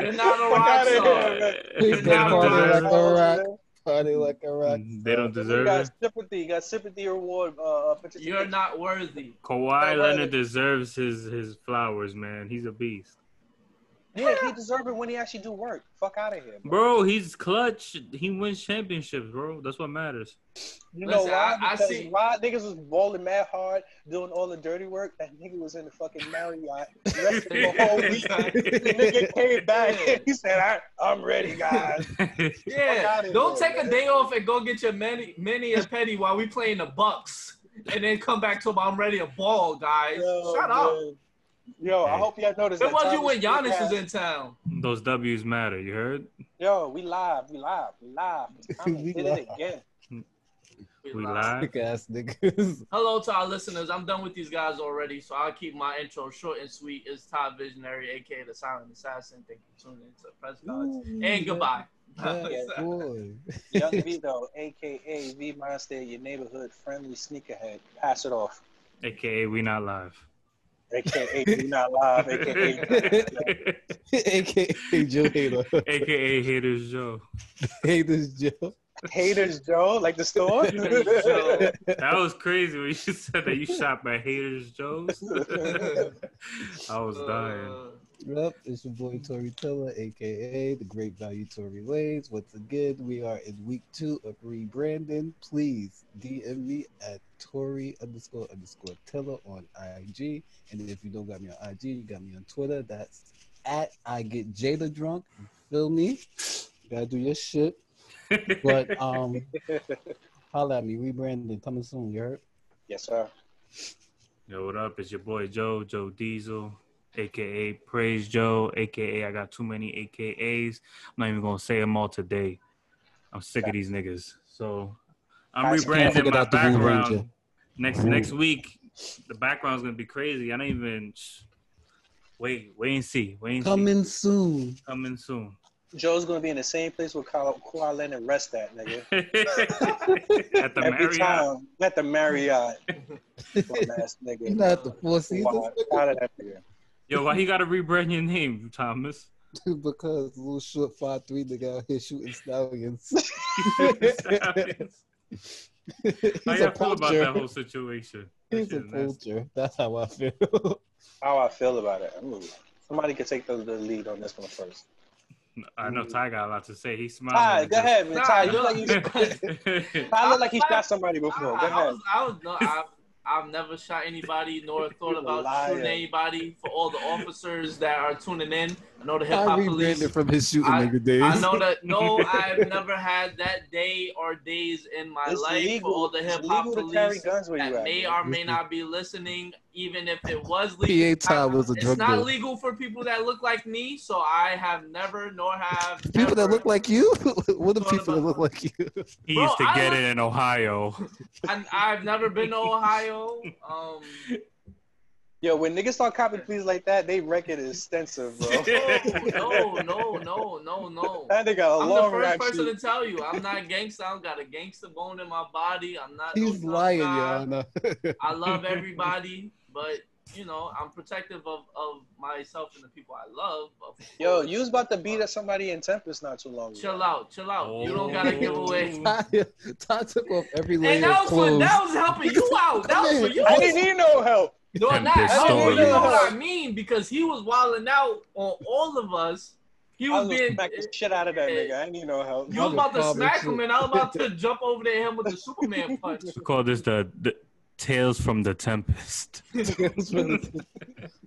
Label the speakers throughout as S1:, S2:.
S1: You're not a rock star.
S2: Please
S1: You're
S2: go
S1: not a rock
S2: party like
S1: star.
S2: a rock.
S1: Mm.
S2: Party like a rock.
S3: They don't
S4: You
S3: deserve
S4: got
S3: it.
S4: sympathy. You got sympathy reward. Uh, picture
S1: You're not worthy.
S3: Kawhi
S4: Kawhi
S3: Leonard deserves his his flowers, man. He's a beast,
S4: Yeah, he deserve it when he actually do work. Fuck out of here. Bro.
S3: bro. He's clutch. He wins championships, bro. That's what matters.
S4: You
S1: Listen,
S4: know why?
S1: I- I
S4: Because
S1: see-
S4: why niggas was balling mad hard, doing all the dirty work. That nigga was in the fucking Marriott resting the whole weekend. The nigga came back and he said, I, "I'm ready, guys." Fuck
S1: Yeah,
S4: outta
S1: don't
S4: here,
S1: take a
S4: man.
S1: day off and go get your many many and petty while we playing the Bucks, and then come back to 'em, I'm ready to ball, guys.
S4: Yo,
S1: Shut up.
S4: man. Yo, I
S3: Hey.
S4: hope y'all noticed.
S1: It
S4: that
S1: was
S4: Tyler
S1: you when
S4: Smith
S1: Giannis
S4: had-
S1: was in town.
S3: Those W's matter. You heard?
S4: Yo, we live, we live, we live. I
S2: We
S4: did it
S2: live.
S4: again.
S3: We
S1: lied.
S3: lied.
S2: Sick ass niggas.
S1: Hello to our listeners. I'm done with these guys already, so I'll keep my intro short and sweet. It's Todd Visionary, aka the Silent Assassin. Thank you for tuning in to Press Cards. And goodbye.
S2: Yeah, boy.
S4: Young Vito, aka V Monster, your neighborhood friendly sneakerhead. Pass it off.
S3: AKA, we not live.
S4: AKA we not live. AKA
S2: AKA Joe Hater.
S3: AKA haters Joe.
S2: Haters Joe.
S4: haters Joe, like the store.
S1: Haters Joe.
S3: That was crazy when you said that you shot by haters Joe's. I was dying.
S1: Uh,
S2: Yep, it's your boy Tori Tiller, aka the Great Value Tory Ways. Once again, we are in week two of rebranding. Please DM me at Tori underscore underscore Tiller on IG. And if you don't got me on IG, you got me on Twitter. That's at I get Jada drunk. You Feel me? You gotta do your shit. But um holla at me, rebranding coming soon, you heard?
S4: yes, sir.
S3: Yo, what up? It's your boy Joe, Joe Diesel, aka Praise Joe, aka I got too many AKAs. I'm not even gonna say them all today. I'm sick of these niggas. So I'm
S4: Guys, can't
S3: rebranding
S2: forget
S3: my
S2: about the Blue
S3: background.
S2: Ranger.
S3: Next next week, the background's gonna be crazy. I don't even wait, wait and see. Wait and see.
S2: Coming soon.
S3: Coming soon.
S4: Joe's gonna be in the same place where Kyle, Kawhi Leonard rest at, nigga.
S3: At the
S4: Every
S3: Marriott.
S4: time at the Marriott. Bum ass nigga.
S2: You not the four seasons
S4: Wow, proud of that nigga.
S3: Yo, why he gotta rebrand your name, Thomas?
S2: because little short five three nigga out here shooting stallions.
S3: How
S2: He's
S3: y'all
S2: a
S3: feel about that
S2: culture.
S3: whole situation? That
S2: He's a
S3: shit nasty.
S2: culture. That's how I feel.
S4: How I feel about it. I'm- Somebody could take the, the lead on this one first.
S3: I
S1: Mm.
S3: know Ty got a lot to say. He's
S4: Ty,
S3: smiling.
S4: go ahead, man.
S1: Nah,
S4: Ty, you
S1: no.
S4: look like you, Ty look like he shot somebody before. Go
S1: I, I
S4: ahead.
S1: was, I was, no, I, I've never shot anybody nor thought
S4: a
S1: about
S4: liar.
S1: shooting anybody. For all the officers that are tuning in, I know the hip
S2: I
S1: hop police.
S2: rebranded from his shooting
S1: I-
S2: nigga days.
S1: I know that no, I've never had that day or days in my
S4: It's
S1: life. For all
S4: legal.
S1: the
S4: It's
S1: hip hop
S4: legal to carry
S1: police
S4: guns where you
S1: that
S4: at.
S1: may
S4: man.
S1: or may not be listening, even if it was legal.
S2: PA Ty was a
S1: It's
S2: drug
S1: not
S2: dealer.
S1: legal for people that look like me, so I have never nor have
S2: People that
S1: ever-
S2: look like you? what are
S1: Thought
S2: people that
S1: about-
S2: look like you?
S3: he
S1: Bro,
S3: used to
S1: I
S3: get
S1: was-
S3: it in Ohio.
S1: I, I've never been to Ohio. Um,
S4: Yo, when niggas start copying please like that, they record is extensive, bro.
S1: no, no, no, no, no.
S4: That nigga a
S1: I'm the
S4: long
S1: first
S4: rap
S1: person
S4: sheet.
S1: to tell you I'm not gangsta. I don't got a gangsta bone in my body. I'm not. no
S2: He's
S1: tough
S2: lying, Your
S1: guy.
S2: Honor.
S1: I love everybody, but you know I'm protective of, of myself and the people I love. of
S4: Yo,
S1: course.
S4: you was about to beat up somebody in Tempest not too long ago.
S1: Chill out, chill out. You don't
S2: Oh.
S1: gotta give away.
S2: Ty, Ty took off every layer
S1: And that
S2: of
S1: was for,
S2: clothes.
S1: that was helping you out. That was for you.
S4: I didn't need no help.
S1: No,
S3: Damn,
S1: not
S3: this
S1: helping.
S4: story
S1: You know
S4: is-
S1: what I mean? Because he was wilding out on all of us. He
S4: I
S1: was
S4: was
S1: being.
S4: smack the shit out of that nigga. I didn't need no help.
S1: You was about to
S2: Motherfucker,
S1: smack him,
S2: too.
S1: and I was about to jump over to him with the Superman punch.
S3: We call this the, the Tales from the Tempest.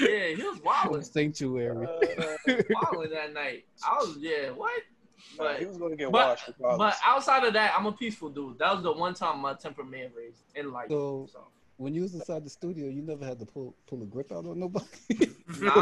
S1: Yeah, he was wilding,
S2: Sanctuary.
S4: Uh,
S1: wilding that night. I was, yeah, what?
S4: nah,
S1: But
S4: he was gonna get
S1: but-
S4: washed regardless.
S1: But outside of that, I'm a peaceful dude. That was the one time my temperament raised in life.
S2: So-
S1: So,
S2: when you was inside the studio, you never had to pull pull a grip out on nobody.
S1: nah,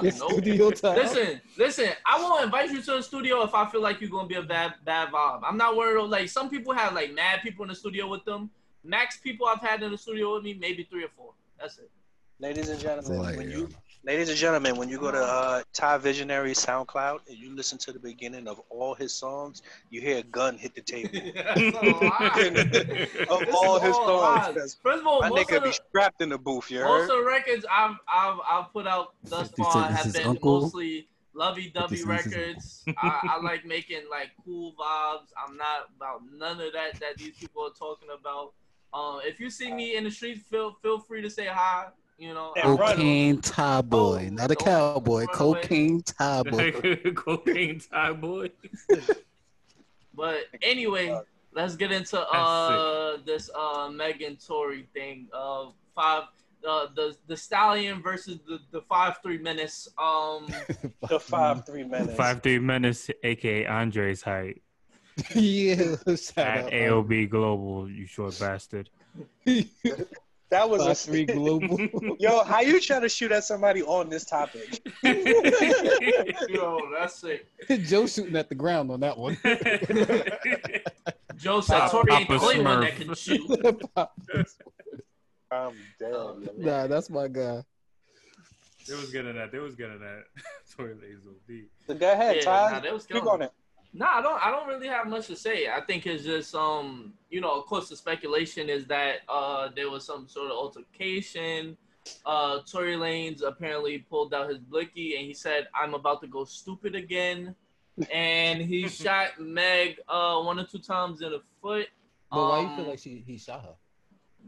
S2: Your
S1: nope.
S2: studio time.
S1: Listen, listen. I won't invite you to the studio if I feel like you're gonna be a bad, bad vibe. I'm not worried. Of, like some people have like mad people in the studio with them. Max people I've had in the studio with me, maybe three or four. That's it.
S4: Ladies and gentlemen,
S2: Liar.
S4: when you Ladies and gentlemen, when you go to uh, Ty Visionary SoundCloud and you listen to the beginning of all his songs, you hear a gun hit the table.
S1: That's a lie.
S4: of
S1: This
S4: all
S1: is
S4: his
S1: all
S4: songs.
S1: lies.
S4: 'cause
S1: First of all,
S4: My
S1: most
S4: nigga
S1: of,
S4: be
S1: the,
S4: strapped in the booth, you
S1: most of
S4: heard?
S1: the records I've I've I've put out thus
S2: 50
S1: far
S2: Cent, this
S1: have
S2: is
S1: been
S2: Uncle.
S1: mostly lovey dovey
S2: 50 Cent, this
S1: records.
S2: is
S1: I, I like making like cool vibes. I'm not about none of that that these people are talking about. Um, if you see me in the streets, feel feel free to say hi. You know, Um,
S4: Yeah,
S1: I'm-
S4: run.
S2: Cocaine tie boy,
S1: Oh,
S2: not a
S1: don't run
S2: cowboy.
S1: away.
S2: Cocaine tie boy.
S3: Cocaine tie boy.
S1: But anyway,
S4: Fuck.
S1: let's get into uh this uh Megan Tory thing. Uh five uh, the the stallion versus the, the five three minutes. Um
S4: The five, three minutes.
S3: Five three minutes, aka Andre's height
S2: yeah, shout
S3: at
S2: out.
S3: AOB Global. You short bastard.
S4: That was
S2: Five
S4: a
S2: three uh, global.
S4: Yo, how you trying to shoot at somebody on this topic?
S1: yo, that's it.
S2: Joe shooting at the ground on that one.
S1: Joe
S4: That's
S1: Satori ain't the
S3: Papa
S1: only one
S3: Smurf.
S1: that can shoot.
S4: I'm dead. man.
S2: nah, that's my guy.
S3: They was good at that. They was good at that. Tory Lanez OD.
S4: So go ahead,
S1: Yeah,
S4: Ty.
S1: nah, they was
S4: Speak
S1: killing
S4: on it.
S1: No, I don't. I don't really have much to say. I think it's just um, you know, of course, the speculation is that uh, there was some sort of altercation. Uh, Tory Lanez apparently pulled out his blicky and he said, "I'm about to go stupid again," and he shot Meg uh one or two times in the foot.
S2: But why
S1: Um,
S2: you feel like she he shot her?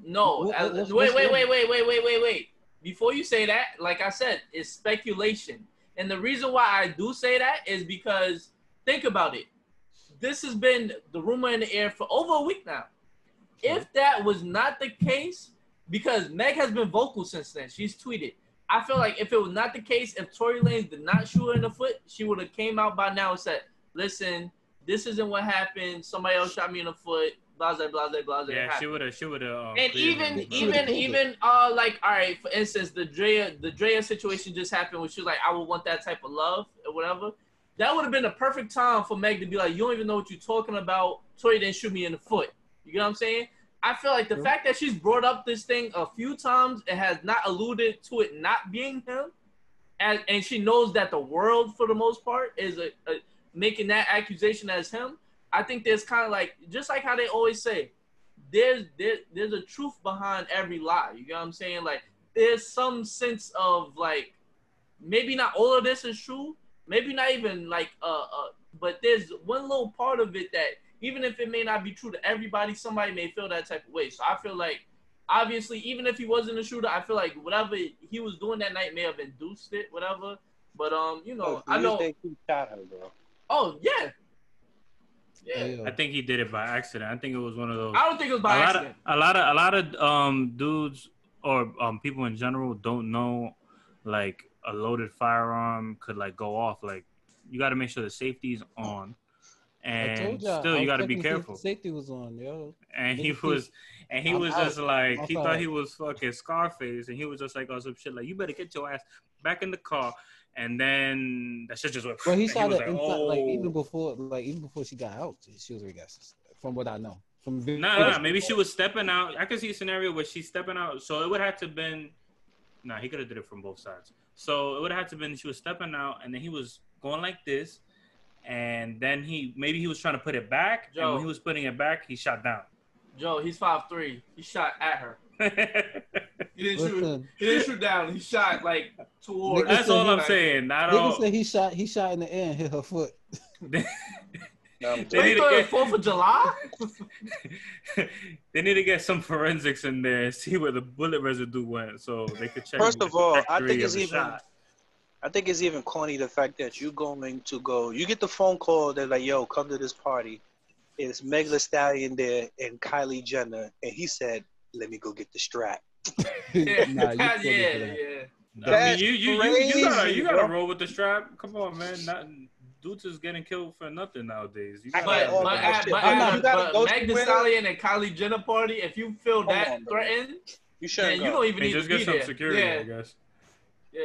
S1: No,
S2: What-
S1: uh,
S2: what- what's-
S1: wait,
S2: what's
S1: wait,
S2: the-
S1: wait, wait, wait, wait, wait, wait. Before you say that, like I said, it's speculation. And the reason why I do say that is because think about it. This has been the rumor in the air for over a week now. If that was not the case, because Meg has been vocal since then, she's tweeted. I feel like if it was not the case, if Tory Lanez did not shoot her in the foot, she would have came out by now and said, "Listen, this isn't what happened. Somebody else shot me in the foot." Blah blah blah blah blah.
S3: Yeah,
S1: Happened
S3: she would have. She would have. Um,
S1: and
S3: cleared
S1: even
S3: it.
S1: even
S2: Cool.
S1: even uh like all right for instance the Drea the Drea situation just happened when she was like I would want that type of love or whatever that would have been the perfect time for Meg to be like you don't even know what you're talking about Tori didn't shoot me in the foot you get what I'm saying I feel like the
S2: Yeah.
S1: fact that she's brought up this thing a few times and has not alluded to it not being him and, and she knows that the world for the most part is a, a, making that accusation as him I think there's kind of like just like how they always say there's there, there's a truth behind every lie. You know what I'm saying? Like there's some sense of like maybe not all of this is true, maybe not even like uh, uh but there's one little part of it that even if it may not be true to everybody, somebody may feel that type of way. So I feel like obviously even if he wasn't a shooter, I feel like whatever he was doing that night may have induced it, whatever. But um, you know,
S4: Look,
S1: I
S4: Oh, you
S1: know.
S4: think he shot her, bro.
S1: oh yeah, yeah.
S2: Ayo.
S3: I think he did it by accident. I think it was one of those.
S1: I don't think it was
S3: a
S1: by
S3: lot
S1: accident.
S3: of a lot of a lot of um dudes or um people in general don't know like a loaded firearm could like go off. Like you got to make sure the safety's on,
S2: I
S3: and
S2: y'all,
S3: still
S2: I
S3: you
S2: was
S3: got to be
S2: checking to see if
S3: careful.
S2: the Safety was on, yo.
S3: And he
S2: Nigga,
S3: was, and he
S2: I'm
S3: was
S2: out.
S3: just like
S2: I'm
S3: he thought
S2: sorry.
S3: he was fucking Scarface, and he was just like on some shit like you better get your ass back in the car. And then that shit just went.
S2: Well, he
S3: and
S2: shot
S3: was
S2: her inside, like
S3: "Oh."
S2: even before, like even before she got out, she was already got. From what I know, from video.
S3: No, no, no, maybe she was stepping out. I could see a scenario where she's stepping out. So it would have to been. Nah, he could have did it from both sides. So it would have to been she was stepping out, and then he was going like this, and then he maybe he was trying to put it back, and
S1: Joe.
S3: when he was putting it back, he shot down.
S1: Joe, he's five three. He shot at her. He didn't shoot.
S2: Listen,
S1: He didn't shoot down. He shot like toward.
S3: That's all I'm saying. I
S2: nigga
S3: don't.
S2: said he shot. He shot in the air and hit her foot.
S4: Um,
S3: They need
S1: They
S3: to
S1: thought
S3: get-
S1: it Fourth of July.
S3: they need to get some forensics in there, and see where the bullet residue went, so they could check.
S4: First of all, I
S3: trajectory
S4: think
S3: of
S4: it's
S3: the
S4: even- I think it's even corny the fact that you going to go. You get the phone call. They're like, "Yo, come to this party." It's Meg Thee Stallion there and Kylie Jenner, and he said, "Let me go get the strap."
S1: Yeah,
S2: nah, you
S1: yeah,
S2: killed it for
S1: yeah.
S2: that.
S3: I mean,
S4: That's
S3: you you, you, you gotta you
S4: crazy,
S3: gotta
S4: bro.
S3: roll with the strap. Come on, man. Not, dudes is getting killed for nothing nowadays. You
S4: I
S1: But
S3: gotta,
S4: can't
S1: but
S4: all that
S1: at,
S4: shit.
S1: but,
S2: I'm
S1: at,
S2: not-
S1: but,
S4: Those
S1: Meg Thee
S4: women-
S1: Stallion and Kylie Jenner party. If you feel that
S4: on, bro.
S1: threatened,
S4: You shouldn't
S1: then you
S4: go.
S1: don't even
S3: They
S1: need
S3: just
S1: to be
S3: get some
S1: there.
S3: security, I
S1: Yeah,
S3: guess.
S1: yeah.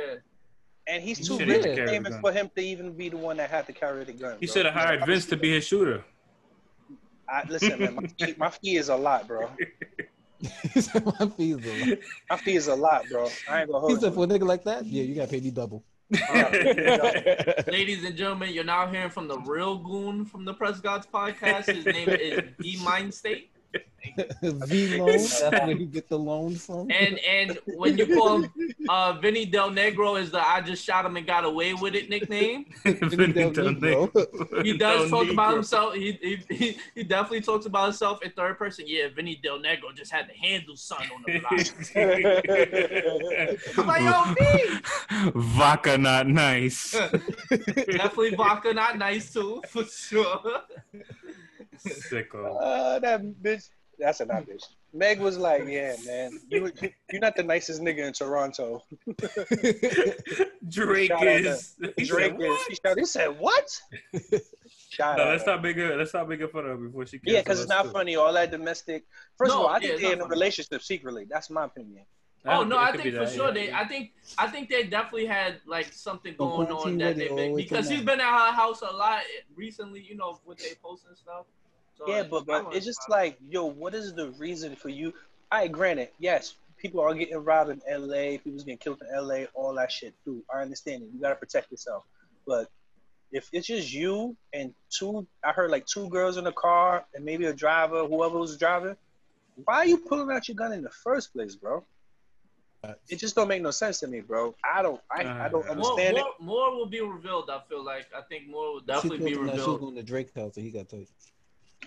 S4: and he's
S2: You
S4: too
S2: shouldn't
S4: rich
S2: even
S3: carry a
S4: famous
S3: gun.
S4: for him to even be the one that had to carry the gun.
S3: He
S4: bro.
S3: should have hired Vince to be his shooter.
S4: I, listen, man, my fee, my fee is a lot, bro.
S2: he said, my fees are like,
S4: My fee is a lot, bro. I ain't gonna
S2: he
S4: hold
S2: said,
S4: it.
S2: for a nigga like that, yeah, you gotta pay me double.
S1: Ladies and gentlemen, you're now hearing from the real goon from the Press Gods podcast. His name is D Mind State.
S2: V loan, that's where you get the loan from.
S1: And and when you call him uh Vinny Del Negro is the I just shot him and got away with it nickname.
S2: Vinny Del Negro.
S1: He does talk about himself. He, he he he definitely talks about himself in third person. Yeah, Vinny Del Negro just had to handle son on the block. I'm like, yo, V.
S3: Vodka not nice.
S1: definitely vodka not nice too, for sure.
S3: Sicko.
S4: Uh, that bitch. That's a not bitch. Meg was like, "Yeah, man, you you're not the nicest nigga in Toronto."
S3: Drake
S4: Shout out
S3: is. He said,
S4: Drake
S3: "What?"
S4: is. He shouted- he said, "What?" Shout
S3: No,
S4: out.
S3: let's not make it. Let's not make it fun of her before she.
S4: Yeah,
S3: cancels
S4: because it's
S3: us,
S4: not
S3: too.
S4: funny. All that domestic. First
S1: No,
S4: of all, I
S1: yeah,
S4: think
S1: it's
S4: they're
S1: not
S4: in a
S1: funny.
S4: relationship secretly. That's my opinion.
S1: Oh no,
S3: it
S1: I
S3: could
S1: think
S3: be
S1: for
S3: that,
S1: sure
S3: yeah.
S1: they. I think I think they definitely had like something going on
S2: quarantine
S1: that
S2: with it
S1: they
S2: all
S1: been
S2: the way to
S1: because he's
S2: now.
S1: been at her house a lot recently. You know, with they posts and stuff. So uh,
S4: Yeah,
S1: I
S4: but, but
S1: wouldn't
S4: it's just
S1: mind.
S4: like, yo, what is the reason for you? I granted, yes, people are getting robbed in LA, people's getting killed in LA, all that shit too. I understand it. You gotta protect yourself. But if it's just you and two I heard like two girls in the car and maybe a driver, whoever was driving, why are you pulling out your gun in the first place, bro? It just don't make no sense to me, bro. I don't I, I don't
S3: Uh,
S1: more,
S4: understand it.
S1: more, more will be revealed. I feel like I think more will definitely be
S2: she told him that she was
S1: revealed.
S2: going to Drake's house, and he got tight.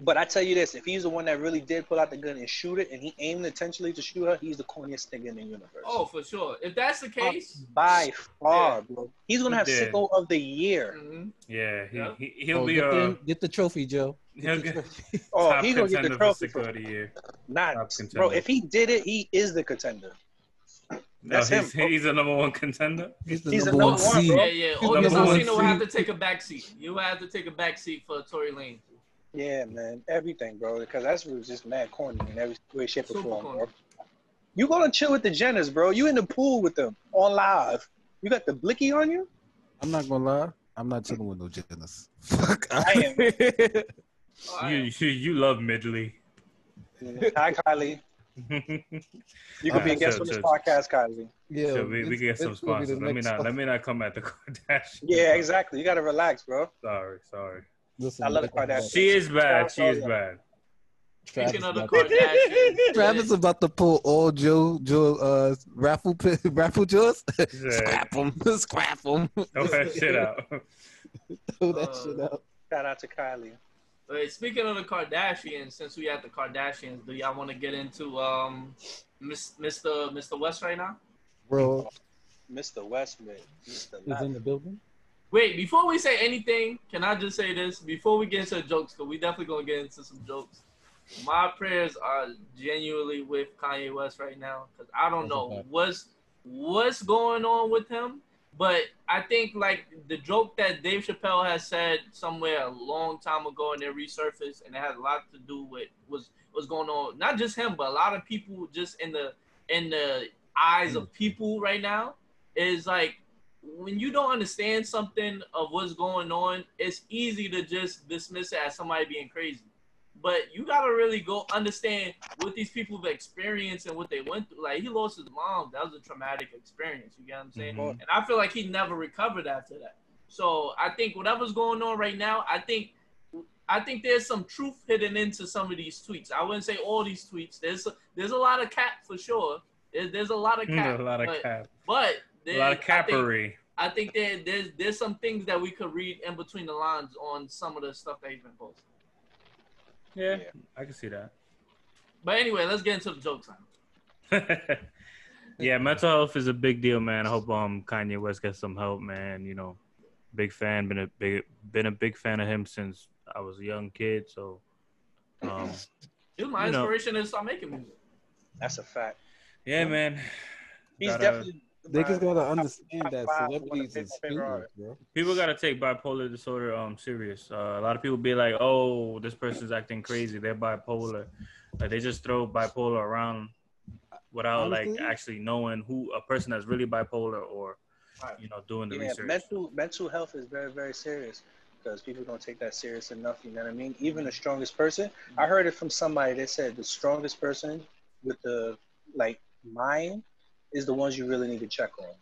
S4: But I tell you this, if he's the one that really did pull out the gun and shoot it and he aimed intentionally to shoot her, he's the corniest nigga in the universe.
S1: Oh, for sure. If that's the
S4: Uh,
S1: case,
S4: By far, bro. He's gonna have
S3: Yeah.
S4: sicko of the year.
S1: mhm.
S3: Yeah, he,
S1: Yeah.
S3: he he'll
S2: Oh,
S3: be
S2: get,
S3: uh
S2: the, get the trophy, Joe.
S3: he'll
S2: Get
S3: get
S2: the
S3: top
S2: trophy.
S4: Oh, he's gonna get
S3: contender
S4: the
S3: for
S4: trophy
S3: sicko
S4: for
S3: of the year.
S4: not,
S3: Top contender.
S4: bro. If he did it, he is the contender.
S3: No,
S4: That's
S3: he's,
S4: him, bro.
S3: he's a number one contender.
S2: He's the
S4: He's the
S2: number one
S4: number one,
S2: seed.
S4: bro.
S1: Yeah, yeah.
S2: number
S1: August
S2: one
S1: Alsina will have to
S2: seed.
S1: take a back seat. You will have to take a back seat for Tory Lane.
S4: Yeah, man. Everything, bro. Because that's was just mad corny in every way, shape, or
S1: Super
S4: form,
S1: corny.
S4: bro. You gonna chill with the Jenners, bro? You in the pool with them on live? You got the blicky on you?
S2: I'm not gonna lie. I'm not chilling with no Janice. Fuck.
S4: I am.
S1: Oh, I
S3: You,
S1: am.
S3: you you love Midley.
S4: Hi, Kylie. You can
S3: Nah,
S4: be a guest
S3: chill,
S4: on this
S3: chill.
S4: podcast, Kylie.
S2: yeah,
S3: So we, we can get some sponsors. Let me not let me not come at the Kardashians.
S4: Yeah, exactly. You gotta relax, bro.
S3: Sorry, sorry.
S2: Listen,
S4: I love it, Kardashian.
S3: She is bad. She is bad.
S2: Travis
S1: Speaking of the
S2: about-
S1: Kardashians,
S2: Travis about to pull all Joe Joe uh raffle pi- raffle jaws.
S3: Yeah,
S2: Scrap them, scrap them.
S3: don't that shit out.
S2: Throw that
S1: Uh,
S2: shit out.
S4: Shout out to Kylie.
S1: Wait, speaking of the Kardashians, since we at the Kardashians, do y'all want to get into um, Miss, Mr. Mr. West right now?
S2: Bro
S4: uh, Mr. Westman. Mr.
S2: is in
S4: Live.
S2: the building.
S1: Wait, before we say anything, can I just say this? Before we get into jokes, because we definitely gonna get into some jokes. My prayers are genuinely with Kanye West right now, because I don't
S2: That's a
S1: know
S2: fact.
S1: what's what's going on with him. But I think like the joke that Dave Chappelle has said somewhere a long time ago, and it resurfaced, and it had a lot to do with was what's going on. Not just him, but a lot of people just in the in the eyes of people right now is like when you don't understand something of what's going on, it's easy to just dismiss it as somebody being crazy. But you gotta really go understand what these people have experienced and what they went through. Like he lost his mom, that was a traumatic experience. You get what I'm saying?
S3: Mhm.
S1: And I feel like he never recovered after that. So I think whatever's going on right now, I think I think there's some truth hidden into some of these tweets. I wouldn't say all these tweets. There's there's a lot of cap for sure. There's, there's a lot of cap.
S3: Mm, a lot of
S1: but,
S3: cap.
S1: But
S3: A
S1: there-
S3: lot of
S1: I think-
S3: cappery.
S1: I think there, there's there's some things that we could read in between the lines on some of the stuff that he's been posting.
S3: Yeah,
S4: Yeah.
S3: I can see that.
S1: But anyway, let's get into the jokes. Now.
S3: yeah, mental health is a big deal, man. I hope um Kanye West gets some help, man. You know, big fan, been a big been a big fan of him since I was a young kid. So, um,
S1: Dude, my
S3: You know.
S1: inspiration is to start making music.
S4: That's a fact.
S3: yeah, man.
S4: He's
S3: Gotta-
S4: definitely.
S2: They just gotta understand
S4: top
S2: that
S4: five, one of
S2: celebrities
S4: my
S2: is
S4: favorite
S2: humans,
S4: artists.
S2: bro.
S3: People gotta take bipolar disorder um serious. Uh, a lot of people be like, "Oh, this person's acting crazy. They're bipolar." Like they just throw bipolar around without like
S2: Honestly?
S3: actually knowing who a person that's really bipolar or
S1: Right.
S3: you know doing the
S4: Yeah,
S3: research.
S4: mental mental health is very very serious because people don't take that
S3: Mm-hmm.
S4: serious enough. You know what I mean? Even the strongest person. I heard it from somebody. They said the strongest person with the like mind is the ones you really need to check on.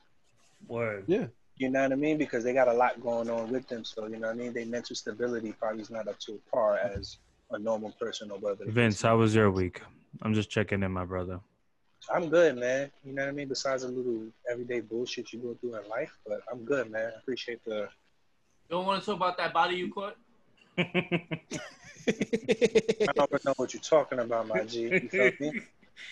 S3: Word.
S2: Yeah.
S4: You know what I mean? Because they got a lot going on with them. So you know what I mean. Their mental stability probably is not up to par as a normal person or whether.
S3: Vince, how was your week? I'm just checking in, my brother.
S4: I'm good, man. You know what I mean. Besides a little everyday bullshit you go through in life, but I'm good, man. I appreciate the.
S1: Don't want to talk about that body you caught.
S4: I don't know what you're talking about, my G. You feel me?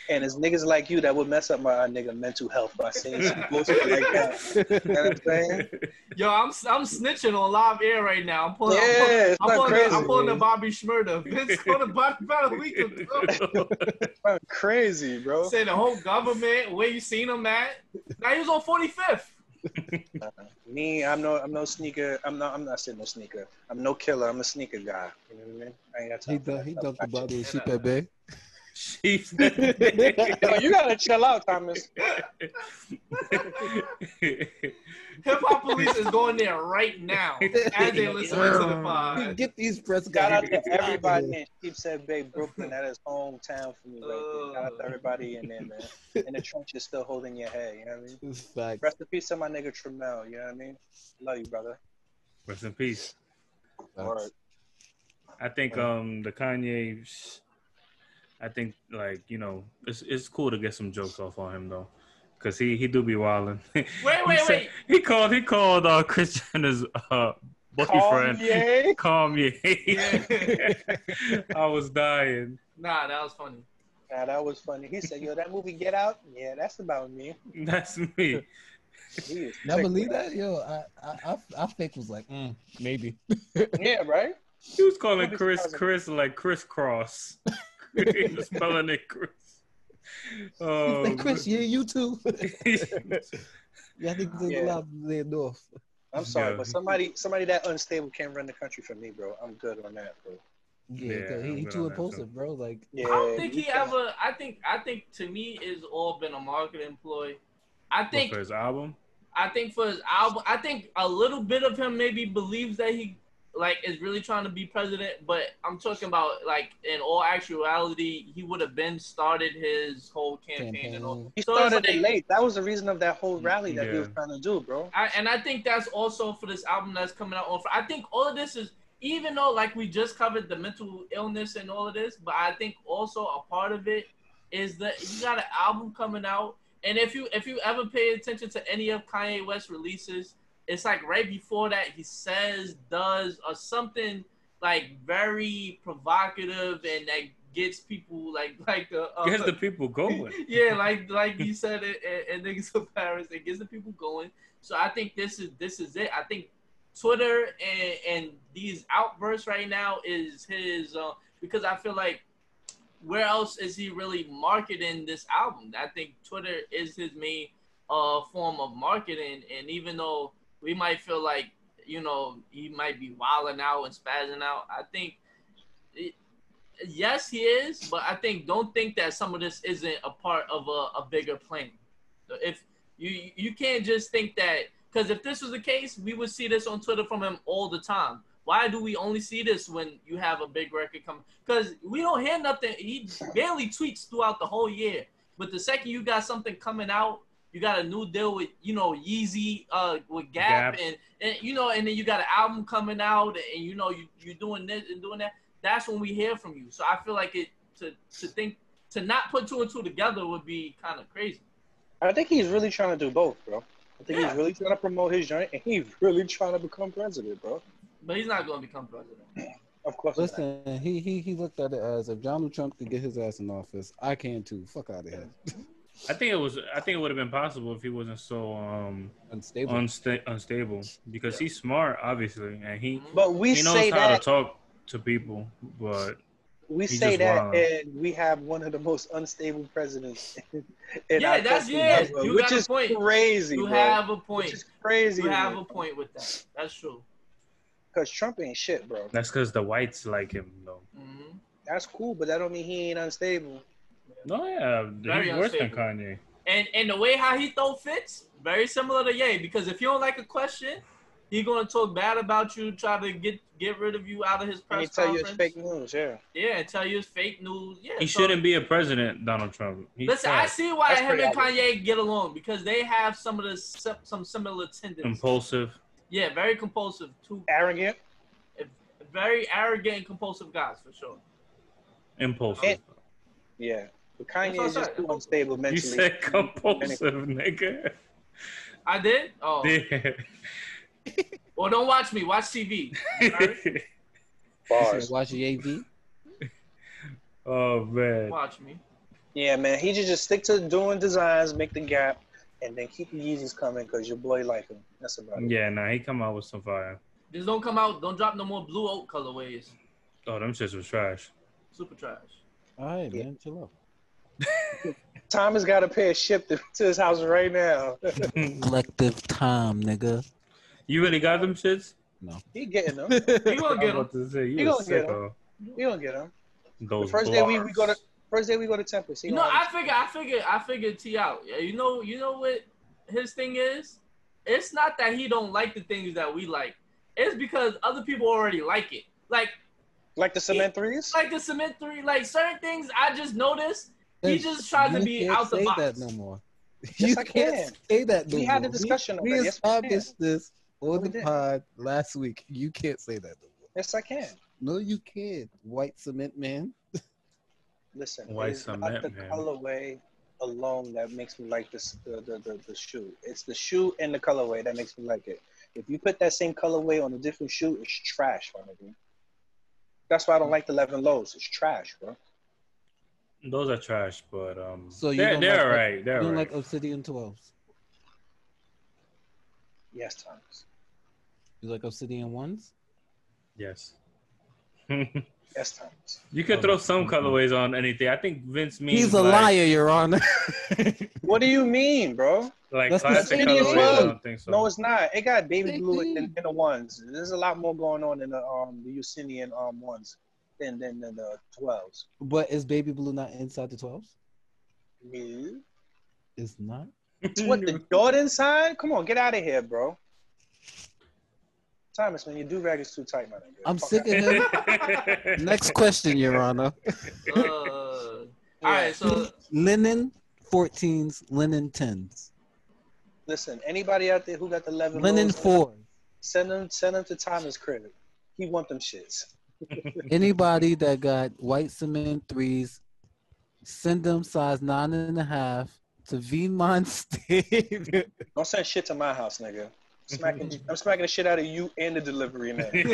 S4: And it's niggas like you that would mess up my nigga mental health by saying some bullshit like that. You know what I'm saying?
S1: Yo, I'm I'm snitching on live air right now. I'm pulling.
S4: Yeah, it's
S1: I'm
S4: not
S1: pulling,
S4: crazy,
S1: the, I'm pulling the
S4: man.
S1: Bobby Schmurda. Vince on the Bobby Battle Week.
S4: I'm crazy, bro.
S1: Say the whole government. Where you seen him at? Now he was on 45th.
S4: Me, I'm no, I'm no sneaker. I'm not, I'm not saying no sneaker. I'm no killer. I'm a sneaker guy. You know what I mean? I ain't got time.
S2: He,
S4: for
S2: dun-
S4: that
S2: he
S4: stuff.
S2: dumped the
S4: Gotcha.
S2: bottle of sheep at bay.
S3: She's
S4: Yo, you gotta chill out, Thomas.
S1: Hip Hop Police is going there right now as they listen to the pod.
S2: Get these press
S4: Shout out
S2: guys.
S4: to everybody in Sheepshead Bay, Brooklyn. That is hometown for me
S1: Uh.
S4: right there. Shout out to everybody in there, man. In the trench, is still holding your head. You know what I mean?
S2: It's facts.
S4: Rest in peace to my nigga Tremel. You know what I mean? Love you, brother.
S3: Rest in peace.
S2: Facts.
S4: Word.
S3: I think um the Kanye. sh- I think like you know it's it's cool to get some jokes off on him though, cause he he do be wilding. Wait,
S1: Wait, wait, wait.
S3: He called he called uh Chris Jenner's uh boyfriend
S4: Kanye?
S3: Kanye.
S1: Yeah.
S3: I was dying.
S1: Nah, that was funny.
S4: Nah, that was funny. He said, "Yo, that movie Get Out, yeah, that's about me."
S3: That's me.
S4: He is
S2: Now
S4: sick,
S2: believe
S4: bro.
S2: that, yo. I I I, I think was like mm, maybe.
S4: Yeah, right.
S3: He was calling
S4: Nobody's
S3: Chris
S4: causing-
S3: Chris like crisscross. he was spelling it Chris. Oh,
S2: Say, Chris, yeah, you too.
S3: man.
S2: yeah, I think there's
S4: Yeah.
S2: a lot laid off.
S4: I'm sorry,
S3: Yeah.
S4: but somebody, somebody that unstable can't run the country for me, bro. I'm good on that, bro.
S2: Yeah,
S3: Yeah,
S2: 'cause he,
S3: I'm
S2: he
S3: good
S2: too
S3: on that, too.
S2: impulsive, bro. Like
S4: Yeah,
S1: I don't think
S4: you
S1: he
S4: can't-
S1: ever. I think I think to me it's all been a marketing ploy. I
S3: What,
S1: think
S3: for his album.
S1: I think for his album, I think a little bit of him maybe believes that he like is really trying to be president, but I'm talking about like in all actuality, he would have been started his whole campaign, and all.
S2: campaign.
S4: He
S1: So it's
S4: started it
S1: like-
S4: late. That was the reason of that whole rally that he was
S3: Yeah.
S4: trying to do, bro.
S1: I, and I think that's also for this album that's coming out on. Fri- I think all of this is even though like we just covered the mental illness and all of this, but I think also a part of it is that you got an album coming out, and if you if you ever pay attention to any of Kanye West releases, it's like right before that he says, does, or something like very provocative and that gets people like like the uh,
S3: Gets the people going.
S1: yeah, like like you said, it, it, it niggas of Paris, it gets the people going. So I think this is this is it. I think Twitter and and these outbursts right now is his uh, because I feel like where else is he really marketing this album? I think Twitter is his main uh, form of marketing, and even though we might feel like you know he might be wilding out and spazzing out, I think yes, he is, but I think don't think that some of this isn't a part of a, a bigger plan. If you you can't just think that because if this was the case, we would see this on Twitter from him all the time. Why do we only see this when you have a big record coming? Because we don't hear nothing. He barely tweets throughout the whole year. But the second you got something coming out, you got a new deal with you know Yeezy uh, with Gap,
S3: Gap.
S1: And, and you know, and then you got an album coming out, and you know you you're doing this and doing that that's when we hear from you. So I feel like it to to think to not put two and two together would be kind of crazy.
S4: I think he's really trying to do both, bro. I think
S1: Yeah.
S4: he's really trying to promote his joint, and he's really trying to become president, bro.
S1: But he's not going to become president.
S4: Of course. not.
S2: Listen, he, he he looked at it as if Donald Trump could get his ass in office, I can too. Fuck out of here.
S3: I think it was. I think it would have been possible if he wasn't so um
S2: Unstable.
S3: unsta- unstable because
S1: Yeah.
S3: he's smart, obviously, and he
S1: Mm-hmm.
S4: But we
S3: he knows
S4: say
S3: how
S4: that
S3: to talk to people. But
S4: we
S3: He's
S4: say
S3: just
S4: that,
S3: wildin'.
S4: and we have one of the most unstable presidents. in
S1: Yeah,
S4: our
S1: that's-
S4: country,
S1: yeah,
S4: bro,
S1: you
S4: which
S1: got a
S4: is
S1: point.
S4: crazy,
S1: You
S4: bro.
S1: have a
S4: which
S1: point.
S4: is crazy.
S1: You have a point with that. That's true.
S4: Because Trump ain't shit, bro.
S3: that's because the whites like him, though.
S1: hmm
S4: That's cool, but that don't mean he ain't unstable.
S3: No, yeah,
S1: Very
S3: he's worse than
S1: unstable.
S3: Kanye.
S1: And and the way how he throw fits very similar to Ye because if you don't like a question, He gonna talk bad about you, try to get get rid of you out of his
S4: And
S1: press
S4: he tell you
S1: conference.
S4: it's fake news. Yeah.
S1: Yeah, tell you it's fake news. Yeah,
S3: He
S1: so-
S3: shouldn't be a president, Donald Trump. He's
S1: Listen, I
S3: trash.
S1: see why
S4: That's
S1: him
S4: pretty
S1: and Kanye get along because they have some of the si- some similar tendencies.
S3: impulsive.
S1: yeah, very compulsive, two
S4: Arrogant.
S1: very arrogant and compulsive guys for sure.
S3: Impulsive.
S4: Yeah. But
S1: That's what
S4: Kanye
S1: I
S4: is just
S1: said.
S4: too unstable mentally.
S3: You said compulsive, nigga.
S1: I did. Oh,
S3: Yeah.
S1: well, don't watch me. Watch TV.
S2: You
S4: Bars.
S2: said watch AV.
S3: oh man.
S1: Watch me.
S4: Yeah, man. He should just stick to doing designs, make the gap, and then keep the Yeezys coming because your boy like him. That's about it.
S3: Yeah, nah, he come out with some fire.
S1: Just don't come out. Don't drop no more blue oak colorways.
S3: Oh, them shits was trash.
S1: Super trash.
S2: All right,
S4: Yeah.
S2: man, chill out.
S4: Tom has got a pair shipped to to his house right now.
S2: Collective time, nigga.
S3: You really got them shits?
S4: he getting them.
S1: You gonna
S3: I was
S1: get them?
S3: about to say you,
S4: He
S3: a
S4: gonna get 'em.
S3: sicko.
S4: He gonna get them.
S3: Those
S4: First day we, we
S3: bars.
S4: go to first day we go to Tempest. He
S1: You know,
S4: gonna-
S1: I figure, I figure, I figure T out. Yeah, you know, you know what his thing is. It's not that he don't like the things that we like. It's because other people already like it. Like
S4: like the cement threes.
S1: It's like the cement three, like certain things I just noticed. He just tried to
S2: You
S1: be
S2: can't
S1: out the
S2: say
S1: box.
S2: that no more.
S4: Yes,
S2: you
S4: I
S2: can't
S4: can.
S2: say that no
S4: We
S2: more.
S4: had a discussion
S2: We,
S4: over
S2: we
S4: it. Yes, we
S2: established this on
S4: We
S2: the
S4: did.
S2: pod last week. You can't say that no more.
S4: Yes, I can.
S2: No, you can't. White cement man.
S4: Listen,
S3: Why
S4: it is
S3: some
S4: not
S3: that,
S4: the
S3: man?
S4: colorway alone that makes me like this the, the, the, the shoe. It's the shoe and the colorway that makes me like it. If you put that same colorway on a different shoe, it's trash, my nigga. That's why I don't like the Eleven Lows. It's trash, bro.
S3: Those are trash, but um,
S2: So you
S3: they're,
S2: don't
S3: they're
S2: like-
S3: alright. They're
S2: You don't
S3: alright.
S2: like Obsidian 12s.
S4: Yes, Thomas.
S2: You like Obsidian 1s?
S3: yes.
S4: Yes, Thomas.
S3: you could throw some colorways on anything. I think Vince means
S2: Oh, He's a
S3: like,
S2: liar, Your Honor.
S4: What do you mean, bro?
S3: Like
S2: That's the
S3: classic
S4: same
S3: colorways. I
S4: thing.
S3: don't think so.
S4: No, it's not. It got baby
S2: They
S4: blue
S2: do.
S4: in, in the ones. There's a lot more going on in the um the Usinian um ones than than, than the twelves.
S2: but is Baby Blue not inside the 12s?
S4: No.
S2: It's not.
S4: What the Jordan sign? Come on, get out of here, bro. Thomas, man, your do rag is too tight, man.
S2: I'm sick of him. Next question, Your Honor.
S1: Uh, All right, so
S2: Linen 14s, linen 10s,
S4: Listen, anybody out there who got the eleven
S2: linen
S4: lows,
S2: 4s.
S4: send them, send them to Thomas' crib. He want them shits.
S2: Anybody that got white cement threes, send them size nine and a half to Vmont State.
S4: Don't send shit to my house, nigga. Smacking, I'm smacking the shit out of you and the delivery man.
S2: and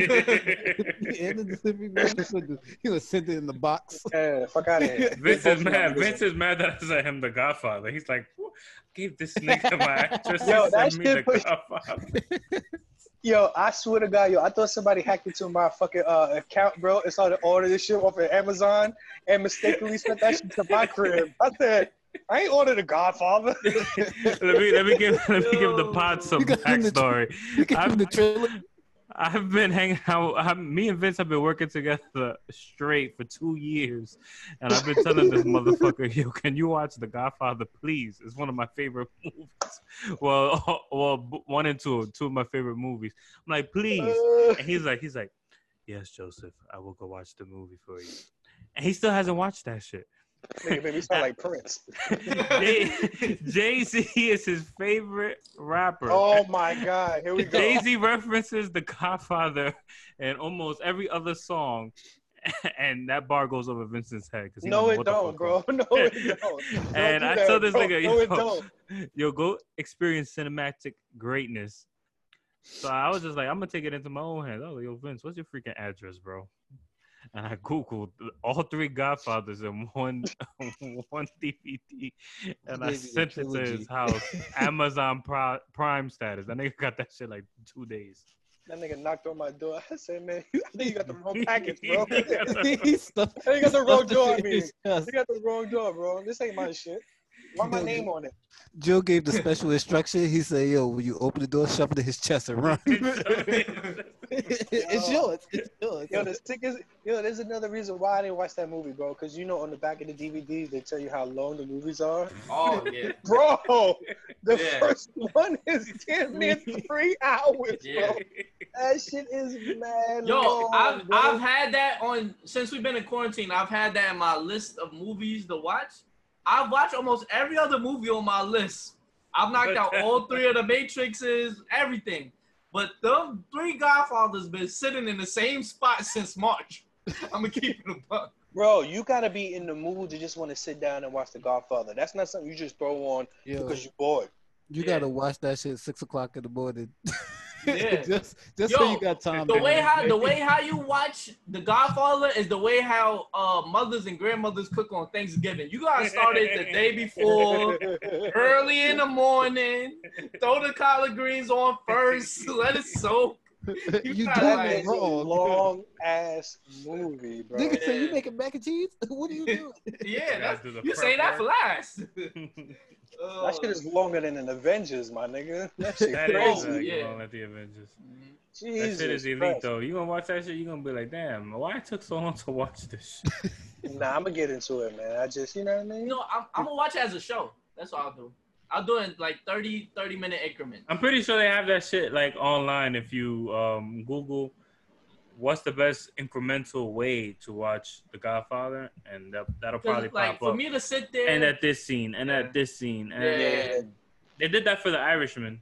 S2: the delivery man, he would- he would send it in the box.
S4: Yeah, fuck out of here.
S3: Vince is mad. Vince is mad that I said him the Godfather. He's like, "Who gave this nigga my actress
S4: Yo,
S3: and
S4: that
S3: sent me
S4: shit
S3: the
S4: push-
S3: Godfather.
S4: Yo, I swear to God, yo, I thought somebody hacked into my fucking uh, account, bro, and started ordering this shit off of Amazon and mistakenly sent that shit to my crib. I said, I ain't ordered a Godfather.
S3: let me let me give let me give the pod some
S2: You got him the-
S3: backstory.
S2: Look at him in the
S3: I've,
S2: trailer.
S3: I've been hanging out. i me and Vince have been working together straight for two years, and I've been telling this motherfucker, "Yo, can you watch The Godfather, please? It's one of my favorite movies. Well, well, b- one and two, two of my favorite movies. I'm like, please, and he's like, he's like, yes, Joseph, I will go watch the movie for you. And he still hasn't watched that shit.
S4: Nigga made me sound like Prince.
S3: Jay Z is his favorite rapper.
S4: Oh my God, here we
S3: Jay
S4: go.
S3: Z references The Godfather in almost every other song, and that bar goes over Vincent's head because
S4: No, it don't, bro. No, it don't.
S3: And
S4: do
S3: I
S4: that,
S3: told this
S4: bro.
S3: nigga,
S4: no, it
S3: yo.
S4: don't.
S3: Yo, go experience cinematic greatness. So I was just like, I'm gonna take it into my own hands. I was like, Yo, Vince, what's your freaking address, bro? And I googled all three Godfathers in one one DVD, and I
S2: Maybe the
S3: sent it to his
S2: trilogy.
S3: house. Amazon Pro- Prime status. That nigga got that shit like two days.
S4: That nigga knocked on my door. I said, man, I think you got the wrong package, bro.
S3: He got
S4: you
S3: the-
S2: he stuffed,
S4: got the wrong
S2: stuffed
S4: door,
S2: it in
S4: man.
S2: his chest.
S4: got the wrong door, bro. This ain't my shit. Why my name on it?
S2: Joe gave the special instruction. He said, "Yo, when you open the door, shove it in his chest and run." it's yours. It's yours.
S4: Yo, the sick is yo. There's another reason why I didn't watch that movie, bro. Because you know, on the back of the DVDs, they tell you how long the movies are.
S1: Oh yeah,
S4: Bro, the
S1: Yeah.
S4: first one is damn near three hours. Bro.
S1: yeah.
S4: That shit is mad.
S1: Yo,
S4: long,
S1: I've
S4: bro.
S1: I've had that on since we've been in quarantine. I've had that in my list of movies to watch. I've watched almost every other movie on my list. I've knocked out all three of the Matrixes, everything. But the three Godfathers been sitting in the same spot since March. I'm gonna keep it a buck.
S4: Bro, you gotta be in the mood to just want to sit down and watch The Godfather. That's not something you just throw on
S2: Yo,
S4: because you're bored.
S2: you
S1: Yeah.
S2: gotta watch that shit at six o'clock in the morning.
S1: Yeah.
S2: just just
S1: Yo,
S2: so you got time.
S1: The
S2: to-
S1: way how the way how you watch The Godfather is the way how uh, mothers and grandmothers cook on Thanksgiving. You gotta start it the day before. early in the morning. Throw the collard greens on first. Let it soak.
S2: you
S1: You
S2: doing
S1: gotta Right.
S4: That is a
S2: it wrong.
S4: long ass movie, bro.
S2: Nigga said
S1: Yeah.
S2: you making mac and cheese. What are you doing?
S1: Yeah, that's,
S3: do the
S1: you say
S3: prep
S1: that for last.
S3: work.
S1: Uh,
S4: That shit is longer than an Avengers, my nigga. That shit
S3: That is
S4: crazy.
S1: Oh,
S3: uh,
S1: yeah.
S3: yeah. long at the Avengers.
S1: Uh,
S3: That
S4: Jesus
S3: shit is elite
S4: Christ.
S3: though. You gonna watch that shit? You gonna be like, damn, why it took so long to watch this? shit?
S4: Nah, I'm gonna get into it, man. I just, you know what I mean?
S1: you know, I'm, I'm gonna watch it as a show. That's all I'll do. I'll do it in like 30, 30 minute increment.
S3: I'm pretty sure they have that shit like online. If you um, Google, what's the best incremental way to watch The Godfather, and that that'll
S1: 'Cause,
S3: probably
S1: like
S3: pop
S1: for
S3: up.
S1: me to sit there
S3: and at this scene, and
S1: Yeah.
S3: at this scene, and
S1: Yeah.
S3: they did that for The Irishman.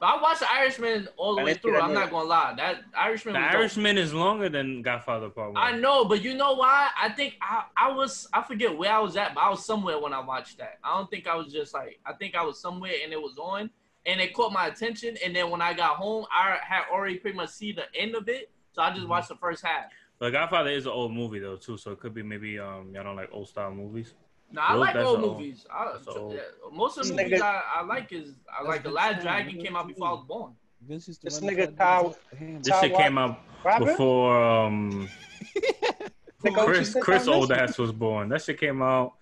S1: but I watched the Irishman all the
S4: I
S1: way
S4: didn't see
S1: through.
S4: that
S1: I'm
S4: movie.
S1: not gonna lie. That Irishman
S3: The
S1: was dope.
S3: Irishman is longer than Godfather Part One.
S1: I know, but you know why? I think I, I was I forget where I was at, but I was somewhere when I watched that. I don't think I was just like I think I was somewhere and it was on and it caught my attention. And then when I got home, I had already pretty much see the end of it, so I just
S3: Mhm.
S1: watched the first half.
S3: But Godfather is an old movie though too, so it could be maybe um y'all don't like old style movies.
S1: Now I
S3: Well,
S1: like
S3: that's
S1: old
S3: all.
S1: movies. I,
S3: That's all.
S1: yeah, most of the
S4: This
S1: movies
S4: nigga-
S1: I, I like is I like the
S2: good
S1: Last
S2: shit.
S1: Dragon came out
S2: Good
S1: before I was
S2: shit.
S1: born.
S2: Vince used to
S4: This
S2: run
S4: nigga
S2: outside and
S3: This
S4: Ty
S3: shit
S4: Wa-
S3: came out
S4: Robert?
S3: before um
S4: Nigga, what you
S3: Chris
S4: said
S3: Chris
S4: on this?
S3: old ass was born. That shit came out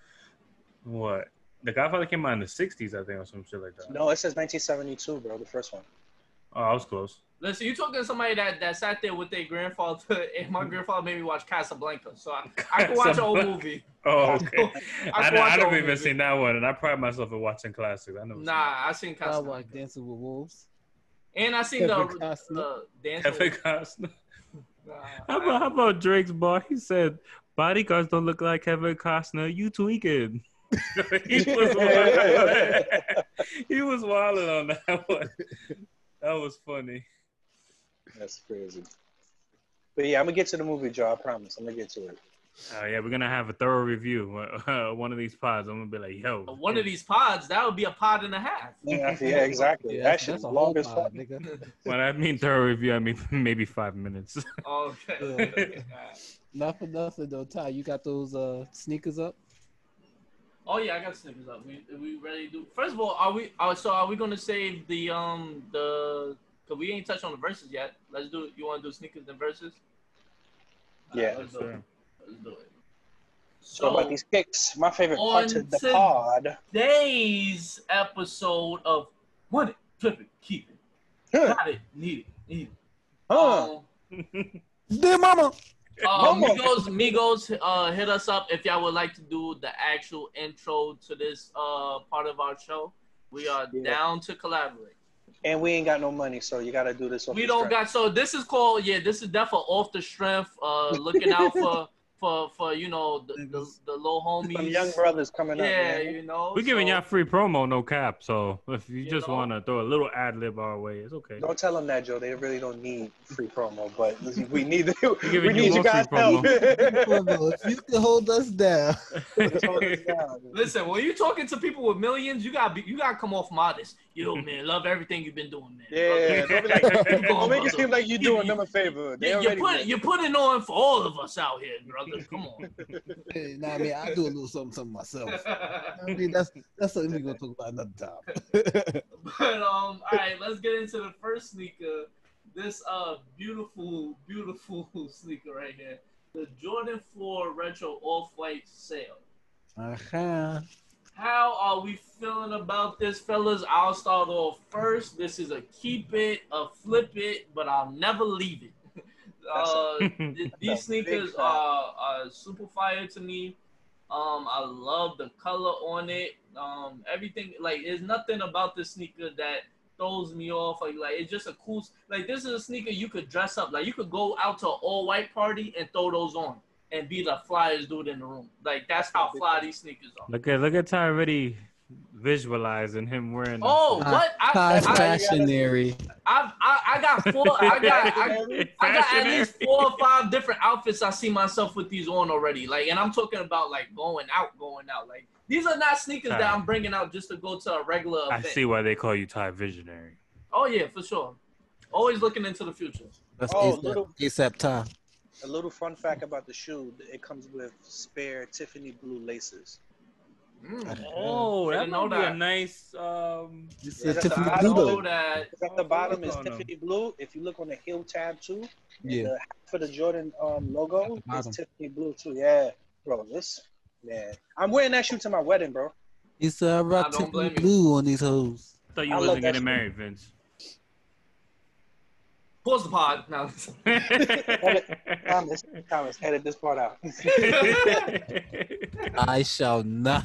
S3: what? The Godfather came out in the '60s, I think, or some shit like that.
S4: No, it says 1972, bro. The first one.
S3: Oh, I was close.
S1: Listen, you talking to somebody that, that sat there with their grandfather, and my grandfather made me watch Casablanca, so I, I can watch an old
S3: Casablanca.
S1: movie.
S3: Oh, okay.
S1: I
S3: I, done- I
S1: watched
S3: don't
S1: all
S3: even
S1: of it.
S3: seen that one, and I pride myself in watching classics. I never
S1: Nah, I seen
S2: I
S1: Casablanca.
S2: watched Dancing with Wolves.
S1: And I seen
S2: Kevin
S1: the
S2: Costner.
S1: uh, dance.
S3: Seen that. Kevin
S1: with-
S3: Costner.
S1: Nah,
S3: How about, how
S1: I-
S3: about Drake's bar? He said, "Bodyguards don't look like Kevin Costner. You tweaking." he was wild. he was wilding on that one. That was funny.
S4: That's crazy. But yeah, I'm gonna get to the movie, Joe. I promise. I'm gonna get to it.
S3: Oh yeah, we're gonna have a thorough review. Uh, one of these pods, I'm gonna be like, "Yo,
S1: Uh, one of these pods, that would be a pod and a half.
S4: Yeah, yeah, exactly.
S2: Yeah,
S4: that
S2: that's,
S4: shit
S2: that's
S4: is
S2: a whole
S4: long as
S2: pod,
S4: fuck.
S2: nigga.
S3: When I mean thorough review, I mean maybe five minutes.
S1: Oh, Okay.
S2: Not for nothing though, Ty. You got those uh sneakers up?
S1: oh yeah, I got snickers up. We we ready to do. First of all, are we? Are, so are we gonna save the um the? Cause we ain't touched on the verses yet. Let's do. You want to do sneakers and verses?
S4: Yeah.
S1: Alright, let's, do it. let's do it.
S4: So about
S1: So
S4: these kicks, my favorite part
S1: on
S4: of the
S1: to-
S4: pod.
S1: today's episode of want it, flip it, keep it,
S4: Huh.
S1: got it, need it, need it.
S4: Huh.
S1: Um,
S2: Dear mama.
S1: Uh,
S4: Momo.
S1: Migos, Migos, uh, hit us up if y'all would like to do the actual intro to this uh part of our show. We are
S4: Yeah.
S1: down to collaborate.
S4: And we ain't got no money, so you gotta do this. off
S1: We
S4: the
S1: don't
S4: strength.
S1: got so this is called yeah. This is definitely off the strength. Uh, looking out for for for you know the the, the little homies.
S4: some young brothers coming up.
S1: yeah,
S4: man.
S1: you know.
S3: we're giving
S1: so-
S3: y'all free promo, no cap. So if you,
S1: You
S3: just
S1: know?
S3: wanna throw a little ad lib our way, it's okay.
S4: Don't tell them that, Joe. They really don't need free promo, but we need we
S3: giving you
S4: need you
S3: more free
S4: guys help.
S2: Well, if you can hold us down.
S4: Let's hold this down.
S1: Listen, when you talking to people with millions, you gotta be, you gotta come off modest. Yo, man, love everything you've been doing, man.
S4: Yeah, don't, be like, don't make it seem like you're doing them a favor. They
S1: You, you're,
S4: already
S1: put,
S4: did.
S1: you're putting on for all of us out here, brother. Come on.
S2: Hey, nah, I mean, I do a little something, something myself. I mean, that's that's something we're gonna talk about another time.
S1: but um, all right, let's get into the first sneaker. This uh beautiful, beautiful sneaker right here, the Jordan Four Retro Off White Sale.
S2: uh-huh.
S1: How are we feeling about this, fellas? I'll start off first. This is a keep it, a flip it, but I'll never leave it. Uh, th- these
S4: a big
S1: sneakers
S4: fact.
S1: are, are super fire to me. Um, I love the color on it. Um, everything like there's nothing about this sneaker that throws me off. Like, like it's just a cool. s- Like this is a sneaker you could dress up. Like you could go out to an all white party and throw those on and be the flyest dude in the room. Like that's how fly these sneakers are.
S3: Look at look at Ty already visualizing him wearing. them.
S1: Oh,
S5: Uh,
S1: what? I,
S5: Todd
S1: I,
S5: Fashionary.
S1: I, I, I got four. I got. I, I got at
S3: Fashionary.
S1: least four or five different outfits I see myself with these on already. Like, and I'm talking about like going out, going out. Like, these are not sneakers that
S3: Alright.
S1: I'm bringing out just to go to a regular
S3: I
S1: event.
S3: see why they call you Ty Visionary.
S1: Oh yeah, for sure. Always looking into the future.
S5: That's
S4: Oh,
S5: ASAP,
S4: little-
S5: ASAP Ty.
S4: A little fun fact about the shoe: it comes with spare Tiffany blue laces.
S1: Mm.
S3: Oh,
S1: that
S3: that
S1: might
S3: might
S1: be a
S3: nice. Um,
S2: You said
S4: that's
S2: Tiffany
S4: the- I
S1: I
S2: Blue
S4: don't-
S1: know
S2: though.
S1: that.
S4: At
S3: Oh,
S4: the bottom
S3: look
S4: is
S3: on them.
S4: Tiffany blue. If you look on the heel tab too,
S2: Yeah.
S4: the- for the Jordan um,
S2: At
S4: logo
S2: the bottom.
S4: is Tiffany blue too. Yeah, bro, this man, I'm wearing that shoe to my wedding, bro.
S5: He said I
S1: I
S5: rock
S1: don't blame
S5: Tiffany
S1: you.
S5: blue on these hoes.
S3: thought you
S4: I love
S3: wasn't
S4: that
S3: getting
S4: shit.
S3: married, Vince.
S1: Pause the pod. No.
S4: Thomas, Thomas, edit this part out.
S5: I shall not.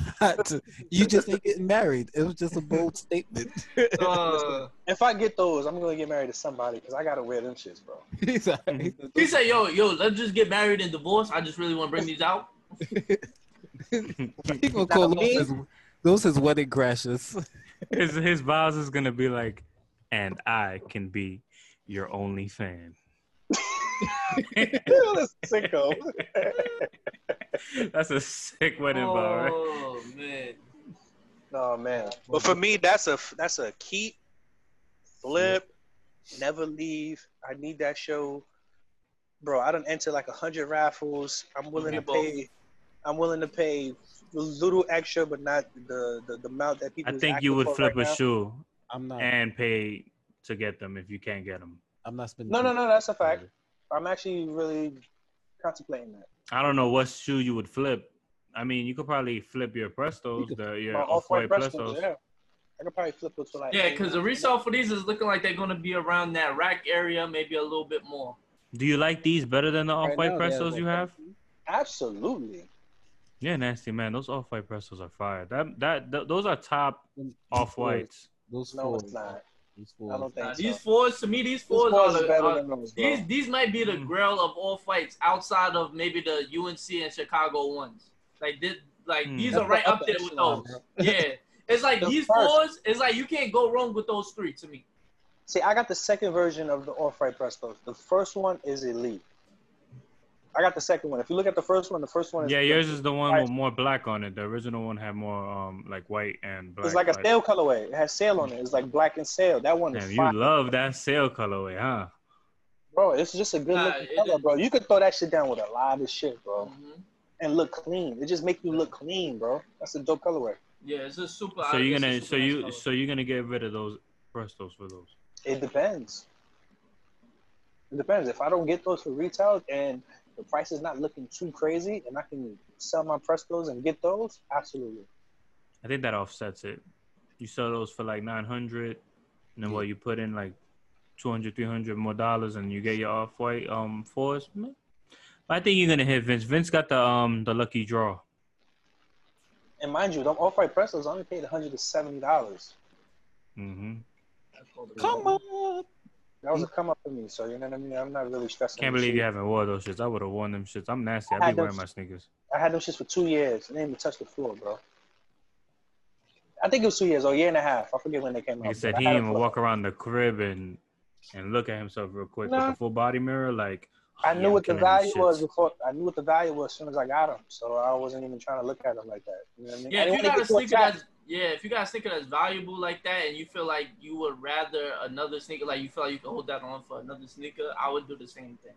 S5: you just ain't getting married. It was just a bold statement.
S1: Uh,
S4: if I get those, I'm gonna get married to somebody because I gotta wear them shits, bro.
S5: He said- he said,
S1: he said, "Yo, yo, let's just get married and divorce. I just really want to bring these out."
S5: He gonna call those his, those his wedding crashes.
S3: his his vows is gonna be like, and I can be your only fan.
S4: That's sicko.
S3: That's a sick wedding vow, right?
S1: Oh man.
S4: Oh man. But for me, that's a that's a keep, flip, never leave. I need that show, bro. I done enter like a hundred raffles. I'm willing to
S1: People.
S4: pay. I'm willing to pay a little extra, but not the the, the amount that
S3: I
S4: people. is
S3: think you
S4: asking
S3: would
S4: for
S3: flip
S4: right
S3: a
S4: now.
S3: shoe
S5: I'm not.
S3: and pay to get them if you can't get them.
S5: I'm not spending.
S4: No, no, no. That's a fact. I'm actually really contemplating that.
S3: I don't know what shoe you would flip. I mean, you could probably flip your Prestos, the your
S4: My
S3: off-white
S4: off-white Prestos,
S3: Prestos.
S4: yeah. I could probably flip those for like.
S1: Yeah, because the resale for these is looking like they're gonna be around that rack area, maybe a little bit more.
S3: Do you like these better than the
S2: Right
S3: off-white
S2: now, they have,
S3: Prestos
S2: like,
S3: you have?
S4: Absolutely.
S3: Yeah, nasty man. Those off-white Prestos are fire. That that th- those are top off-whites.
S2: Those four.
S4: No, it's not.
S2: Those
S4: I
S2: four.
S4: don't think
S1: Nah,
S4: so.
S1: these fours, to me, these
S4: This
S1: fours
S4: ball
S1: are
S4: is
S1: the,
S4: better
S1: are-
S4: than those, bro.
S1: these these might be the
S3: Mm.
S1: grail of all fights outside of maybe the UNC and Chicago ones. Like this, like
S3: Mm.
S1: these
S4: That's
S1: are right
S4: the
S1: up
S4: upper
S1: there with
S4: echelon,
S1: those. Yeah, it's like
S4: The
S1: these
S4: first.
S1: fours. It's like you can't go wrong with those three to me.
S4: See, I got the second version of the off-right Prestos. The first one is elite. I got the second one. If you look at the first one, the first one is
S3: Yeah, yours is the one
S4: Right.
S3: with more black on it. The original one had more um like white and black.
S4: It's like a
S3: Like-
S4: sale colorway. It has sale on it. It's like black and sale. That one
S3: Damn,
S4: is
S3: you
S4: fire,
S3: love that sale colorway, huh?
S4: bro. It's just a good
S1: Nah,
S4: looking
S1: it
S4: color,
S1: is.
S4: bro. You could throw that shit down with a lot of shit, bro,
S1: Mhm.
S4: and look clean. It just make you look clean, bro. That's a dope colorway.
S1: Yeah, it's a super.
S3: So you're
S1: it's a
S3: gonna
S1: super
S3: so
S1: nice
S3: you
S1: color.
S3: so you're gonna get rid of those Prestos for those.
S4: It depends. It depends. If I don't get those for retail and the price is not looking too crazy, and I can sell my Prestos and get those, absolutely.
S3: I think that offsets it. You sell those for like 900, and then
S5: Yeah.
S3: what you put in like 200, 300 more dollars, and you get your off white um fours. Mm. But I think you're gonna hit Vince. Vince got the um the lucky draw.
S4: And mind you, them off-white Prestos I only paid one hundred and seventy dollars.
S3: hmm
S5: Come on.
S4: That was a come up for me, so you know what I mean. I'm not really stressing.
S3: Can't
S4: the
S3: believe
S4: shoes.
S3: you haven't worn those shits. I would have worn them shits. I'm nasty.
S4: I
S3: I be
S4: had
S3: wearing
S4: those-
S3: my sneakers.
S4: I had them shits for two years. They didn't even touch the floor, bro. I think it was two years or a year and a half. I forget when they came out.
S3: Like I said,
S4: but I
S3: he
S4: had
S3: didn't
S4: them
S3: even
S4: for-
S3: walk around the crib and and look at himself real quick
S4: Nah.
S3: with a full body mirror. Like
S4: I
S3: "Oh,
S4: knew
S3: yeah, I'm
S4: what the
S3: killing these
S4: value was
S3: shits."
S4: before. I knew what the value was as soon as I got them, so I wasn't even trying to look at them like that. You know what I mean? I
S1: Yeah, if you
S4: didn't wanna
S1: got a
S4: get too
S1: sneaker
S4: attached.
S1: that's yeah, if you got a sneaker that's valuable like that, and you feel like you would rather another sneaker, like you feel like you can hold that on for another sneaker, I would do the same thing.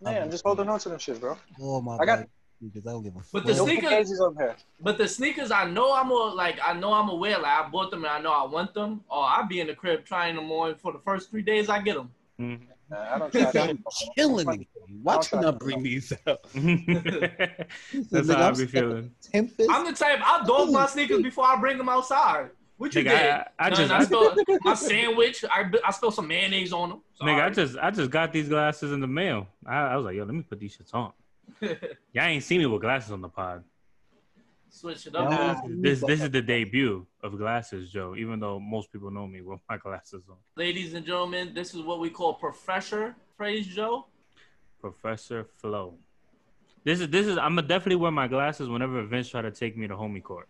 S4: Man, I'm just holding on to them shit, bro.
S5: Oh my
S4: I got-
S5: god. Because I don't give a
S1: But
S5: fuck.
S1: the
S4: No
S1: sneaker-
S4: crazies on here.
S1: But the sneakers, I know I'm a, like I know I'm Oh, aware. Like I bought them and I know I want them. Or I'll be in the crib trying them on for the first three days I get them.
S4: Nah, I don't try to.
S5: I'm killing it. Why
S4: Outside
S5: you not
S4: the
S5: bring these up?
S3: Mm-hmm. That's
S5: Nigga,
S3: how I
S5: I'm
S3: be feeling.
S5: Tempest?
S1: I'm the type I dog my sneakers before I bring them outside. What you
S3: Nigga,
S1: did?
S3: I, I
S1: None.
S3: just,
S1: I
S3: I,
S1: spilled
S4: uh,
S1: my sandwich. I I spilled some mayonnaise on them.
S3: nigga, I
S1: Sorry.
S3: just, I just got these glasses in the mail. I, I was like, yo, let me put these shits on. Y'all ain't seen me with glasses on the pod.
S1: switch it up.
S2: Nah.
S1: man.
S3: This, this is the debut of glasses, Joe. Even though most people know me with my glasses on.
S1: Ladies and gentlemen, this is what we call Professor Praise Joe.
S3: Professor Flow. This is this is I'm gonna definitely wear my glasses whenever Vince try to take me to homie court.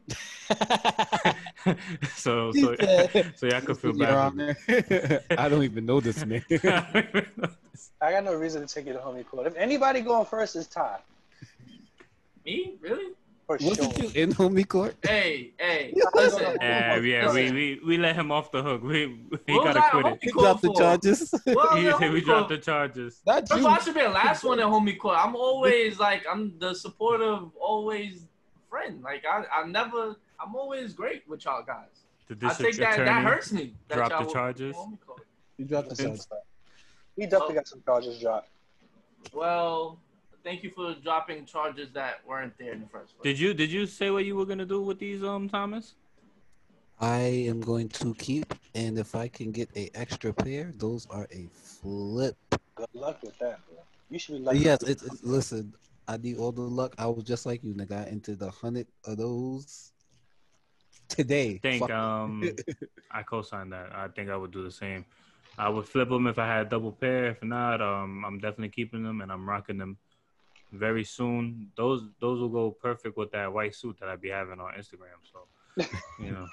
S3: so
S5: He
S3: so
S5: said,
S3: so y'all could feel
S5: Your
S3: bad. for me.
S5: Honor. I don't even know this man.
S4: I got no reason to take you to homie court. If anybody going first, it's Ty.
S1: Me? Really?
S4: For sure.
S5: Wasn't you in homie court?
S1: Hey, hey,
S5: Yeah.
S1: listen.
S3: yeah, yeah, we, we we let him off the hook. We he
S1: What was Oh,
S3: got
S1: I-
S3: acquitted.
S5: He
S1: Cool
S5: dropped the
S1: for-
S5: charges.
S1: Well,
S3: He,
S1: yeah,
S3: we
S1: homie
S3: dropped
S1: court.
S3: the charges.
S5: Not
S1: That's
S5: you.
S1: why I should be the last one at homie court. I'm always like I'm the supportive, always friend. Like I, I never, I'm always great with y'all guys.
S3: The
S1: I
S3: district
S1: think that that
S3: attorney.
S1: hurts me. That
S3: dropped
S1: y'all
S3: the
S1: would-
S3: charges.
S1: homie court.
S2: You dropped the
S4: He
S2: charges.
S4: definitely
S1: Oh.
S4: got some charges dropped.
S1: Well, thank you for dropping charges that weren't there in the first place.
S3: Did you did you say what you were gonna do with these um Thomas?
S5: I am going to keep, and if I can get a extra pair, those are a flip.
S4: Good luck with that, bro. You should be
S5: But
S4: lucky.
S5: yes, it's, it's listen. I need all the luck. I was just like you, nigga. I entered a hundred of those today.
S3: think
S5: Fuck.
S3: um I co-signed that. I think I would do the same. I would flip them if I had a double pair. If not, um, I'm definitely keeping them and I'm rocking them very soon. Those those will go perfect with that white suit that I be having on Instagram. So, you know,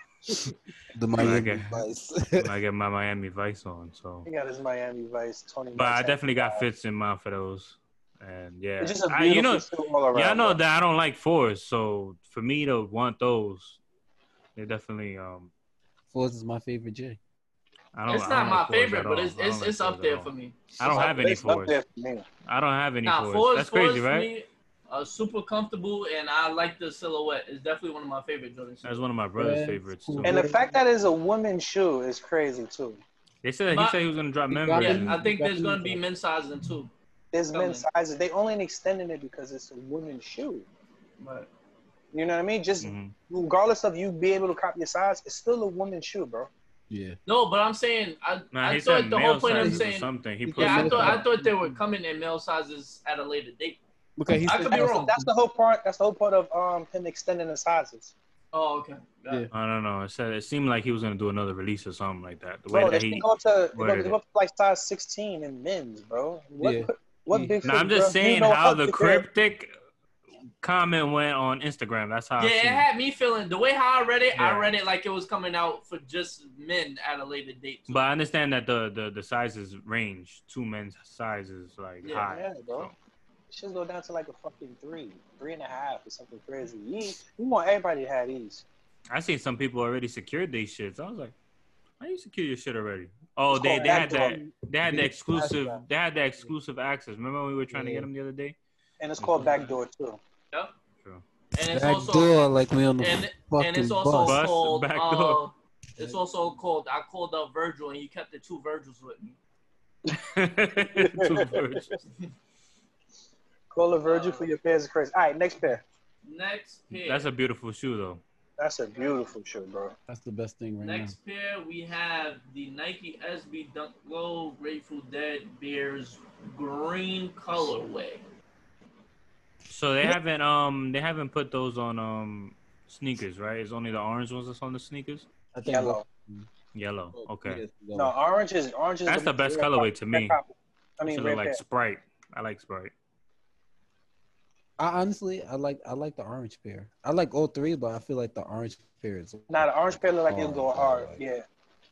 S5: the Miami
S3: okay.
S5: Vice.
S3: when I get my Miami Vice on. So,
S4: He got his Miami Vice, Tony.
S3: but I
S4: Montana.
S3: definitely got fits in mind for those. And yeah,
S4: It's just a
S3: I,
S4: beautiful
S3: you know,
S4: suit all around.
S3: yeah, I know
S4: bro.
S3: that I don't like fours. So for me to want those, they definitely um.
S5: Fours is my favorite J.
S3: I don't,
S1: it's
S3: I
S1: not
S3: don't
S1: my
S3: like fours
S1: favorite,
S3: at
S1: but
S3: all.
S1: it's
S3: I don't
S1: it's,
S3: like
S1: it's up
S3: fours at
S1: there
S3: all.
S1: for me.
S3: I don't
S4: It's
S3: have any
S4: up there
S3: fours.
S4: for me.
S3: I don't have any
S1: Nah,
S3: fours.
S1: fours,
S3: That's
S1: fours
S3: crazy,
S1: for
S3: right?
S1: me are super comfortable, and I like the silhouette. It's definitely one of my favorite Jordan shoes.
S3: That's one of my brother's
S2: Yeah,
S3: favorites
S2: cool.
S3: too.
S4: And the fact that it's a woman's shoe is crazy too.
S3: they said he
S1: My-
S3: said he was gonna drop
S2: He
S3: men
S2: dropped
S3: version.
S2: it.
S1: Yeah, I think there's gonna be
S2: Definitely.
S1: men's sizes in two.
S4: There's men's
S1: Totally.
S4: sizes. They only ain't extending it because it's a woman's shoe.
S1: But
S4: You know what I mean? Just
S3: Mhm.
S4: regardless of you be able to cop your size, it's still a woman's shoe, bro.
S5: Yeah.
S1: no, but I'm saying I,
S3: Nah,
S1: I
S3: he
S1: thought
S3: said
S1: the
S3: male
S1: whole point I'm
S3: sizes or
S1: saying.
S3: something. He put
S1: Yeah, I
S3: male
S1: thought I
S3: sizes.
S1: thought they were coming in male sizes at a later date.
S2: Because he
S1: I
S2: said
S1: could be
S4: That's,
S1: wrong.
S4: that's the whole part. That's the whole part of um him extending the sizes.
S1: Oh, okay. Got it.
S2: Yeah.
S3: I don't know. It said it seemed like he was gonna do another release or something like that. The way
S4: Bro,
S3: that
S4: they
S3: he.
S4: go up to they
S3: worded
S4: go, they
S3: it.
S4: go up to like size 16 in men's, bro. What
S2: Yeah.
S4: what
S2: Yeah.
S4: big?
S3: Nah,
S4: foot
S3: I'm just
S4: girl- you
S3: saying
S4: know
S3: how
S4: up
S3: the
S4: to
S3: cryptic comment went on Instagram. That's how. I
S1: Yeah,
S3: seen
S1: it
S3: it.
S1: had me feeling the way how I read it.
S3: Ah, Yeah.
S1: I read it like it was coming out for just men at a later date. too.
S3: But I understand that the the the sizes range. Two men's sizes like
S1: Yeah,
S3: high.
S4: yeah, bro.
S3: So,
S4: Should go down to like a fucking three, three and a half, or something crazy. You, you want everybody to have these?
S3: I seen some people already secured these shits. I was like, how you secure your shit already? Oh,
S4: It's
S3: they
S4: called
S3: they had
S4: backdoor,
S3: that. They had the
S2: Yeah,
S3: exclusive.
S4: flashback.
S3: They had the exclusive access. Remember when we were trying to
S2: Yeah.
S3: get them the other day?
S4: and it's called backdoor too.
S1: and it's
S5: Back
S1: also
S5: door, like we on the
S1: and
S5: fucking
S1: and it's also
S5: bus.
S3: Bus,
S1: called
S3: back
S1: uh,
S3: door.
S1: it's also called I called up Virgil and you kept the two Virgils with me.
S3: Two birds.
S4: Call a Virgil for your pairs of crazy. All right, next pair.
S1: Next pair.
S3: That's a beautiful shoe, though.
S4: That's a beautiful shoe, bro.
S2: that's the best thing right
S1: Next pair we have the Nike SB Dunk Low Grateful Dead Bears green colorway.
S3: So they haven't um they haven't put those on um sneakers, right? It's only the orange ones that's on the sneakers.
S2: now. I think
S4: Yellow.
S3: Yellow.
S5: Oh,
S3: Okay,
S4: No, orange is orange is.
S3: that's the best colorway to me.
S4: I mean,
S3: Should have
S4: red pair.
S3: like Sprite. I like Sprite.
S5: I honestly, I like, I like the orange pair. I like all three, but I feel like the orange pair is.
S4: Nah, the orange pair look like it'll
S5: Hard,
S4: go hard.
S5: hard.
S4: Yeah.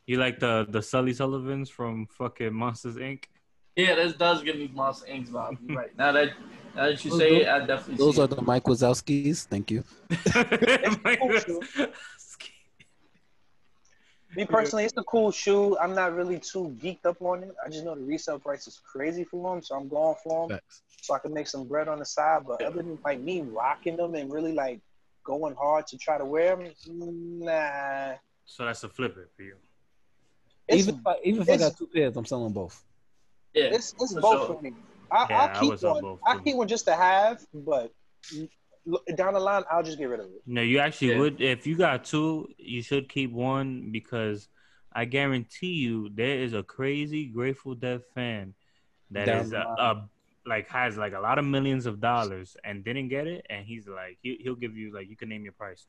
S3: You like the the Sully Sullivans from fucking Monsters Inc.
S1: Yeah, this does give me Monster Inc. vibe. You're right now that now that you
S5: Those-
S1: say it, I definitely
S5: Those
S1: see
S5: are
S1: it.
S5: the Mike Wazowskis. Thank you.
S3: Like,
S4: cool, Me personally, it's a cool shoe. I'm not really too geeked up on it. I just know the resale price is crazy for them, so I'm going for them
S2: Facts.
S4: so I can make some bread on the side. But other than like me rocking them and really like going hard to try to wear them, nah.
S3: so that's a flip it for you.
S4: It's-
S5: even if I, even if I
S4: it's-
S5: got two pairs, I'm selling both.
S1: Yeah.
S4: It's it's
S1: For
S4: both
S1: sure.
S4: for me. I,
S3: Yeah, I
S4: I'll keep
S3: was on
S4: one.
S3: both,
S4: I
S3: too.
S4: keep one just to have, but look, down the line, I'll just get rid of it.
S3: No, you actually
S1: Yeah.
S3: would. If you got two, you should keep one because I guarantee you there is a crazy Grateful Dead fan that
S5: Down
S3: is
S5: the
S3: a, a like has like a lot of millions of dollars and didn't get it, and he's like he, he'll give you like you can name your price.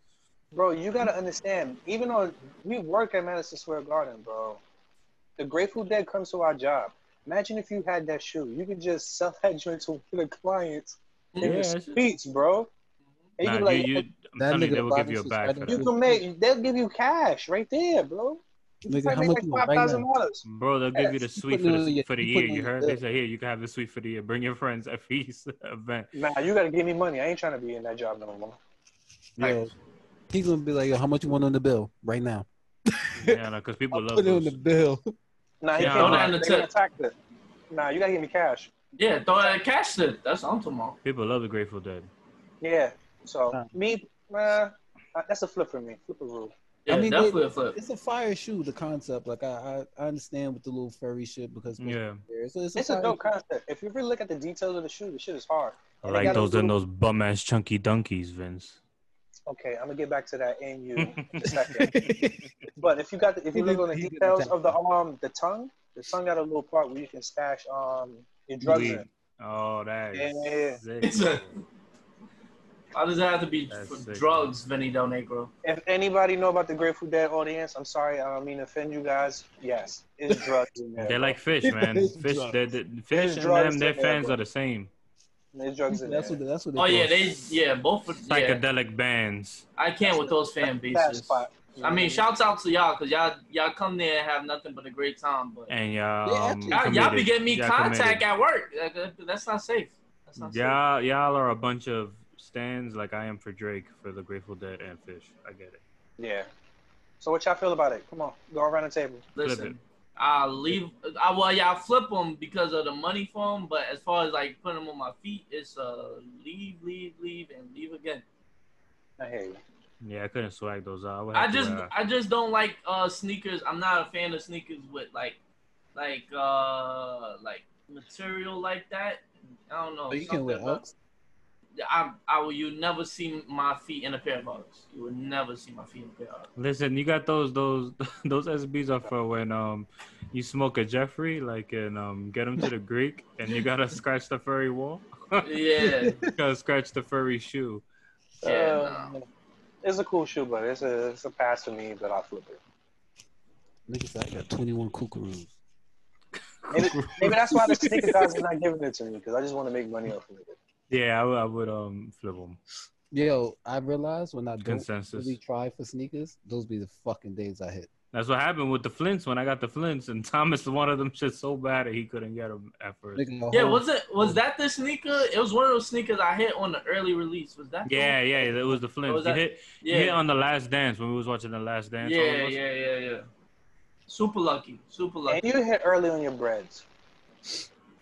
S4: Bro, you gotta understand. Even on we work at Madison Square Garden, bro. The Grateful Dead comes to our job. Imagine if you had that shoe. You could just sell that joint to the clients in
S3: Yeah,
S4: the
S3: it's-
S4: streets, bro. And
S3: Nah,
S4: you, could be like,
S3: you, you, I'm
S5: That
S3: telling you,
S5: nigga
S3: they will give
S5: Bobby
S3: you a bag for
S5: Suspended-
S3: that.
S4: you can make. They'll give you cash right there, bro. You
S5: Nigga,
S4: probably
S5: how
S4: make
S5: much you want
S4: like
S5: right
S4: five thousand
S5: now?
S4: dollars.
S3: Bro, they'll give you the
S5: You
S3: suite for
S5: putting it
S3: the,
S5: on your-
S3: for the
S5: you
S3: year.
S5: putting it
S3: You
S5: on
S3: heard?
S5: your-
S3: They said, here, you can have the suite for the year. Bring your friends at each event.
S4: Nah, you gotta give me money. I ain't trying to be in that job no more.
S5: Yo, he's gonna be like, yo, how much you want on the bill right now?
S3: Yeah, because people
S5: I'll
S3: love
S5: put it on the
S3: those.
S5: bill.
S4: Nah, you
S3: Yeah,
S4: can't
S3: throw that
S1: in the
S4: they're gonna
S1: tip.
S4: attack that. Nah, you gotta give me cash.
S1: Yeah, throw that cash tip. That's what I'm talking about.
S3: People love the Grateful Dead.
S4: Yeah. So
S5: Nah.
S4: me, nah, uh, that's a flip for me. Flip a rule.
S1: Yeah,
S5: I mean,
S1: definitely a flip.
S5: It's a fire shoe, the concept. Like I, I, I understand with the little furry shit because
S3: Yeah.
S5: so it's a,
S4: It's a
S5: fire
S4: dope
S5: shoe.
S4: concept. If you really look at the details of the shoe, the shit is hard.
S3: I
S4: And they got
S3: like
S4: a
S3: those and
S4: little-
S3: those bum ass chunky dunkies, Vince.
S4: Okay, I'm gonna get back to that in you in a second. But if you got the, if you look on the details of the arm, the tongue, the tongue got a little part where you can stash um your drugs
S3: Weed.
S4: in.
S3: Oh, that is
S4: Yeah, yeah, yeah.
S3: sick.
S1: It's a- How does that have to be
S3: That's
S1: for
S3: sick,
S1: drugs, Vinny Del Negro?
S4: If anybody know about the Grateful Dead audience, I'm sorry, I don't mean to offend you guys. Yes, it's drugs in there.
S3: They're like fish, man.
S5: It's
S3: Fish,
S5: drugs.
S3: they're, they're- fish and
S4: drugs
S3: them, their
S4: in there,
S3: fans
S4: bro.
S3: are the same.
S4: There's drugs in there.
S5: That's what. That's what.
S1: Oh yeah,
S5: call-
S1: they yeah both. of- Yeah,
S3: Psychedelic bands.
S1: I can't with those fan
S4: Fast
S1: bases.
S4: spot.
S1: I mean, shouts out to y'all because y'all y'all come there and have nothing but a great time. But
S3: And
S5: They
S3: y'all, um,
S5: actually-
S1: y'all, y'all be
S3: committed.
S1: getting me
S3: Y'all
S1: contact
S3: committed.
S1: at work. That- that- That's not safe. That's not safe.
S3: Y'all, y'all are a bunch of stands like I am for Drake for the Grateful Dead and Fish. I get it.
S4: Yeah. So what y'all feel about it? Come on, go around the table.
S3: Flip
S1: Listen,
S3: it.
S1: I leave. I well, y'all flip them because of the money for them. But as far as like putting them on my feet, it's uh leave, leave, leave, and leave again.
S4: I hear you.
S3: Yeah, I couldn't swag those out. would
S1: I
S3: have to
S1: just
S3: wear-
S1: I just don't like uh sneakers. I'm not a fan of sneakers with like like uh like material like that. I don't know.
S5: Oh, you can wear
S1: something about-
S5: Uggs.
S1: I I will you never see my feet in a pair of Uggs. You would never see my feet in a pair of Uggs.
S3: listen. You got those those those SBs are for when um you smoke a Jeffrey like and um get him to the Greek and you gotta scratch the furry wall.
S1: Yeah,
S3: You gotta scratch the furry shoe.
S1: yeah.
S4: Um, it's a cool shoe, but it's a it's a pass for me. But I'll flip it.
S5: Nigga said I got 21 kookaroos.
S4: Maybe, maybe that's why the sneaker guys are not giving it to me because I just want to make money off of it.
S3: Yeah, I would, I would um flip them.
S5: Yo, I realized when I don't
S3: Consensus.
S5: really try for sneakers, those be the fucking days I hit.
S3: That's what happened with the Flints when I got the Flints and Thomas wanted them shit so bad that he couldn't get them at first.
S5: Nigga, my
S1: Yeah,
S5: whole-
S1: was it was that the sneaker? It was one of those sneakers I hit on the early release. Was that? the
S3: Yeah,
S1: one?
S3: yeah, it was the Flints.
S1: was
S3: you
S1: that-
S3: hit,
S1: yeah,
S3: you hit on the Last Dance when we was watching the Last Dance. all of
S1: yeah,
S3: us.
S1: yeah, yeah, yeah. Super lucky, super lucky.
S4: And you hit early on your breads.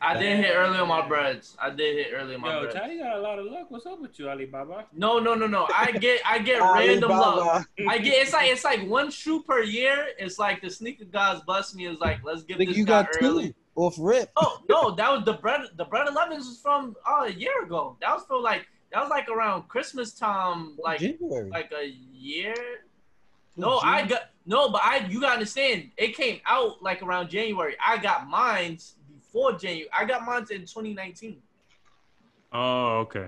S1: I did hit early on my breads. I did hit early on my breads.
S3: got a lot of luck. What's up with you, Alibaba?
S1: No, no, no, no. I get I get random luck.
S4: Alibaba.
S1: I get it's like it's like one shoe per year. It's like the sneaker guys bust me. It's like let's get
S5: Nigga,
S1: this
S5: you
S1: guy
S5: got
S1: early.
S5: two off rip.
S1: Oh no, that was the bread. The bread elevens was from uh, a year ago. That was for like that was like around Christmas time, like
S5: January.
S1: like a year. No, I got no, but I you gotta understand. It came out like around January. I got mine before January. I got mine in 2019.
S3: Oh, okay.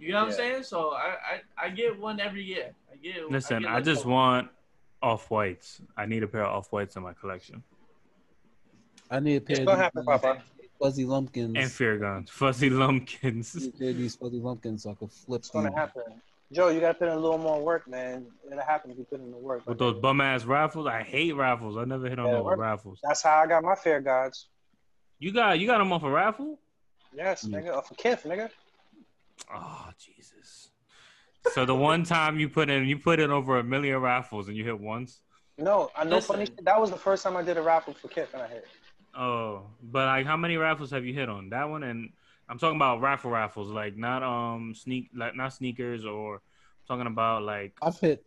S1: You know what I'm
S4: Yeah.
S1: saying? So I, I I get one every year. I get.
S3: Listen,
S1: get
S3: I
S1: like
S3: just
S1: a-
S3: want off whites. I need a pair of off whites in my collection.
S5: I need a pair
S4: It's
S5: of
S4: gonna
S5: these,
S4: happen,
S5: uh,
S4: Papa.
S5: fuzzy lumpkins.
S3: And fear guns, fuzzy
S5: I
S3: lumpkins.
S5: need a pair of these fuzzy lumpkins so I can flip
S4: It's gonna
S5: these.
S4: happen. Joe, you gotta put in a little more work, man. It'll happen if you put in the work.
S3: With those bum ass raffles, I hate raffles. I never hit on
S4: Yeah,
S3: those
S4: what-
S3: raffles.
S4: That's how I got my fair gods.
S3: You got you got them off a raffle?
S4: Yes,
S5: Mm.
S4: nigga. Off a kiff, nigga.
S3: Oh Jesus! So the one time you put in, you put in over a million raffles and you hit once.
S4: No, I know
S1: Listen.
S4: funny shit. That was the first time I did a raffle for kiff, and I hit.
S3: Oh, but like how many raffles have you hit on that one? And I'm talking about raffle raffles, like not um sneak, like not sneakers, or I'm talking about like
S5: I've hit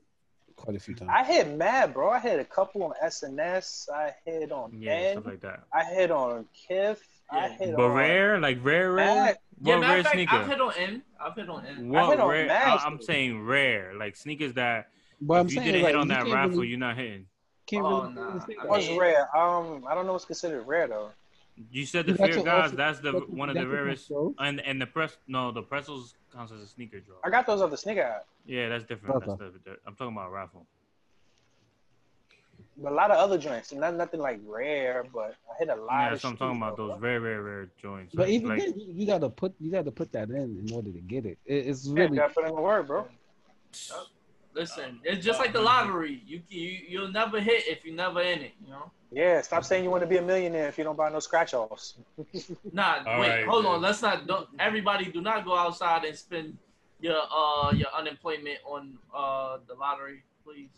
S2: quite a few times.
S4: I hit mad, bro. I hit a couple on SNS. I hit on
S3: Yeah,
S4: Ben.
S3: stuff like that.
S4: I hit on Kiff. I
S1: Yeah.
S4: hit
S3: But
S4: on
S3: rare, like rare, rare.
S4: Mac.
S1: Yeah,
S3: What
S1: matter
S3: rare
S1: of fact, I've
S3: sneaker?
S1: hit on N. I've hit on N.
S3: What
S4: hit on
S3: rare? I,
S4: Mac.
S3: I'm saying rare, like sneakers that
S2: But I'm
S3: if you
S2: saying,
S3: didn't
S2: like,
S3: hit on
S2: you
S3: that
S2: can't
S3: raffle,
S2: really-
S3: you're not hitting.
S2: can't
S1: Oh,
S2: really
S1: nah.
S2: say
S1: I
S2: that.
S4: What's rare? Um, I don't know what's considered rare though.
S3: You said the
S2: That's
S3: fear
S2: what
S3: guys.
S2: also-
S3: That's the
S2: That's-
S3: one of the
S2: that's what I'm
S3: rarest.
S2: saying.
S3: And and the press no the pretzels counts as a sneaker draw.
S4: I got those off the sneaker app,
S3: Yeah, that's different. That's
S2: Okay.
S3: the, the- I'm talking about raffle.
S4: but a lot of other joints, not nothing like rare. But I hit a lot.
S3: Yeah,
S4: of
S3: that's what I'm
S4: shoes,
S3: talking about.
S4: though,
S3: Those
S4: bro.
S3: rare, rare, rare joints.
S2: But
S3: Like-
S2: even
S3: like,
S2: then, you you gotta put you gotta put that in in order to get it. it it's
S4: Yeah,
S2: really
S4: gotta put in the word, bro.
S1: Listen, it's just like the lottery. You you you'll never hit if you never in it. You know.
S4: Yeah, stop saying you want to be a millionaire if you don't buy no scratch offs.
S1: Nah,
S3: All
S1: wait,
S3: right,
S1: hold
S3: man.
S1: on. Let's not. Don't, everybody, do not go outside and spend your uh your unemployment on uh the lottery, please.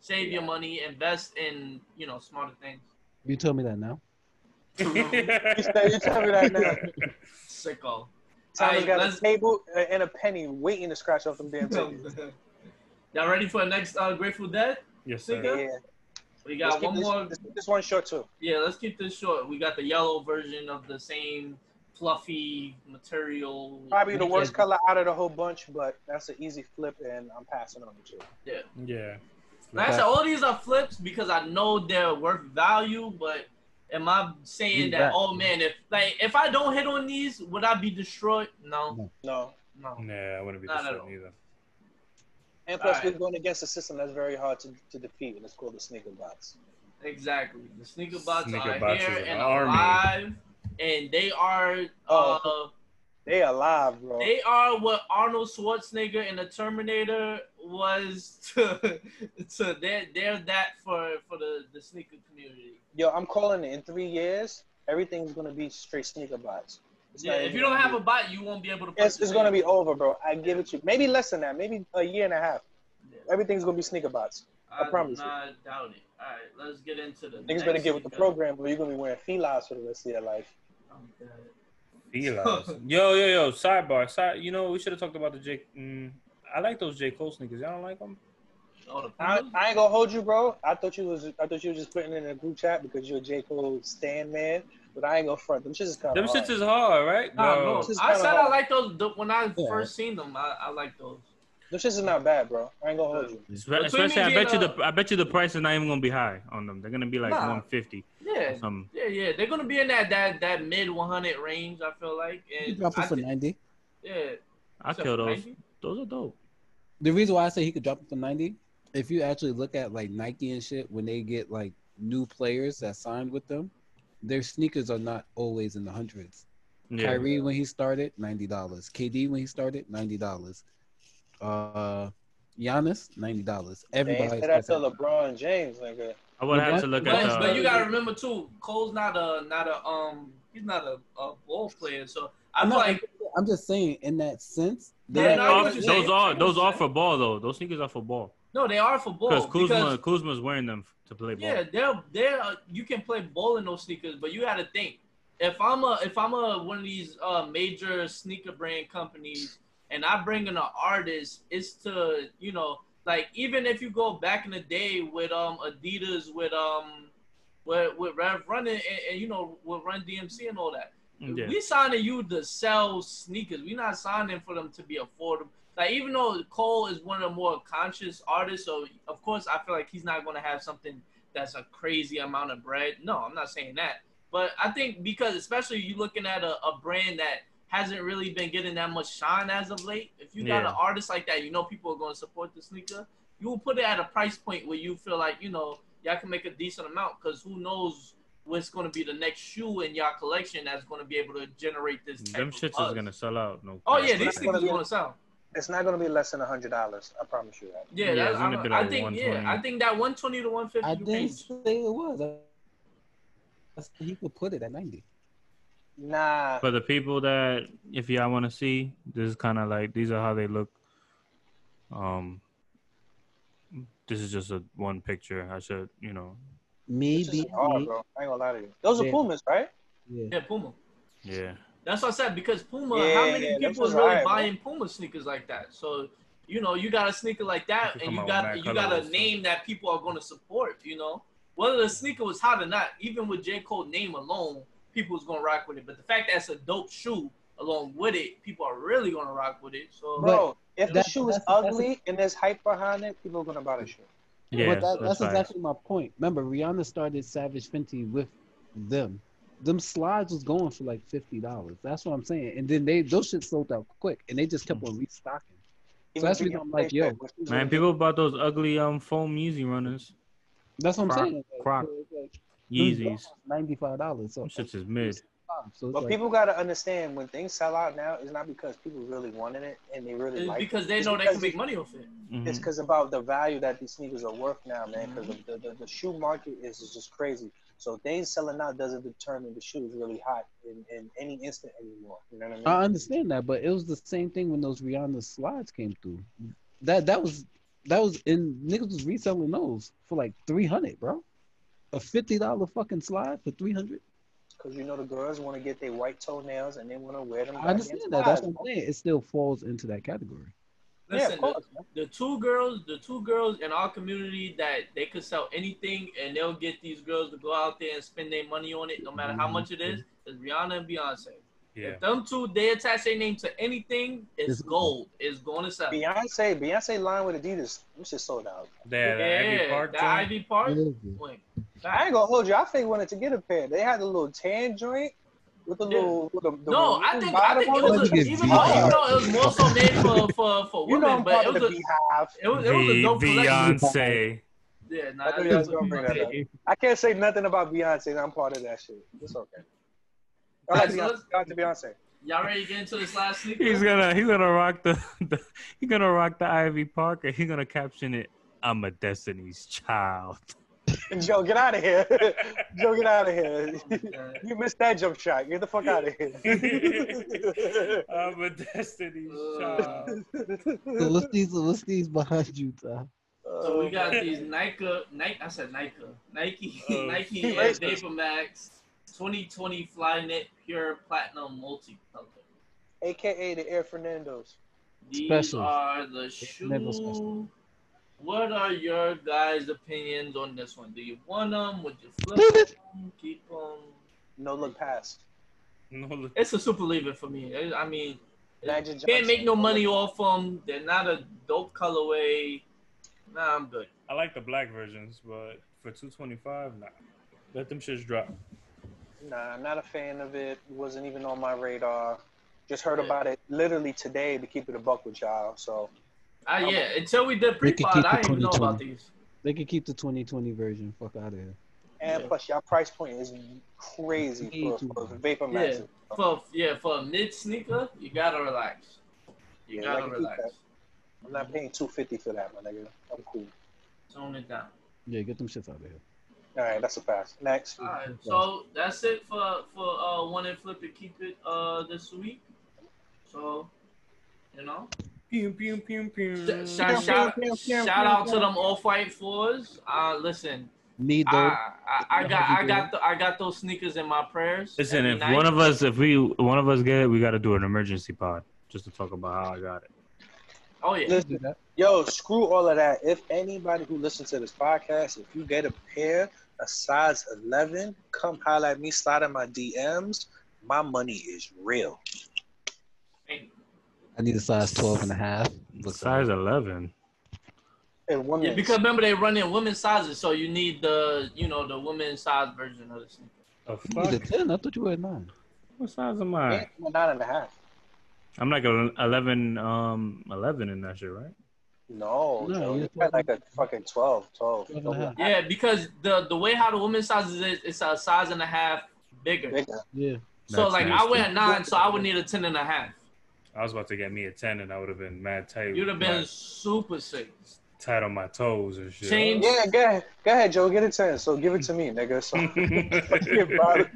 S1: Save your money, invest in you know smarter things.
S2: you told me that now.
S4: You say- you tell me that now.
S1: Sicko.
S4: Tyler's
S1: Alright,
S4: got
S1: let's-
S4: a table and a penny waiting to scratch off them damn tickets.
S1: Y'all ready for the next uh, Grateful Dead?
S3: yes,
S1: sir.
S4: yeah,
S1: Yeah. We got
S4: Let's keep
S1: one
S4: this,
S1: more.
S4: This, this one short too.
S1: Yeah, let's keep this short. We got the yellow version of the same fluffy material.
S4: Probably the
S1: Yeah.
S4: worst color out of the whole bunch, but that's an easy flip, and I'm passing on it too.
S3: Yeah.
S1: Like I said, all these are flips because I know they're worth value, but am I saying
S2: Leave
S1: that,
S2: that.
S1: oh man, if like if I don't hit on these, would I be destroyed? No,
S4: No,
S1: no.
S3: Nah, I wouldn't be
S1: Not at
S3: the
S1: all.
S3: same either.
S4: and plus
S1: Alright.
S4: we're going against a system that's very hard to, to defeat, and it's called the sneaker box.
S1: Exactly. The sneaker bots
S3: Sneaker
S1: are
S3: bots
S1: here
S3: is an
S1: and
S3: army.
S1: alive and they are uh
S4: Oh. They alive, bro.
S1: they are what Arnold Schwarzenegger in the Terminator was to to they're they're that for for the, the sneaker community.
S4: Yo, I'm calling it. In three years, everything's gonna be straight sneaker bots. It's
S1: Yeah,
S4: not
S1: if
S4: even
S1: you don't
S4: gonna
S1: have
S4: be-
S1: a bot, you won't be able to
S4: It's, it's
S1: purchase
S4: gonna
S1: it.
S4: be over, bro. I give it to you. Maybe less than that. Maybe a year and a half.
S1: Yeah.
S4: Everything's gonna be sneaker bots. I
S1: do
S4: promise you.
S1: not doubt it. All right, let's get into the.
S4: Niggas
S1: next
S4: better get with the
S1: nigga.
S4: program, but you're gonna be wearing felines for the rest of your life.
S1: I'm dead.
S3: Felines. yo, yo, yo. Sidebar. Side. You know, we should have talked about the J. Mm, I like those J Cole sneakers. Y'all don't like them?
S1: Oh, the
S4: I,
S1: Pumas?
S4: I ain't gonna hold you, bro. I thought you was I thought you was just putting it in a group chat because you're a J Cole stand man. But I ain't gonna front. Them shits is kind
S3: Them
S4: of
S3: shits is hard, right?
S1: Nah,
S3: Bro.
S1: no.
S4: This is
S1: I
S4: kinda
S1: said I
S4: hard.
S1: like those the, when I
S2: Yeah.
S1: first seen them. I, I like those.
S4: Them shits is not bad, bro. I ain't gonna hold you.
S3: Espe-
S1: Between
S3: Especially, I
S1: me and,
S3: bet you
S1: uh,
S3: the I bet you the price is not even gonna be high on them. They're gonna be like
S1: Nah.
S3: 150
S1: Yeah,
S3: or something.
S1: yeah, yeah. They're gonna be in that that that mid 100 range. I feel like.
S2: You
S1: And
S2: drop it
S1: I
S2: for
S1: thi-
S2: ninety.
S1: yeah,
S3: I
S1: Except
S3: kill
S1: for
S3: those.
S1: Nike?
S3: Those are dope.
S2: The reason why I say he could drop it for ninety, if you actually look at like Nike and shit, when they get like new players that signed with them, their sneakers are not always in the hundreds.
S3: Yeah.
S2: Kyrie when he started, ninety dollars. KD when he started, ninety dollars. Uh, Giannis, ninety dollars.
S4: They ain't
S2: Everybody.
S4: said that to LeBron James, nigga.
S3: I would have to
S2: LeBron-
S3: look at.
S1: But,
S3: Uh,
S1: but you gotta remember too, Cole's not a not a um he's not a, a ball player. So I
S2: I'm
S1: feel
S2: not-
S1: like
S2: I'm just saying in that sense.
S1: Yeah, no,
S2: they're not-
S1: I get
S3: off-
S1: what you're saying.
S3: those are those
S1: I get what
S3: are
S1: you're
S3: for ball though. Those sneakers are for ball
S1: no, they are for ball
S3: because Kuzma Kuzma's wearing them to play ball.
S1: Yeah, they're they're uh, you can play ball in those sneakers, but you got to think if I'm a if I'm a one of these uh, major sneaker brand companies and I bring in an artist, it's to you know like even if you go back in the day with um Adidas with um with with Rev running and, and you know with Run DMC and all that.
S3: Yeah.
S1: We signing you to sell sneakers. We're not signing for them to be affordable. Like even though Cole is one of the more conscious artists, so of course I feel like he's not gonna have something that's a crazy amount of bread. No, I'm not saying that. But I think because especially you looking at a, a brand that hasn't really been getting that much shine as of late, if you got
S3: Yeah.
S1: an artist like that, you know people are gonna support the sneaker. You will put it at a price point where you feel like, you know, y'all can make a decent amount because who knows what's going to be the next shoe in your collection that's going to be able to generate this. Type
S3: Them
S1: of
S3: shits
S1: buzz.
S3: is gonna sell out. No.
S1: Oh yeah,
S3: question.
S1: these
S4: That's
S1: things
S4: gonna
S1: are
S4: be-
S1: going to sell.
S4: It's not gonna be less than hundred dollars. I promise you that.
S1: Yeah,
S3: Yeah,
S1: that,
S3: it's gonna
S1: I,
S3: be
S1: I
S3: like
S1: think yeah,
S3: 120.
S1: I think that 120 to 150
S2: I didn't
S1: range.
S2: say it was. I- I said he could put it at ninety.
S4: Nah.
S3: For the people that, if y'all want to see, this is kind of like these are how they look. Um, this is just a one picture. I should, you know,
S4: It's
S2: Maybe.
S4: just hard, bro. I ain't gonna lie to you. Those are
S2: Yeah.
S4: Pumas, right?
S2: Yeah.
S1: Yeah, Puma.
S3: yeah.
S1: That's what I said because Puma.
S4: Yeah,
S1: how many
S4: yeah,
S1: people
S4: that's
S1: are really
S4: right,
S1: buying Puma sneakers like that? So you know, you got a sneaker like that,
S3: You come out
S1: and you
S3: with
S1: got
S3: mad
S1: you
S3: colorways,
S1: got a
S3: so.
S1: name that people are going to support. You know, whether the sneaker was hot or not, even with J Cole name alone, people's going to rock with it. But the fact that it's a dope shoe along with it, people are really going to rock with it. So
S4: Bro, if the
S2: that-
S4: shoe is
S2: that's- that's-
S4: ugly and there's hype behind it, people are gonna buy the shoe.
S3: Yeah,
S2: but that, that's
S3: that's facts.
S2: exactly my point. Remember, Rihanna started Savage Fenty with them. Them slides was going for like fifty dollars. That's what I'm saying. And then they those shit sold out quick, and they just kept on restocking.
S4: Even
S2: that's
S4: if
S2: what
S4: you
S2: I'm
S4: get
S2: like,
S4: paid
S2: yo.
S4: for it.
S3: Man, people bought those ugly um foam Yeezy runners,
S2: That's what I'm
S3: Croc-
S2: saying. Like,
S3: Croc.
S2: so it's like, those
S3: Yeezys.
S2: ninety five dollars. So,
S3: Them
S2: so
S3: shits is mid.
S2: it's
S4: But
S2: like,
S4: people gotta understand when things sell out now, it's not because people really wanted it and they really
S1: it's
S4: like it.
S1: because they
S4: It's
S1: know they
S4: because
S1: can make money off it.
S3: Mhm.
S4: It's because about the value that these sneakers are worth now, man. Because the, the, the shoe market is, is just crazy. So things selling out doesn't determine the shoe is really hot in, in any instant anymore. You know what I mean?
S2: I understand that, but it was the same thing when those Rihanna slides came through. That that was that was in niggas was reselling those for like three hundred, bro. A fifty dollar fucking slide for three hundred.
S4: Because you know the girls want to get their white toenails and they want to wear them.
S2: I understand that. That's what I'm saying. It still falls into that category.
S4: yeah, of
S1: Listen, the-
S4: course. man.
S1: the two girls, the two girls in our community that they could sell anything and they'll get these girls to go out there and spend their money on it, no matter how much it is, is Rihanna and Beyonce.
S3: yeah.
S1: If them two they attach their name to anything, it's
S2: It's-
S1: gold. It's going to sell. Yeah,
S4: Beyonce, Beyonce line with Adidas. This shit sold out.
S3: They had an Ivy Park
S1: the
S3: joint.
S1: Ivy Park.
S2: Mhm.
S1: Wait,
S4: I ain't gonna hold you. I think wanted to get a pair. They had the little tan joint with the
S1: Yeah.
S4: little. With the, the
S1: no, I
S4: maroon
S1: think I
S4: bottom
S1: think it
S4: on
S1: was
S2: Look
S1: a,
S2: at
S1: even though,
S2: Beehive.
S1: even though it was more so made for for, for
S4: You know,
S1: women,
S4: I'm
S1: but
S4: part
S1: it
S4: of the
S1: was a
S4: beehive.
S1: it was, it was a
S3: Be-
S1: dope collection.
S3: Beyonce.
S1: Yeah, nah,
S4: I knew
S1: it
S4: y'all
S1: was
S4: was gonna bring that up. I can't say nothing about Beyonce. and I'm part of that shit. It's okay. All right,
S1: That's
S4: Beyonce.
S1: us.
S4: Shout out to Beyonce.
S1: Y'all ready to get into this last sneaker?
S3: He's gonna he's gonna rock the, the he's gonna rock the Ivy Park and he's gonna caption it. I'm a Destiny's Child.
S4: Joe, get out of here. Joe, get out of here.
S1: Okay.
S4: you missed that jump shot. Get the fuck out of here.
S3: I'm a Destiny's
S1: Uh,
S2: So what's these? What's these behind you, Ty?
S1: So we got these Nike, Nike. I said Nike, Nike,
S3: Oh,
S1: Nike
S4: he
S1: Air
S4: racist.
S1: Vapor Max 2020 Flyknit Pure Platinum Multicolor.
S4: AKA the Air Fernandos.
S1: These
S2: Specials.
S1: are the
S2: never special.
S1: shoe. What are your guys' opinions on this one? Do you want them? Would you flip
S2: Leave it.
S1: them? Keep them?
S4: No look past.
S3: No, look,
S1: It's a super leaver for me. I- I mean,
S4: Magic
S1: can't
S4: Johnson.
S1: make no money off them. They're not a dope colorway. Nah, I'm good.
S3: I like the black versions, but for 225, nah. Let them shits drop.
S4: Nah, I'm not a fan of it. Wasn't even on my radar. Just heard about it literally today to keep it a buck with y'all. So
S1: Ah,
S4: I'm-
S1: yeah. Until we did
S2: We could
S1: pre-pod,
S2: keep the
S1: I didn't even know about
S2: 2020.
S1: these.
S2: They could keep the 2020 version. Fuck out of here.
S4: and
S1: Yeah.
S4: plus y'all price point is crazy for, for Vapor Max.
S1: for yeah for a mid sneaker, you gotta relax. You
S4: Yeah,
S1: gotta
S4: like a
S1: relax.
S4: peacock. I'm not paying two fifty for that, my nigga. I'm cool.
S1: Tone it down.
S2: Yeah, get them shits out of here.
S4: All right, that's a pass. Next.
S1: All right, so that's it for for uh one and flip it, keep it uh this week. So, you know,
S3: Pew, pew, pew, pew.
S1: sh- shout shout, shout out to them off white fours. Uh, listen,
S2: Need those.
S1: I, I I got I got the, I got those sneakers in my prayers.
S3: Listen,
S1: every
S3: if
S1: night.
S3: one of us, if we one of us get it, we got to do an emergency pod just to talk about how I got it.
S1: oh yeah,
S4: Listen, yo, screw all of that. If anybody who listens to this podcast, if you get a pair a size eleven, come holler at me, slide in my DMs. My money is real.
S2: I need a size 12 and a half. Looks
S3: Size 11.
S4: And one
S1: yeah, because remember they run in women's sizes, so you need the you know the women's size version of the sneaker.
S3: The
S2: You need a
S3: fuck?
S2: 10. I thought you were a nine.
S3: What size am I?
S4: nine and a half.
S3: I'm like a 11, um, 11 in that shit, right?
S4: No,
S2: No,
S4: Joe,
S2: you're
S4: you got like a fucking 12, 12.
S2: 12 and a half.
S1: Yeah, because the the way how the women's sizes is, it's a size and a half bigger.
S4: Bigger.
S2: Yeah.
S1: so
S3: That's
S1: like I
S3: nasty.
S1: wear a nine, so I would need a ten and a half.
S3: I was about to get me a 10 and I would have been mad tight.
S1: You'd have been
S3: like,
S1: super sick.
S3: tight on my toes and shit.
S1: Change-
S4: Yeah, go ahead, go ahead, Joe. Get a ten. So give it to me, nigga. So fucking bother.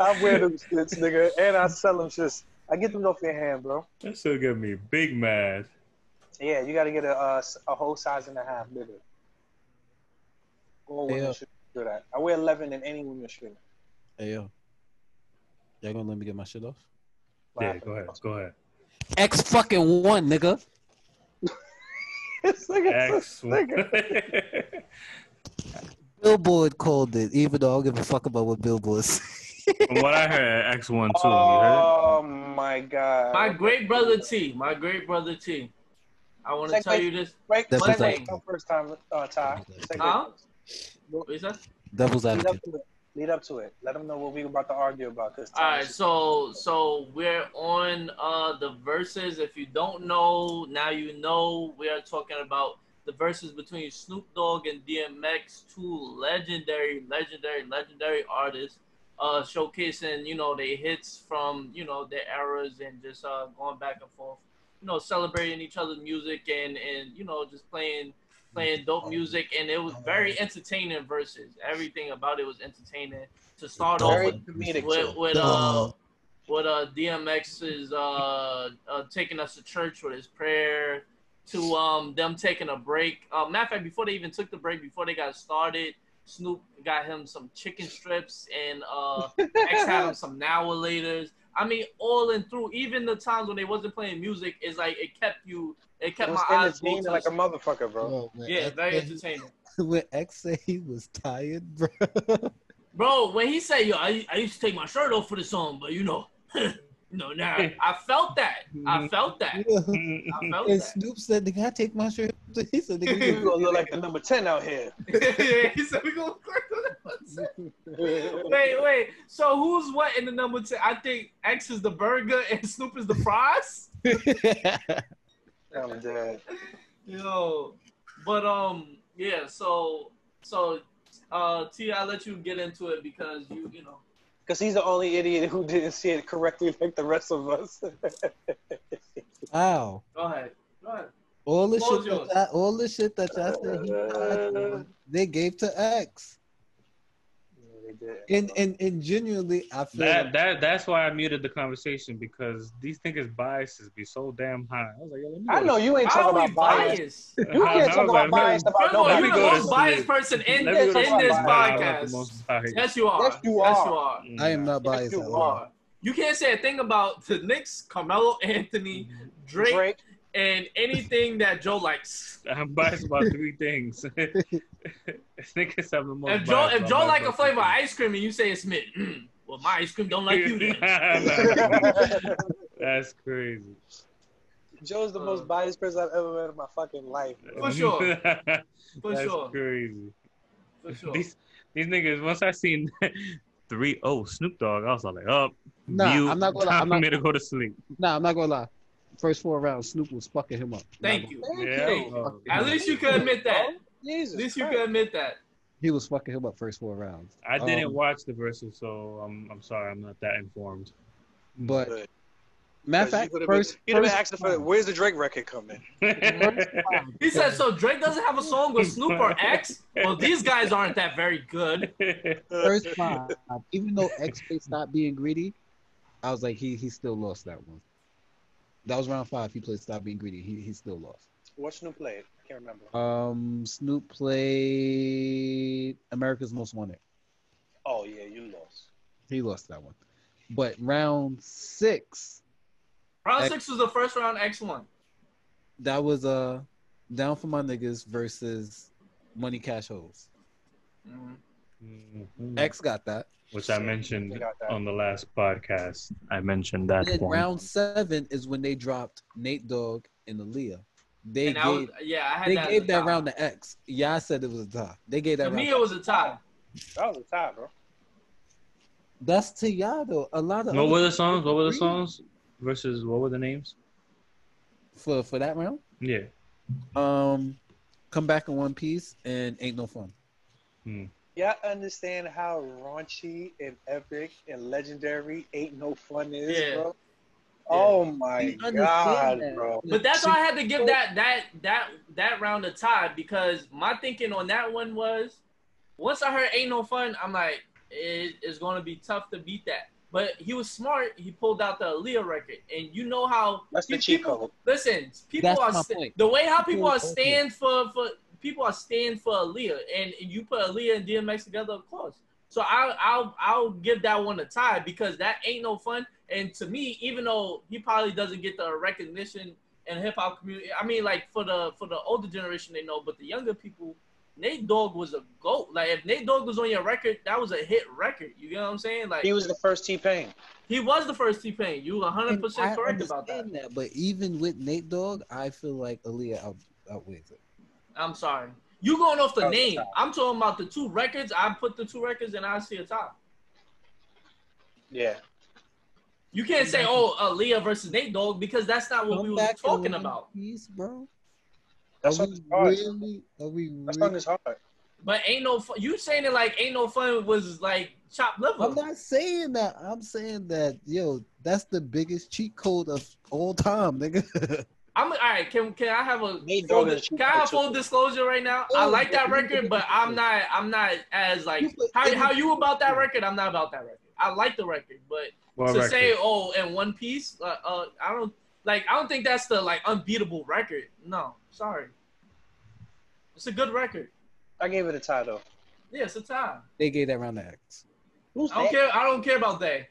S4: I wear them shits, nigga, and I sell them shits. I get them off your hand, bro.
S3: That should get me big mad.
S4: Yeah, you gotta get a uh, s- a whole size and a half bigger. All women
S2: Yeah.
S4: should do that. I wear eleven, and any woman should.
S2: Hey, yo. Y'all gonna let me get my shit off?
S3: Yeah, go ahead. Go ahead.
S2: X fucking one, nigga.
S4: This nigga-
S3: Excellent.
S5: Billboard called it, even though I don't give a fuck about what Billboard said.
S3: From what I heard, X one too. You heard?
S4: Oh my god.
S1: My great brother T. My great brother T. I want to
S4: Second-
S1: tell you this.
S4: Great
S5: That's
S1: what's
S4: Monday.
S5: up.
S4: Come first time, uh, Ty. Second.
S1: Huh? What you said?
S5: Devil's
S4: Lead up
S5: advocate.
S4: to it. Lead up to it. Let them know what we about to argue about. Cause
S1: All right, so so we're on uh the verses. If you don't know, now you know. We are talking about the verses between Snoop Dogg and DMX, two legendary, legendary, legendary artists, uh showcasing you know their hits from you know their eras and just uh going back and forth, you know celebrating each other's music and and you know just playing playing dope music and it was very entertaining verses. Everything about it was entertaining. To start off
S4: very
S1: with
S4: comedic.
S1: with,
S4: too.
S1: with uh with uh DMX is uh, uh taking us to church with his prayer to um them taking a break. Uh, matter of fact, before they even took the break, before they got started, Snoop got him some chicken strips and uh X had him some Nowlators. I mean, all and through, even the times when they wasn't playing music, is like it kept you, it
S4: It
S1: kept
S4: was
S1: my eyes
S4: entertaining
S1: glued to
S4: like a
S1: the-
S4: motherfucker, bro.
S2: Yo, Oh, man,
S1: Yeah,
S2: X-
S1: very
S2: when-
S1: entertaining.
S2: When X said he was tired, bro.
S1: Bro, when he said, "Yo, I, I used to take my shirt off for the song, but you know, you know now I felt that. I felt that. I felt
S2: and
S1: that."
S2: Snoop said, "Nigga, I take my shirt." off?" He said, "Nigga,
S4: You
S2: you
S4: gonna look like the number ten out here.
S1: yeah, he said we gonna work on that one. Wait, wait. So who's what in the number ten? I think X is the burger and Snoop is the fries.
S4: I'm dead.
S1: Yo, but um, yeah. So so, uh, T, I let you get into it because you you know.
S4: Cause he's the only idiot who didn't see it correctly like the rest of us.
S2: Wow.
S1: Go ahead. Go ahead.
S2: All the shit
S1: Mojo.
S2: that I, all the shit that y'all said he died
S4: Uh,
S2: for, they gave to X. And and and genuinely, I feel
S3: That
S2: like-
S3: that that's why I muted the conversation because these niggas' biases be so damn high. I was like, yo, let me
S4: I
S3: go
S4: know you ain't
S1: How
S4: talking
S1: are we
S4: about bias.
S1: biased?
S3: to-
S4: You
S3: I- I
S4: can't
S3: was
S4: talk
S3: like,
S4: about bias about
S1: First of all,
S3: Let
S1: you're
S3: me
S1: the
S3: go to
S1: most
S4: nobody.
S3: sleep.
S1: biased person in,
S3: let
S4: this-
S3: me go to
S4: in
S3: sleep.
S4: this
S3: I'm not
S1: podcast.
S3: the most biased.
S1: Yes, you are.
S4: Yes, you
S1: Yes,
S4: are.
S1: you are.
S2: I am not biased.
S4: you
S2: at
S1: You
S2: all.
S1: are. You can't say a thing about the Knicks, Carmelo Anthony, Drake,
S4: Drake,
S1: and anything that Joe likes.
S3: I'm biased about three things. niggas have the most.
S1: if Joe,
S3: bias
S1: if
S3: about
S1: Joe
S3: my
S1: like
S3: fucking
S1: a flavor of
S3: thing.
S1: ice cream and you say it's mint, mm, well, my ice cream don't like you then.
S3: Nah, nah, That's crazy.
S4: Joe's the
S1: Uh.
S4: most biased person I've ever met in my fucking life. bro.
S1: For sure.
S3: That's
S1: For sure.
S3: crazy.
S1: For sure.
S3: These these niggas. Once I seen three oh Snoop Dogg, I was like, up.
S2: Nah, I'm not gonna-
S3: Time
S2: I'm
S3: for
S2: not-
S3: me to go to sleep.
S2: Nah, I'm not gonna lie. First four rounds, Snoop was fucking him up.
S1: Thank
S2: Nah,
S1: you.
S4: Thank
S3: Yeah.
S4: you.
S3: oh,
S1: At least you could admit that.
S4: Oh, Jesus.
S1: At least you
S4: Christ.
S1: could admit that.
S2: He was fucking him up first four rounds.
S3: I didn't
S2: Um,
S3: watch the verses, so I'm I'm sorry, I'm not that informed.
S2: But
S4: Good.
S2: matter
S4: Because
S2: of
S4: you
S2: fact,
S4: would've been-
S2: first,
S4: you'd have been
S2: first
S4: asking for where's the Drake record coming?
S2: round,
S1: He said, so Drake doesn't have a song with Snoop or X? Well, these guys aren't that very good.
S2: first five, even though X Face stopped being greedy, I was like, he he still lost that one. That was round five. He played Stop Being Greedy. He he still lost.
S4: What's new play? I can't remember.
S2: Um, Snoop played America's Most Wanted.
S4: Oh yeah, you lost.
S2: He lost that one. But round six,
S1: Round
S2: X-
S1: six was the first round X won.
S2: that was uh down for my niggas versus Money Cash Holes.
S1: Mhm.
S2: X got that.
S3: Mm-hmm. Which I mentioned on the last podcast. I mentioned that
S2: Then
S3: one.
S2: round seven is when they dropped Nate Dogg and Aaliyah. They
S1: And
S2: gave
S1: I was, yeah, I had
S2: they
S1: that as
S2: gave
S1: a
S2: that
S1: tie.
S2: round to X. Yeah, I said it was a tie. They gave
S1: To
S2: that round.
S1: me, it was a tie.
S4: That was a tie, bro.
S2: That's to y'all though. A lot of
S3: what
S2: other-
S3: were the songs? What were the songs? Versus what were the names?
S2: for for that round.
S3: Yeah.
S2: Um, come back in one piece and ain't no fun.
S4: Yeah, I understand how raunchy and epic and legendary ain't no fun is,
S1: Yeah.
S4: bro. Oh my
S2: You understand
S4: god,
S2: that.
S4: bro.
S1: But that's why I had to give that that that that round a tie because my thinking on that one was, once I heard "Ain't No Fun," I'm like, it, it's gonna be tough to beat that. But he was smart. He pulled out the Aaliyah record, and you know how
S4: That's the
S1: pe-
S4: cheat
S1: people-
S4: code.
S1: Listen, people
S2: That's
S1: are
S2: my
S1: st-
S2: point.
S1: the way how people
S2: People
S1: are
S2: don't
S1: stand for for people are stand for Aaliyah, and you put Aaliyah and DMX together, of course. So I I'll I'll give that one a tie because that ain't no fun. And to me, even though he probably doesn't get the recognition in hip hop community. I mean, like for the for the older generation, they know, but the younger people, Nate Dogg was a goat. Like if Nate Dogg was on your record, that was a hit record. You get what I'm saying? Like
S4: He was the first T Pain.
S1: he was the first T Pain. You 100 percent correct about that.
S2: understand But even with Nate Dogg, I feel like Aaliyah out, outweighs it.
S1: I'm sorry. You going off the
S4: Oh,
S1: name?
S4: sorry.
S1: I'm talking about the two records. I put the two records, and I see a top.
S4: Yeah.
S1: You can't say, "Oh, Aaliyah versus Nate Dogg," because that's not what we
S2: Come
S1: were
S2: back to
S1: talking
S2: One
S1: about.
S2: Piece, bro.
S4: That's
S2: are
S4: on
S2: we
S4: his hard.
S2: really? Are we
S4: That's on
S2: really?
S4: his hard.
S1: But ain't no fun. You saying it like ain't no fun was like chopped liver.
S2: I'm not saying that. I'm saying that. Yo, that's the biggest cheat code of all time, nigga.
S1: I'm all right. Can can I have a
S4: Nate
S1: full,
S4: Dogg is
S1: dis-
S4: a cheat
S1: can I have
S4: code,
S1: full
S4: too.
S1: disclosure right now? I
S2: Oh,
S1: like that
S2: yeah, you
S1: record,
S2: can-
S1: but I'm not I'm not as like
S2: You put
S1: how
S2: any-
S1: how you about that record? I'm not about that record. I like the record, but
S3: What
S1: to
S3: record?
S1: say oh in one piece, uh, uh, I don't like I don't think that's the like unbeatable record. No, sorry, it's a good record.
S4: I gave it a tie though.
S1: Yeah, it's a tie.
S2: they gave that round to X.
S4: Who's
S1: I don't
S4: that?
S1: care. I don't care about they.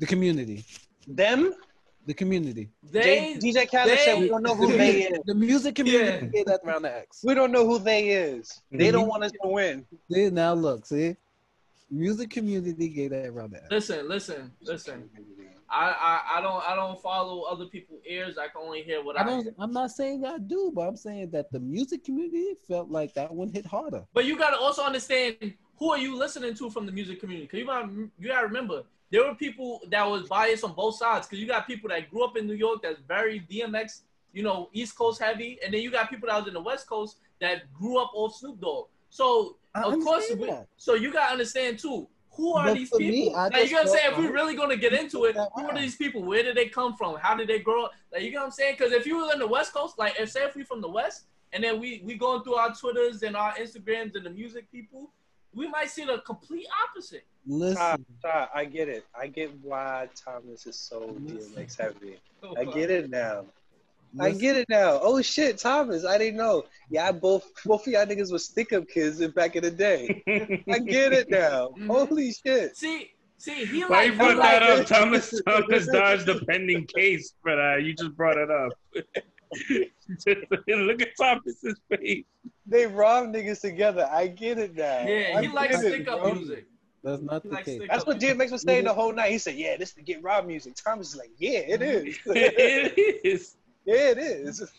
S2: The community.
S4: Them?
S2: The community.
S1: They
S4: J- DJ Khaled said
S1: they-
S4: we don't know
S2: The,
S4: who they is.
S2: music, the music community
S1: Yeah.
S2: gave that round to X.
S4: We don't know who they is. They
S2: Mhm.
S4: don't want us to win.
S2: See, now look, see, music community gave that round to X.
S1: listen, listen, listen. I, I I don't I don't follow other people's ears. I can only hear what I,
S2: I don't.
S1: hear.
S2: I'm not saying I do, but I'm saying that the music community felt like that one hit harder.
S1: But you gotta also understand who are you listening to from the music community? Cause you gotta you gotta remember there were people that was biased on both sides. Cause you got people that grew up in New York that's very DMX, you know, East Coast heavy, and then you got people that was in the West Coast that grew up off Snoop Dogg. So
S2: I
S1: of course,
S2: understand
S1: we,
S2: that.
S1: so you gotta understand too. Who are
S2: But
S1: these
S2: for me,
S1: people?
S2: I
S1: like you
S2: just
S1: gotta say,
S2: felt
S1: if we're
S2: like-
S1: really gonna get into it, who are
S2: Yeah.
S1: these people? Where did they come from? How did they grow up? Like you know what I'm saying? Because if you were in the West Coast, like if say if we from the West, and then we we going through our Twitters and our Instagrams and the music people, we might see the complete opposite.
S4: Ty,
S2: Listen,
S4: Ty, I get it. I get why Thomas is so
S1: Mhm.
S4: DMX heavy.
S3: Oh,
S4: I get it now. I
S2: listen,
S4: get it now. Oh shit, Thomas, I didn't know. Yeah, I both both of y'all niggas was stick up kids in- back in the day. I get it now.
S1: Mhm.
S4: Holy shit.
S1: See, see, he
S3: Why you
S1: like, he
S3: brought that
S1: like
S3: up, Thomas? Thomas dodged the pending case for that. You just brought it up. Just- look at Thomas's face.
S4: They robbed niggas together. I get it now.
S1: yeah,
S4: I
S1: he
S4: get
S1: likes
S4: it,
S1: stick up
S4: bro.
S1: music.
S2: that's not
S1: He
S2: the
S1: likes
S2: case.
S1: stick
S4: That's what DMX was
S1: Mhm.
S4: saying the whole night. He said, Yeah, this the get robbed music. Thomas is like, Yeah, it
S1: Mhm.
S4: is. yeah,
S3: it is.
S4: it is.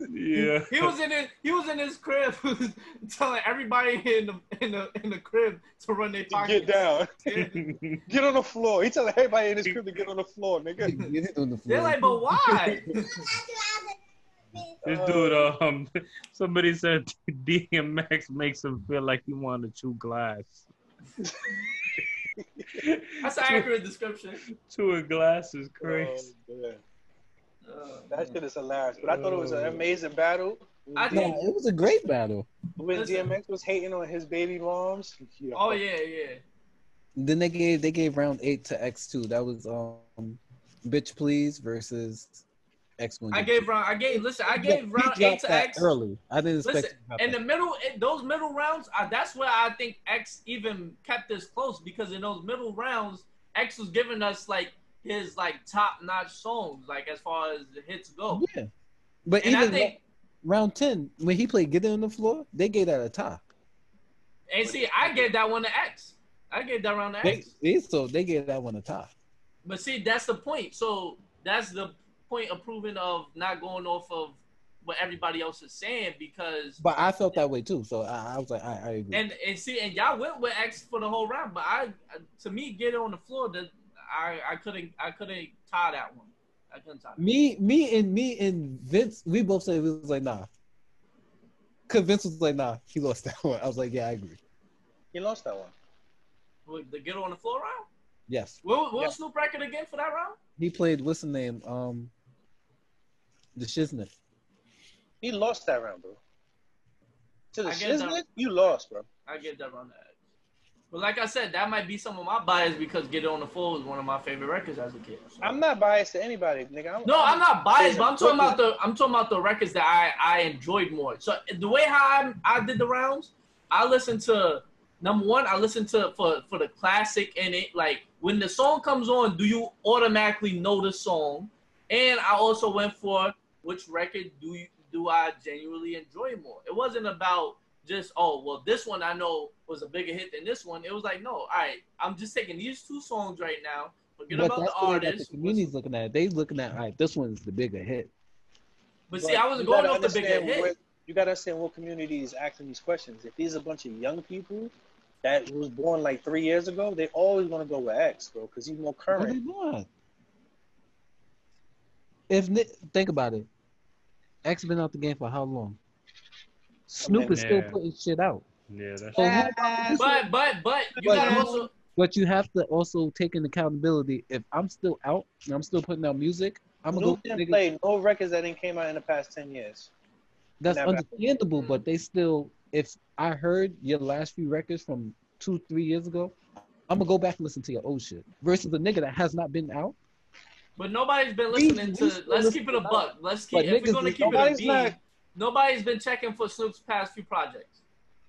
S3: Yeah.
S1: He was in his he was in his crib telling everybody in the in the in the crib to run their
S4: To
S1: pockets.
S4: get down.
S1: Yeah.
S4: Get on the floor. He telling everybody in his crib to get on the floor, nigga.
S2: Get it on the
S1: They're
S2: floor.
S1: like, but why?
S3: This dude, um, somebody said DMX makes him feel like he want to chew glass.
S1: That's an accurate description.
S3: Chewing glass is crazy.
S4: Oh, man.
S1: Uh,
S4: That shit is hilarious. But I thought it was an amazing battle.
S1: I
S2: Nah,
S1: think.
S2: it was a great battle.
S4: When
S1: Listen.
S4: DMX was hating on his baby moms.
S1: Oh yeah, yeah.
S2: Then they gave they gave round eight to X two. That was um, bitch please versus X one.
S1: I gave round. I gave. Listen, I gave round eight to X.
S2: early. I didn't expect.
S1: Listen,
S2: to drop
S1: in
S2: that.
S1: the middle, in those middle rounds, uh, that's where I think X even kept this close because in those middle rounds, X was giving us like his like top notch songs, like as far as the hits go.
S2: yeah, but
S1: And I
S2: even
S1: think,
S2: round ten when he played get it on the floor, they gave that a tie.
S1: and see, I gave that one to X. I gave that round to
S2: They,
S1: X.
S2: they- so they gave that one a tie.
S1: But see, that's the point. So that's the point of proving of not going off of what everybody else is saying because
S2: But I felt that way too. So I, I was like, I, I agree.
S1: and and see and y'all went with X for the whole round, but I to me get on the floor that I I couldn't I couldn't tie that one. I couldn't tie. That.
S2: me, me, and me and Vince, we both said it was like nah. Cause Vince was like nah, he lost that one. I was like yeah, I agree.
S4: He lost that one.
S1: With The get on the floor round.
S2: Yes,
S1: Will Will
S4: Yeah.
S1: Snoop record again for that round?
S2: he played what's the name? Um, the Shiznit.
S4: He lost that round, bro. To the
S1: I get that.
S4: shiznit, you lost, bro.
S1: I gave that round to X. But like I said, that might be some of my bias because Get on the Floor was one of my favorite records as a kid. so.
S4: I'm not biased to anybody, nigga. I'm,
S1: No, I'm not biased, but I'm talking about the I'm talking about the records that I I enjoyed more. So the way how I I did the rounds, I listened to number one. I listened to for for the classic and it like when the song comes on, do you automatically know the song? And I also went for which record do you do I genuinely enjoy more? It wasn't about just oh well this one I know was a bigger hit than this one. It was like no, all right, I'm just taking these two songs right now. Forget
S2: But
S1: about
S2: that's
S1: the
S2: the way that the
S1: artist.
S2: community's looking at it. They looking at, all right, this one's the bigger hit.
S1: But see, I wasn't
S4: you gotta
S1: going off the bigger
S4: understand
S1: hit.
S4: what- you gotta understand what community is asking these questions. If these are a bunch of young people that was born like three years ago, they always gonna go with X, bro, because he's more
S2: No,
S4: current.
S2: they not. If ni- think about it, X been out the game for how long? Snoop is still
S3: Yeah.
S2: putting shit out.
S3: Yeah, that's
S2: So who-
S1: But but but you
S2: But
S1: gotta
S2: you-
S1: also
S2: But you have to also take in accountability. If I'm still out and I'm still putting out music, I'm gonna go.
S4: Snoop
S2: with the
S4: didn't
S2: niggas-
S4: play no records that didn't came out in the past ten years.
S2: That's
S4: Never.
S2: understandable, but they still. If I heard your last few records from two, three years ago, I'm gonna go back and listen to your old shit. Versus a nigga that has not been out.
S1: But nobody's been
S2: We-
S1: listening
S2: we
S1: to.
S2: still
S1: Let's
S2: listen
S1: keep it a
S2: to
S1: buck. Let's keep.
S2: But
S1: If we're
S2: niggas
S1: gonna
S2: is-
S1: keep it a
S4: nobody's
S1: bean,
S4: not-
S1: nobody's been checking for Snoop's past few projects.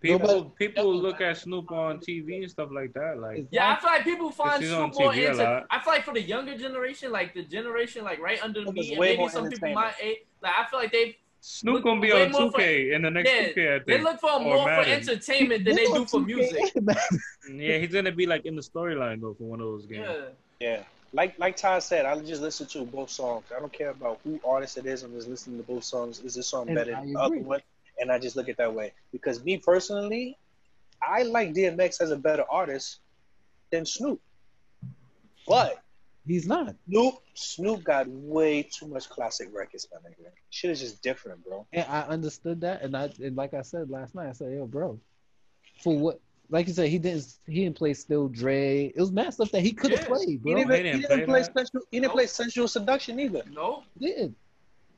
S3: people.
S2: Nobody-
S3: People look at Snoop on TV and stuff like that. Like,
S1: Yeah, I feel like people find
S3: he's on
S1: Snoop more
S3: TV a
S1: into.
S3: lot.
S1: I feel like for the younger generation, like the generation like right under
S4: Snoop is
S1: me, and
S4: way
S1: maybe
S4: more
S1: some people my age, like I feel like they
S3: Snoop
S1: Look,
S3: gonna be
S1: way
S3: on
S1: more
S3: 2K in the next
S1: Yeah,
S3: 2K. I think.
S1: they look for
S3: Or
S1: more for
S3: Madden.
S1: entertainment than they do for music.
S3: Yeah, he's gonna be like in the storyline though for one of those games.
S1: Yeah,
S4: Yeah. Like like Ty said, I just listen to both songs. I don't care about who artist it is. I'm just listening to both songs. Is this song
S2: And
S4: better
S2: I
S4: than the other
S2: agree.
S4: one? And I just look at that way because me personally, I like DMX as a better artist than Snoop. But
S2: He's not.
S4: Snoop Snoop got way too much classic records, my nigga. Shit is just different, bro.
S2: And I understood that, and I and like I said last night, I said, "Yo, bro, for what?" Like you said, he didn't he didn't play Still Dre. It was mad stuff that he could have
S1: Yeah.
S2: played,
S4: He
S2: bro.
S4: didn't,
S3: they
S4: he
S3: didn't
S4: didn't
S3: play
S4: play
S3: that.
S4: sensual. He didn't
S1: Nope.
S4: play sensual seduction either.
S1: no,
S2: did,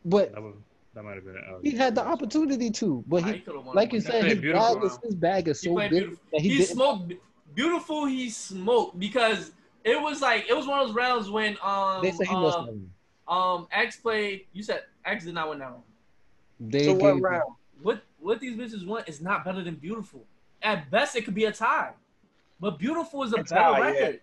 S2: but
S3: That, would, that might have been. oh,
S2: he
S3: yeah.
S2: had the opportunity to. But
S1: I
S2: he,
S1: could have won.
S2: like you
S1: one.
S2: said,
S3: played
S2: his
S3: beautiful.
S2: bag is his bag is
S1: He
S2: so
S1: played
S2: big
S1: beautiful.
S2: that
S1: he,
S2: he didn't.
S1: smoked beautiful. He smoked because it was like it was one of those rounds when um
S2: They said he
S1: uh,
S2: lost that one.
S1: Um, X played. You said X did not win that one.
S2: They
S4: So what
S2: gave-
S4: round?
S1: What what these bitches want is not better than beautiful. At best, it could be a tie, but beautiful is a
S4: A
S1: better
S4: tie, yeah.
S1: record.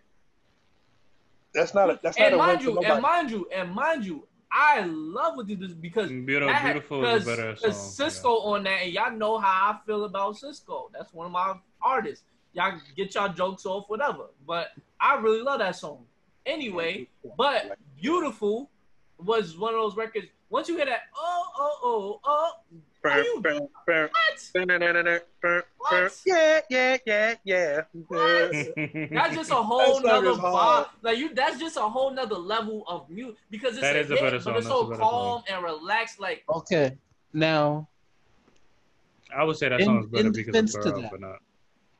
S4: That's not a that's
S1: And
S4: not a win
S1: mind
S4: for
S1: you,
S4: nobody.
S1: and mind you, and mind you, I love what these bitches because
S3: Beautiful,
S1: that-
S3: beautiful is a better song.
S1: 'cause Cisco on that, and y'all know how I feel about Cisco. That's one of my artists. Y'all get y'all jokes off, whatever. But I really love that song. Anyway, but beautiful was one of those records. Once you hear that, oh oh oh oh, are you what? What?
S4: Yeah, yeah, yeah, yeah.
S1: What? That's just a whole
S4: That song
S1: nother
S4: is hard.
S1: vibe. Like you, that's just a whole nother level of music because it's
S3: That
S1: a
S3: is a
S1: hit,
S3: better
S1: but
S3: song.
S1: it's
S3: That's a
S1: so
S3: better
S1: calm and relaxed. Like
S2: Okay, now
S3: I would say that
S2: In-
S3: song's better
S2: in
S3: because
S2: defense
S3: of
S2: to
S3: Burrow,
S2: that.
S3: but not.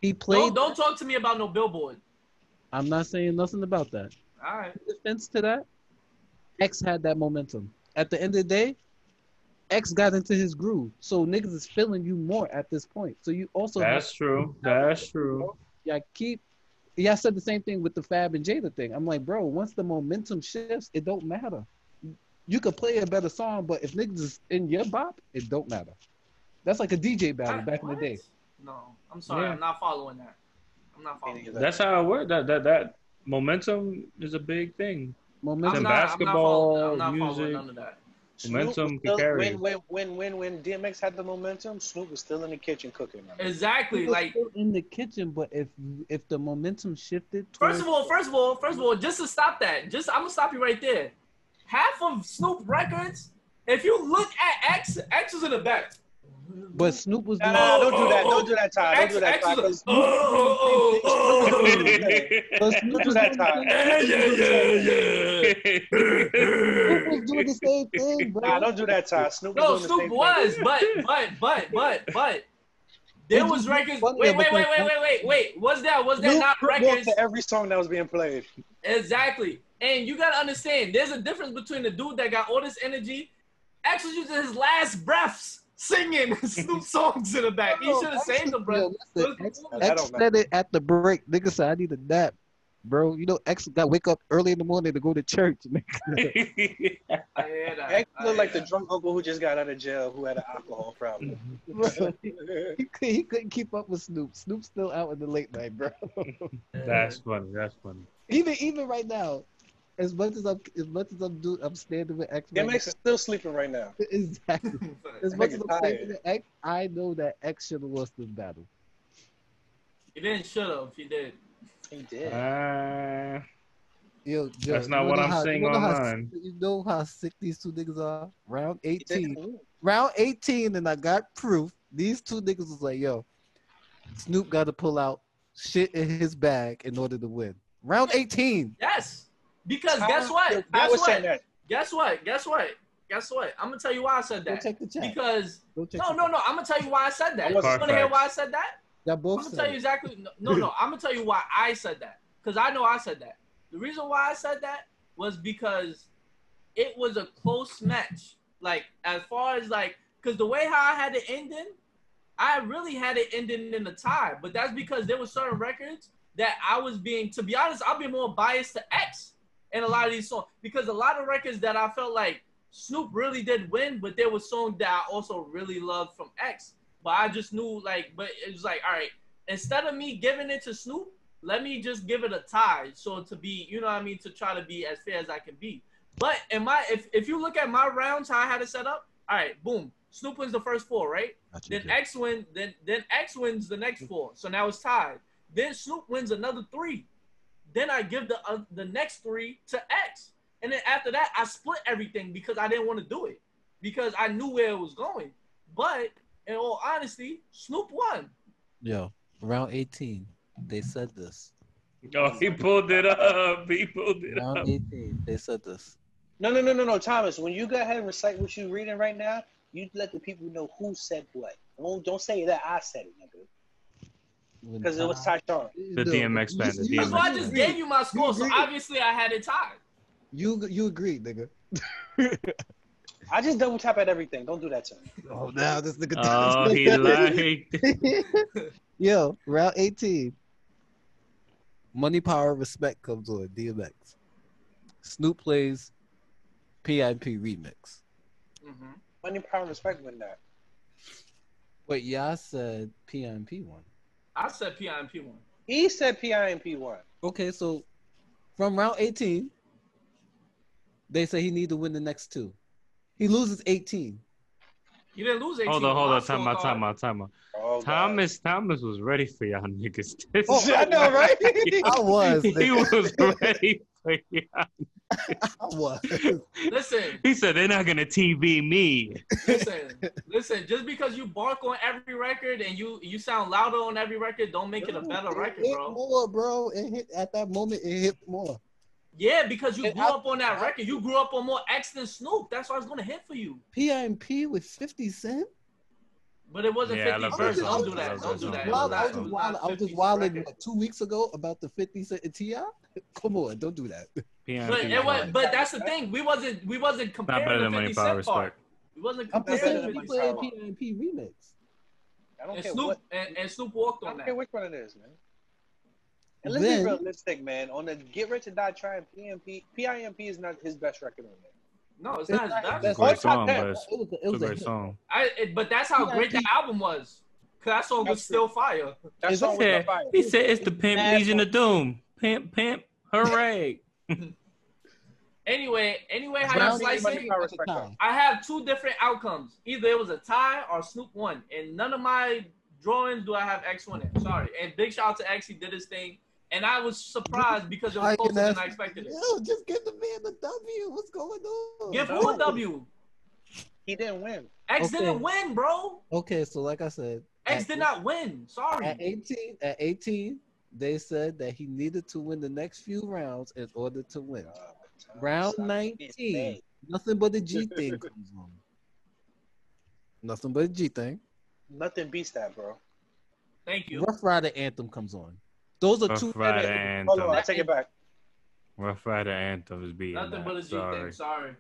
S2: he
S1: don't
S2: played.
S1: don't talk to me about no billboard.
S2: I'm not saying nothing about that.
S1: All right,
S2: In defense to that, X had that momentum. At the end of the day, X got into his groove, so niggas is feeling you more at this point. So you also have
S3: That's true. That's true.
S2: y'all keep y'all said the same thing with the Fab and Jada thing. I'm like, bro, once the momentum shifts, it don't matter. You could play a better song, but if niggas is in your bop, it don't matter. That's like a DJ battle
S1: I-
S2: back in
S1: what?
S2: the day.
S1: No, I'm sorry,
S3: Yeah.
S1: I'm not following that. I'm not following. That.
S3: That's how it works. That that that momentum is a big thing.
S1: I'm,
S2: Momentum.
S3: Then
S1: not, I'm
S3: basketball,
S1: not following. I'm not following
S3: music.
S1: none of that.
S3: Momentum
S4: was
S3: can
S4: still-
S3: carry
S4: When,
S3: you.
S4: when, when, when, when DMX had the momentum, Snoop was still in the kitchen cooking. man.
S1: Exactly.
S2: Niggas
S1: Like
S2: still in the kitchen, but if if the momentum shifted, towards,
S1: First of all, first of all, first of all, just to stop that, just I'm gonna stop you right there. Half of Snoop records, if you look at X, X is in the back.
S2: but Snoop was
S4: Nah,
S2: doing.
S4: nah,
S1: Oh,
S4: don't do that. Don't do that, Ty. Don't
S1: X,
S4: do that,
S1: X
S4: Ty.
S1: is
S4: 'cause
S1: a, oh, oh, oh,
S2: but Snoop
S4: Don't do
S2: was
S4: that,
S2: doing
S4: Ty.
S2: the
S1: yeah, yeah, yeah, yeah.
S2: same- Snoop was doing the same thing, bro.
S4: Nah, don't do that, Ty. Snoop
S1: No,
S4: was doing the
S1: Snoop
S4: same
S1: was,
S4: thing.
S1: but but but but but there
S2: It's
S1: was
S2: just
S1: records.
S2: funny
S1: Wait, wait, wait,
S2: because-
S1: wait, wait, wait, wait. Was there was there
S4: Snoop
S1: not
S4: walked
S1: records?
S4: to every song that was being played.
S1: Exactly. And you gotta understand, there's a difference between the dude that got all this energy, actually using his last breaths singing Snoop songs in the back. He
S2: Yo,
S1: should have
S2: X
S1: saved
S2: was-
S1: the breath.
S2: yo, listen, X-
S4: I
S2: X
S4: don't know.
S2: said it at the break. Nigga said, I need a nap, bro. You know, X got wake up early in the morning to go to church. nigga.
S1: I hear that.
S4: X
S1: I hear
S4: looked like the
S1: that.
S4: drunk uncle who just got out of jail who had an alcohol problem.
S2: he, could, he couldn't keep up with Snoop. Snoop's still out in the late night, bro.
S3: That's funny. That's funny.
S2: Even even right now, as much as I'm as much as I'm doing I'm standing with X
S4: It makes is still sleeping right now.
S2: exactly as much as
S4: Nigga
S2: I'm standing
S4: tired.
S2: with X, I know that X should have lost this battle.
S1: You didn't shut up. You did.
S4: He did.
S3: Uh,
S2: Yo, Joe,
S3: That's not
S2: you
S3: what
S2: know
S3: I'm
S2: how- you
S3: saying
S2: know how sick-
S3: online.
S2: you know how sick these two niggas are? Round
S4: He did.
S2: 18. Round 18, and I got proof. These two niggas was like, yo, Snoop got to pull out shit in his bag in order to win. Round 18.
S1: Yes. Because
S4: I
S1: guess what?
S4: was- I
S1: Guess
S4: was
S1: what?
S4: saying that.
S1: Guess what? Guess what? Guess what? I'm gonna tell you why I said
S2: Go
S1: that.
S2: check the chat.
S1: Because
S2: Go check
S1: no,
S2: the
S1: no,
S2: chat.
S1: no. I'm gonna tell you why I said that.
S4: I
S1: You
S4: was-
S1: want to hear
S3: Perfect.
S1: why I said that?
S2: Y'all both
S1: I'm gonna
S2: said
S1: tell you
S2: it.
S1: exactly. no, No, no. I'm gonna tell you why I said that. Cause I know I said that. The reason why I said that was because it was a close match. Like as far as like, cause the way how I had it ending, I really had it ending in a tie. But that's because there were certain records that I was being. To be honest, I've been more biased to X in a lot of these songs because a lot of records that I felt like Snoop really did win, but there was songs that I also really loved from X. But I just knew like, but it was like, all right, instead of me giving it to Snoop, let me just give it a tie. So to be, you know what I mean, to try to be as fair as I can be. But in my if if you look at my rounds, how I had it set up, all right, boom. Snoop wins the first four, right?
S6: Got you,
S1: Then
S6: Joe.
S1: X win then then X wins the next four. So now it's tied. Then Snoop wins another three. Then I give the uh, the next three to X. And then after that, I split everything because I didn't want to do it because I knew where it was going. But in all honesty, Snoop won.
S6: Yo, round 18, they said this.
S3: oh, he pulled it up. He pulled it
S6: Round
S3: up.
S6: 18, they said this.
S4: No, no, no, no, no, Thomas. When you go ahead and recite what you're reading right now, you let the people know who said what. Don't, don't say that I said it, nigga.
S2: When
S4: Because it was
S2: Ty-
S4: Tyshawn.
S3: The
S2: No,
S3: DMX
S2: you-
S3: band, the
S2: you-
S1: That's why I
S3: DMX.
S1: just gave you my score. So
S2: agree.
S1: obviously I had it tied.
S2: You you agree, nigga.
S4: I just double tap at everything. Don't do that to me.
S2: Oh, now this nigga.
S3: Oh, he liked.
S2: Yo, round 18. Money, power, respect comes on DMX. Snoop plays PIP remix.
S1: Mm-hmm.
S4: Money, power, and respect with that.
S2: But y'all said PIP one.
S1: I said PIMP one.
S4: He said PIMP one.
S2: Okay, so from round 18, they say he need to win the next two. He loses 18.
S1: You didn't lose 18.
S3: Hold on, hold
S1: My
S3: on. Time out,
S1: scorecard.
S3: time out, time out.
S4: Oh, God.
S3: Thomas, Thomas was ready for y'all niggas. This
S4: Oh, I know, right?
S2: I was.
S3: he was ready for y'all.
S2: I was.
S1: Listen,
S3: He said they're not gonna TV me.
S1: listen, listen. Just because you bark on every record and you you sound louder on every record, don't make it a better record,
S2: It hit
S1: bro.
S2: more, bro. It hit, at that moment, it hit more.
S1: Yeah, because you
S2: And
S1: grew
S2: I-
S1: up on that record. You grew up on more X than Snoop. That's why it's gonna hit for you.
S2: PIMP with 50 Cent?
S1: But it wasn't
S3: Yeah, I
S1: 50
S3: love
S1: first.
S3: that song.
S1: Don't do
S3: I
S1: that.
S3: love that
S1: Don't do
S3: song. I
S1: that.
S3: love
S2: Wild, I
S3: that
S2: was just
S3: song.
S2: wild. I was just
S1: 50
S2: wilding
S1: record.
S2: what, two weeks ago about the 50 Cent and T.I.? Come on, don't do that.
S1: But
S3: PNP
S1: it was,
S3: was
S1: but that's the thing. We wasn't we wasn't
S3: not better
S1: comparing the
S3: than money,
S1: 50
S3: power,
S1: Cent part.
S3: respect.
S1: We wasn't
S2: I'm just
S4: better
S1: comparing
S4: than
S2: saying he
S1: the 50
S4: Mike
S2: played
S4: Tyler.
S2: PIMP remix.
S4: I don't
S1: and
S4: care
S1: Snoop
S4: what.
S1: and, and Snoop walked
S4: I
S1: on
S4: don't
S1: that.
S4: care which one it is, man. And let's
S2: Then-
S4: be realistic, man. On the Get Rich or Die Trying, PMP, PIMP is not his best record on there.
S1: No, it's
S2: It's
S1: not his
S2: not
S1: best.
S2: his
S3: It's a
S2: All
S3: great song, but it's,
S2: It was a,
S3: it's
S2: it
S3: a
S2: was a
S3: great
S2: hit.
S3: song.
S1: I, it, but that's how
S2: Yeah,
S1: great the
S2: he-
S1: album was. Cause that song was
S4: That's true.
S1: still fire.
S4: That
S2: Is
S4: song
S2: it-
S4: was on fire.
S3: He said it's the pimp Legion of Doom. Pimp, pimp, hooray!
S1: Anyway, anyway, how you
S2: Brown
S4: Round
S1: slice
S4: Money,
S1: it,
S4: Power,
S2: at the
S4: Respect,
S2: time.
S1: I have two different outcomes. Either it was a tie or Snoop won, and none of my drawings do I have X winning. Sorry. And big shout out to X. He did his thing, and I was surprised because it was
S2: I can
S1: closer than
S2: ask-
S1: I expected it.
S2: Yo, just give the man the W. What's going on?
S1: Give
S4: No.
S1: who a W?
S4: He didn't win.
S1: X
S2: Okay.
S1: didn't win, bro.
S2: Okay, so like I said,
S1: X
S2: at-
S1: did not win. Sorry.
S2: At 18, at 18, they said that he needed to win the next few rounds in order to win.
S4: Uh, Thomas,
S2: Round
S4: stop being
S2: 19,
S4: mad.
S2: nothing but the G thing comes on. Nothing but the G thing.
S4: Nothing beats that, bro.
S1: Thank you.
S2: Rough Rider Anthem comes on. Those are two.
S3: Rough Rider
S4: Hold
S3: anthem.
S4: on, I take it back.
S3: Rough Rider anthem is beating.
S1: Nothing
S3: that.
S1: but a G
S3: Sorry.
S1: thing. Sorry.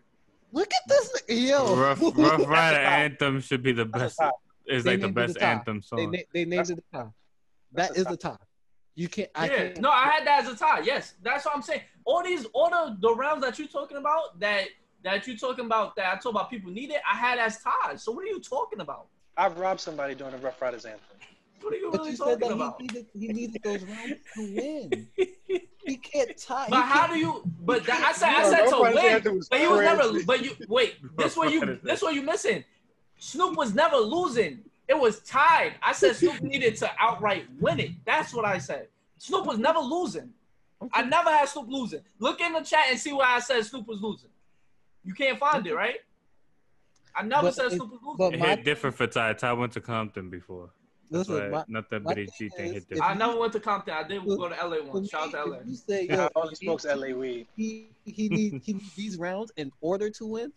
S2: Look at this. ni- Yo.
S3: Rough, Rough Rider anthem should be the
S4: That's
S3: best.
S4: a tie.
S3: It's
S2: They
S3: like the
S2: named it a
S3: best
S2: tie.
S3: anthem
S2: they,
S3: song.
S2: na- they named it a tie. That
S4: That's a
S2: is a tie. You can't. I
S1: yeah,
S2: can't.
S1: no, I had that as a tie. Yes, that's what I'm saying. All these, all the, the rounds that you're talking about, that that you're talking about, that I told about people need it, I had as ties. So what are you talking about?
S4: I've robbed somebody during the Rough Riders anthem.
S1: What are you
S2: But
S1: really
S2: you said
S1: talking
S2: that
S1: about?
S2: he needed, he needed those rounds to win. He can't tie.
S1: But how do you? But that, I said I said to win. But he was never. But you wait. This where you. This where you missing. Snoop was never losing. It was tied. I said Snoop needed to outright win it. That's what I said. Snoop was never losing. I never had Snoop losing. Look in the chat and see where I said Snoop was losing. You can't find it, right? I never
S2: But
S1: said
S2: if-
S1: Snoop was losing.
S2: but
S3: It
S2: my-
S3: hit different for Ty. Ty went to Compton before. That's
S2: Listen,
S3: why
S2: my,
S3: not that
S2: my
S3: bitty
S2: thing
S3: G thing
S2: is,
S3: hit
S2: if
S3: different.
S1: I never went to Compton. I did go to LA
S2: for
S1: once.
S2: me,
S1: Shout out to LA.
S2: if you say
S4: Yeah,
S2: yo,
S4: I only
S2: he-
S4: smokes LA weed.
S2: he he needs he needs these rounds in order to win.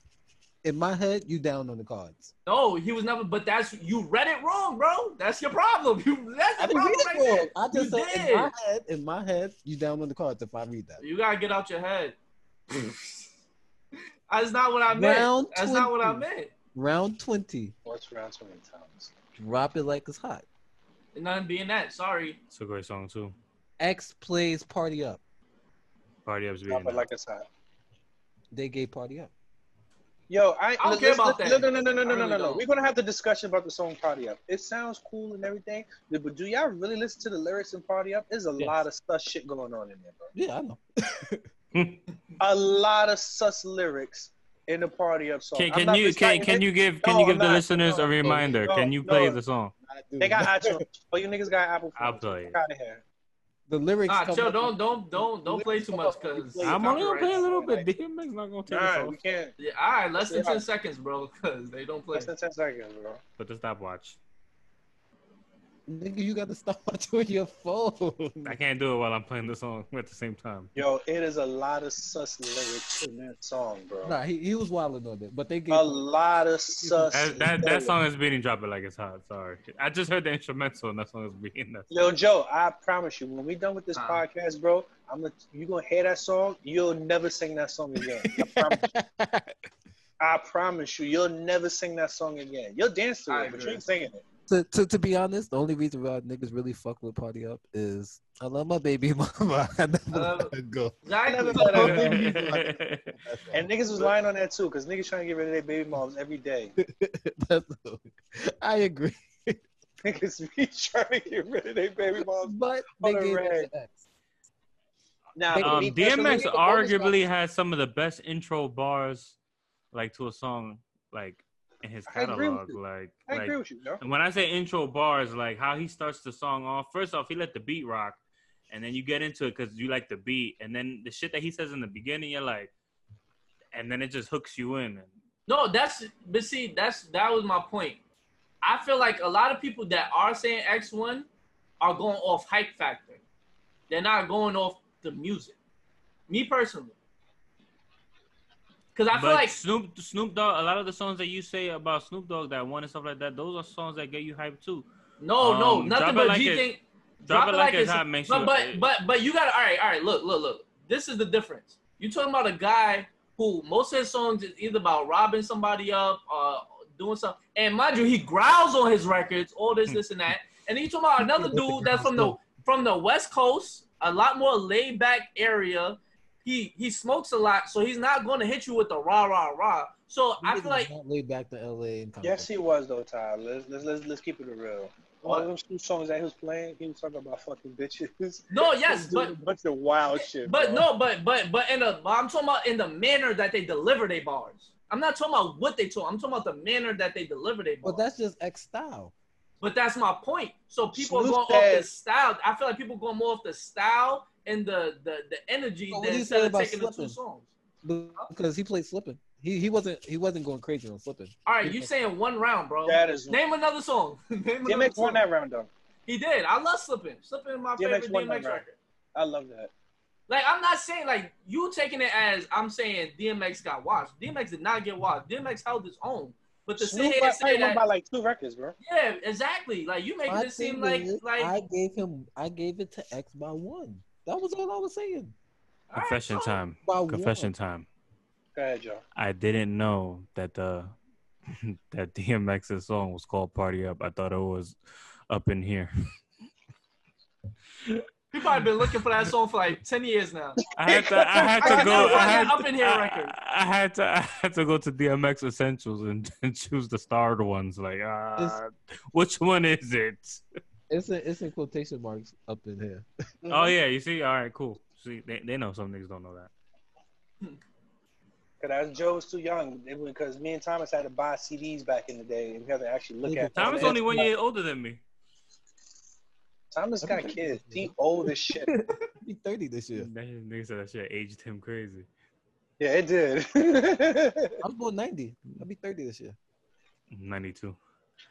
S2: In my head, you down on the cards.
S1: No, he was never. But that's you read it wrong, bro. That's your problem. You that's the
S2: I didn't
S1: problem
S2: read it
S1: right
S2: wrong.
S1: there.
S2: I just
S1: You
S2: said in my
S1: did.
S2: head, in my head, you down on the cards if I read that.
S1: You gotta get out your head. that's not what I meant.
S2: Round
S1: that's not what I
S2: 20.
S1: meant.
S2: Round twenty,
S4: What's round so many times?
S2: drop it like it's hot.
S1: None being that. Sorry.
S3: It's a great song too.
S2: X plays party up.
S3: Party Up's
S4: Drop
S3: being
S4: it like it's hot.
S2: They gave party up.
S4: Yo, I,
S1: I don't
S4: let's-
S1: care about
S4: let's-
S1: that.
S4: No, no, no, no,
S1: I
S4: no, no,
S1: really
S4: no, no.
S1: don't.
S4: We're gonna have the discussion about the song "Party Up." It sounds cool and everything, but do y'all really listen to the lyrics in "Party Up"? There's a
S2: Yes.
S4: lot of sus shit going on in there, bro.
S2: Yeah, I know.
S4: A lot of sus lyrics in the "Party Up" song.
S3: Can,
S4: I'm
S3: can
S4: not
S3: you can,
S4: reciting
S3: can
S4: it.
S3: you give can
S4: No,
S3: you give
S4: I'm
S3: the
S4: not.
S3: listeners
S4: No,
S3: a reminder?
S4: no,
S3: can you play
S4: no.
S3: the song?
S4: They got iTunes, but you niggas got Apple.
S3: I'll
S4: phones.
S3: play it.
S4: Get out of here.
S2: the lyrics.
S1: Ah,
S2: come
S1: chill.
S2: up-
S1: Don't don't don't don't play too much, cause
S4: Play
S3: I'm only gonna play a
S4: copyright.
S3: little bit. DMX not gonna take
S4: All
S3: us
S4: right,
S3: off.
S4: we can't.
S1: Yeah, all right, less than
S4: Yeah.
S1: ten seconds, bro, cause they don't play.
S4: Less than ten seconds, bro.
S3: Put the stopwatch.
S2: Nigga, you got to stop doing your phone.
S3: I can't do it while I'm playing the song at the same time.
S4: Yo, it is a lot of sus lyrics in that song, bro.
S2: Nah, he, he was wilding on it, but they gave
S4: A lot of sus.
S3: That, that, that
S4: lyrics.
S3: song is beating drop it like it's hot. Sorry, I just heard the instrumental and that song is beating that.
S4: Yo, Joe, I promise you, when we done with this
S1: Uh.
S4: podcast, bro, I'm gonna you gonna hear that song. You'll never sing that song again. I promise, I promise you, you'll never sing that song again. You'll dance to
S1: I
S4: it, but you
S1: agree.
S4: ain't singing it.
S2: to, to to be honest, the only reason why niggas really fuck with Party Up is I love my baby mama. I never
S1: Uh,
S2: let her go.
S1: Exactly.
S4: Never let her
S3: Yo,
S4: And niggas was lying on that too, cause niggas trying to get rid of their baby moms every day.
S2: That's all. I agree.
S4: niggas be trying to get rid of their baby moms.
S2: But
S4: On
S2: they
S4: a
S2: gave
S4: rag.
S2: it to X.
S4: Now,
S2: Um,
S3: um,
S4: me personally,
S3: DMX arguably has some of the best intro bars, like to a song, like in his
S4: I agree with
S3: catalog.
S4: you.
S3: Like,
S4: I
S3: like
S4: agree with you, yo.
S3: And when I say intro bars, like how he starts the song off, first off, he let the beat rock, and then you get into it because you like the beat, and then the shit that he says in the beginning, you're like, and then it just hooks you in.
S1: No, that's but see, that's that was my point. I feel like a lot of people that are saying X one are going off hype factor. They're not going off the music. Me personally, because I feel
S3: but
S1: like
S3: Snoop Snoop Dogg, a lot of the songs that you say about Snoop Dogg that won and stuff like that, those are songs that get you hyped too.
S1: no, no,
S3: um, Drop
S1: nothing
S3: It
S1: but
S3: Like
S1: G
S3: It-
S1: thing.
S3: Drop, it like it's
S1: It's-
S3: hot makes
S1: but,
S3: you.
S1: But but but you got all right, all right. Look, look, look. This is the difference. You talking about a guy who most of his songs is either about robbing somebody up or doing something. And mind you, he growls on his records, all this, this, and that. And then you talking about another dude that's from the from the West Coast, a lot more laid back area. He he smokes a lot, so he's not going to hit you with the rah rah rah. So I
S2: Niggas
S1: feel like
S2: not laid back to L.A. and
S4: Yes, he was though, Ty. Let's let's let's, let's keep it real. All
S1: What?
S4: of them two songs that he was playing, he was talking about fucking bitches.
S1: no, yes,
S4: Doing
S1: but
S4: a bunch of wild shit.
S1: But
S4: bro.
S1: no, but but but in the but I'm talking about in the manner that they deliver their bars. I'm not talking about what they told. I'm talking about the manner that they deliver their bars.
S2: But that's just X style.
S1: but that's my point. So people
S4: Snoop
S1: are going off the
S4: said-
S1: style. I feel like people going more off the style and the the, the energy
S2: But what
S1: than
S2: do you
S1: instead
S2: say
S1: of
S2: about
S1: taking the two
S2: slipping?
S1: songs.
S2: Because he played slipping. He he wasn't he wasn't going crazy on slipping.
S1: All right, you saying one round, bro?
S4: that is
S1: Name another song. Name another
S4: DMX won
S1: song.
S4: that round though.
S1: He did. I love slipping. Slipping is my
S4: DMX
S1: favorite
S4: won that
S1: DMX
S4: round.
S1: record.
S4: I love that.
S1: Like I'm not saying like you taking it as I'm saying DMX got watched. DMX did not get watched. DMX held his own. But to sit
S4: Snoop
S1: here
S4: I
S1: and say
S4: won
S1: that,
S4: by like two records, bro.
S1: yeah, exactly. Like you making
S2: My
S1: it seem
S2: thing
S1: like
S2: is,
S1: like
S2: I gave him I gave it to X by one. That was all I was saying.
S1: all right,
S3: Confession
S1: so-
S3: time.
S2: By one.
S3: Confession time.
S4: Go ahead, Joe.
S3: I didn't know that the that DMX's song was called "Party Up." I thought it was up in here.
S1: You probably been looking for that song for like ten years now.
S3: I had to. I had to go. I had
S1: Up in here
S3: I-
S1: record.
S3: I, I had to. I had to go to DMX Essentials and, and choose the starred ones. Like, uh, which one is it?
S5: It's a, it's in quotation marks up in here.
S4: Mm-hmm.
S3: Oh yeah, you see? All right, cool. See, they, they know some niggas don't know that.
S4: Because Joe was too young. It- Because me and Thomas had to buy CDs back in the day, and we had to actually look
S5: Nigga,
S4: at. them.
S3: Thomas only one year older than me.
S4: Thomas got kids. He old as shit.
S2: Be thirty this year.
S3: That shit- nigga said that shit aged him crazy.
S4: Yeah, it did.
S2: I'm born ninety. I'll be thirty this year.
S3: Ninety-two.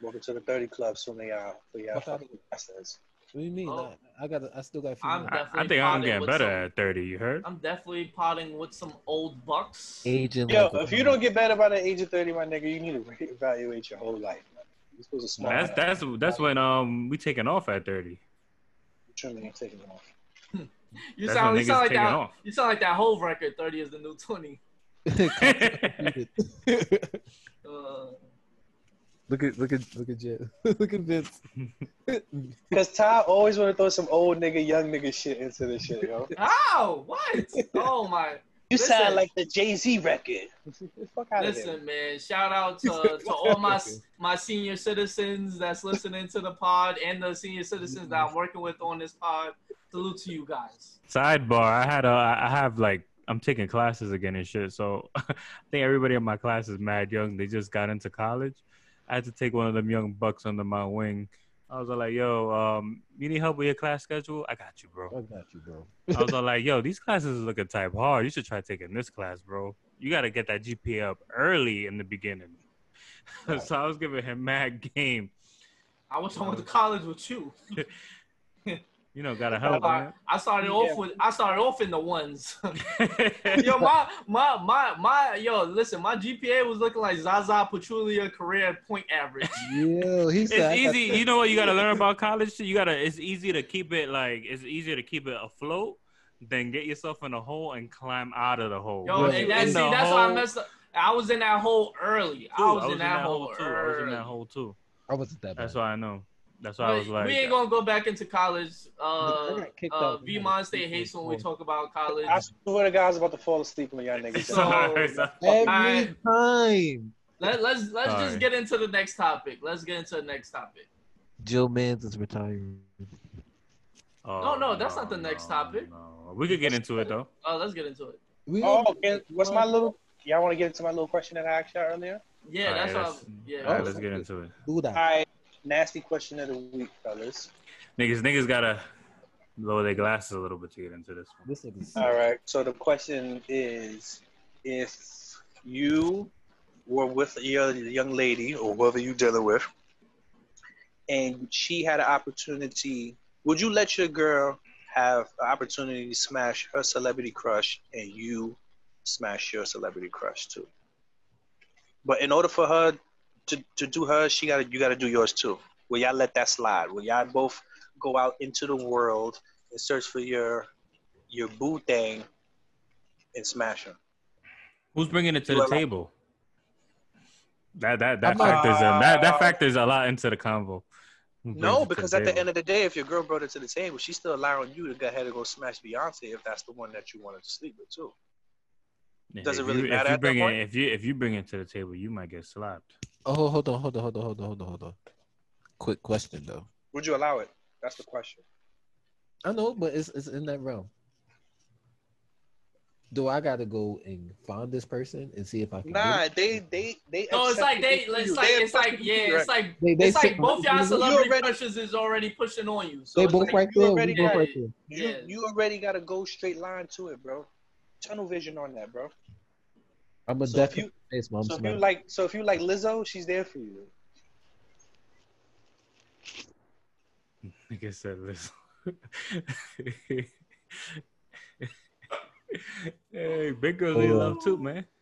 S4: Welcome to the 30 Club, so for y'all, for y'all
S2: What
S4: fucking bastards.
S2: What do you mean?
S1: Oh.
S2: I, I got. I still got. a few
S1: I'm
S2: more.
S3: I, I
S1: Definitely
S3: think I'm
S1: potted
S3: getting
S1: with
S3: better
S1: some-
S3: at thirty. You heard?
S1: I'm definitely potting with some old bucks.
S2: Aging.
S4: Yo,
S2: like a
S4: if you don't get better by the age of 30, my nigga, you need to reevaluate your whole life, man. You're supposed to smart.
S3: That's that's that's when um we taking off at thirty.
S4: trimming and taking off.
S1: You
S3: That's
S1: sound
S3: when
S1: you sound
S3: niggas
S1: like
S3: taking
S1: that.
S3: off.
S1: You sound like that whole record. Thirty is the new twenty. Uh,
S2: look at look at look at Jet. look at Vince.
S4: Because Ty always want to throw some old nigga, young nigga shit into this shit, yo.
S1: ow! What? Oh my!
S4: You
S1: Listen.
S4: sound like the Jay Z record. Fuck out of here.
S1: Listen, man. Shout out to, to all my my senior citizens that's listening to the pod and the senior citizens that
S4: Mm-hmm.
S1: I'm working with on this pod. Salute to you guys.
S3: Sidebar: I had a I have like I'm taking classes again and shit. So I think everybody in my class is mad young. They just got into college. I had to take one of them young bucks under my wing. I was all like, "Yo, um, you need help with your class schedule? I got you, bro."
S2: I got you, bro.
S3: I was all like, yo, these classes is looking type hard. You should try taking this class, bro. You got to get that GPA up early in the beginning. so I was giving him mad game.
S1: I wish I went to college with you.
S3: You know, got to
S1: I
S3: help, man.
S1: started, I started
S4: Yeah.
S1: off with I started off in the ones. yo, my my my my yo, listen, my GPA was looking like Zaza Pachulia career point average.
S2: Yo, he
S3: It's
S2: said. I got-
S3: easy. You know what you got to learn about college? shit? You got to, it's easy to keep it like, it's easier to keep it afloat than get yourself in a hole and climb out of the hole.
S1: Yo,
S2: Right.
S3: Once you
S1: and that,
S3: in
S1: see,
S3: the
S1: that's why I
S3: hole,
S1: messed up. I was in that hole early.
S3: too.
S1: I was, in that, hole,
S3: too.
S1: early.
S3: I was in that hole too.
S2: I wasn't that bad.
S3: That's why I know. That's why I was
S1: But
S3: like,
S1: we ain't gonna go back into college.
S2: I
S1: Uh,
S2: got kicked
S1: uh
S2: out when I
S1: Vermont
S2: was
S1: State hates when we
S2: 24.
S1: talk about college.
S4: I swear to God, I was about to fall asleep when y'all niggas.
S1: So-
S4: died.
S3: Sorry, sorry.
S1: I-
S4: Oh,
S2: Every time,
S1: Let, let's let's
S3: Sorry.
S1: just get into the next topic. Let's get into the next topic.
S2: Joe Mans is retiring.
S3: Oh,
S1: no, that's not the next topic.
S3: no. We could get into it though.
S1: Uh, let's get into it.
S2: We
S4: Oh, okay. what's my little? Y'all want to get into my little question that I asked y'all earlier?
S1: Yeah,
S3: All
S1: that's
S3: right,
S1: what.
S3: let's-
S1: I'm- yeah.
S3: all right,
S2: Oh,
S3: let's get into it.
S2: do
S4: All
S2: that.
S4: right, nasty question of the week, fellas.
S3: Niggas, niggas gotta lower their glasses a little bit to get into this one.
S2: This nigga's
S4: All right. So the question is, if you were with your young lady or whoever you dealing with, and she had an opportunity, would you let your girl have an opportunity to smash her celebrity crush, and you smash your celebrity crush too? But in order for her to, to do her, she got to you got to do yours too. Will y'all let that slide? Will y'all both go out into the world and search for your your boo thing and smash him.
S3: Who's bringing it to the
S4: Well,
S3: table? That that that
S2: I'm not-
S3: factors in, that that factors a lot into the convo. Who brings it
S4: No,
S3: to
S4: because
S3: the
S4: at the
S3: table?
S4: end of the day, if your girl brought it to the table, she's still allowing you to go ahead and go smash Beyonce if that's the one that you wanted to sleep with too.
S3: Yeah,
S4: does it
S3: if
S4: really
S3: you,
S4: matter
S3: If you
S4: at that
S3: bring
S4: point?
S3: it, if you if you bring it to the table, you might get slapped.
S2: Oh, hold on, hold on, hold on, hold on, hold on, hold on. Quick question though.
S4: Would you allow it? That's the question.
S2: I know, but it's it's in that realm. Do I gotta go and find this person and see if I can?
S4: Nah,
S2: get it?
S4: they they they.
S1: No, it's
S4: accept
S1: like they.
S4: it to
S1: It's
S4: you.
S1: like
S4: They
S1: it's like
S4: accept it to
S1: yeah.
S4: you,
S1: It's
S4: right?
S1: like
S2: They, they
S1: it's like
S2: sit-
S1: both y'all celebrity
S4: already-
S1: crushes is already pushing on you. So
S2: They
S1: it's
S2: both
S1: like,
S2: right
S4: you
S2: there.
S4: already
S2: we both
S1: got
S2: right
S1: it.
S2: there.
S4: you
S1: yeah.
S4: you already got a go straight line to it, bro. Tunnel vision on that, bro.
S2: I'm a
S4: So if
S2: definite
S4: you-
S2: face, mom.
S4: so if you like, so if you like Lizzo, she's there for you.
S3: Nigga said this. hey, big girls need
S2: Oh.
S3: love too, man.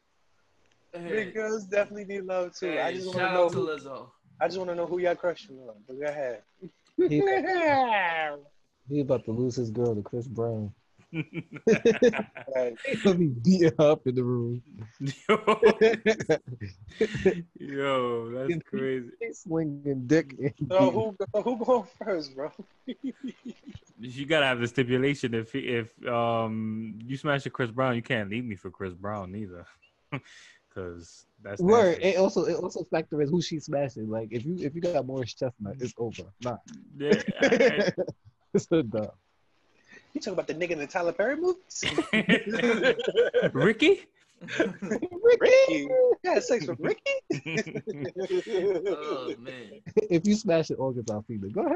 S1: Hey,
S4: Big girls definitely need love too. I
S1: hey,
S4: just want to
S1: shout
S4: know.
S1: out to
S4: Who,
S1: Lizzo.
S4: I just want to know who y'all crushing on. But go ahead.
S2: he, he about to lose his girl to Chris Brown.
S4: Like,
S2: He'll be beat up in the room.
S3: Yo, that's crazy.
S2: He's slinging dick. and
S4: So
S2: beating.
S4: who go- who going first, bro?
S3: You gotta have the stipulation if if um you smash a Chris Brown, you can't leave me for Chris Brown neither. Cause that's
S5: Word.
S3: nasty.
S5: It also it also factors who she's smashing. Like if you if you got Morris Chestnut, it's over. Nah,
S3: Yeah, I-
S5: it's a dub.
S4: You talking about the nigga in the Tyler Perry movies?
S3: I- Ricky?
S4: Ricky. You had sex with Ricky?
S1: Oh man,
S5: If you smash it, August Alsina, go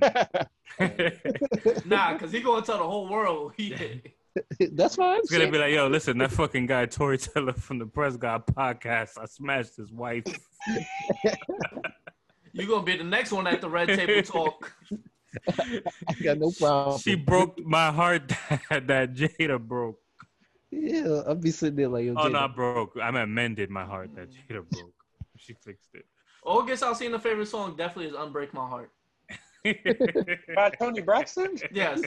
S5: ahead.
S3: it's
S1: nah, because he gonna tell the whole world he did.
S5: That's fine.
S3: gonna be like, yo, listen, that fucking guy Tori Teller from the Press Guy podcast, I smashed his wife.
S1: You gonna be the next one at the red table talk.
S5: I got no problem.
S3: She broke my heart that, that Jada broke.
S5: Yeah, I'll be sitting there like, yo,
S3: Oh
S5: Jada,
S3: no, I broke. I meant mended my heart that Jada broke. She fixed
S1: August Alsina's favorite song definitely is "Unbreak My Heart."
S3: it.
S4: By Tony Braxton?
S1: Yes,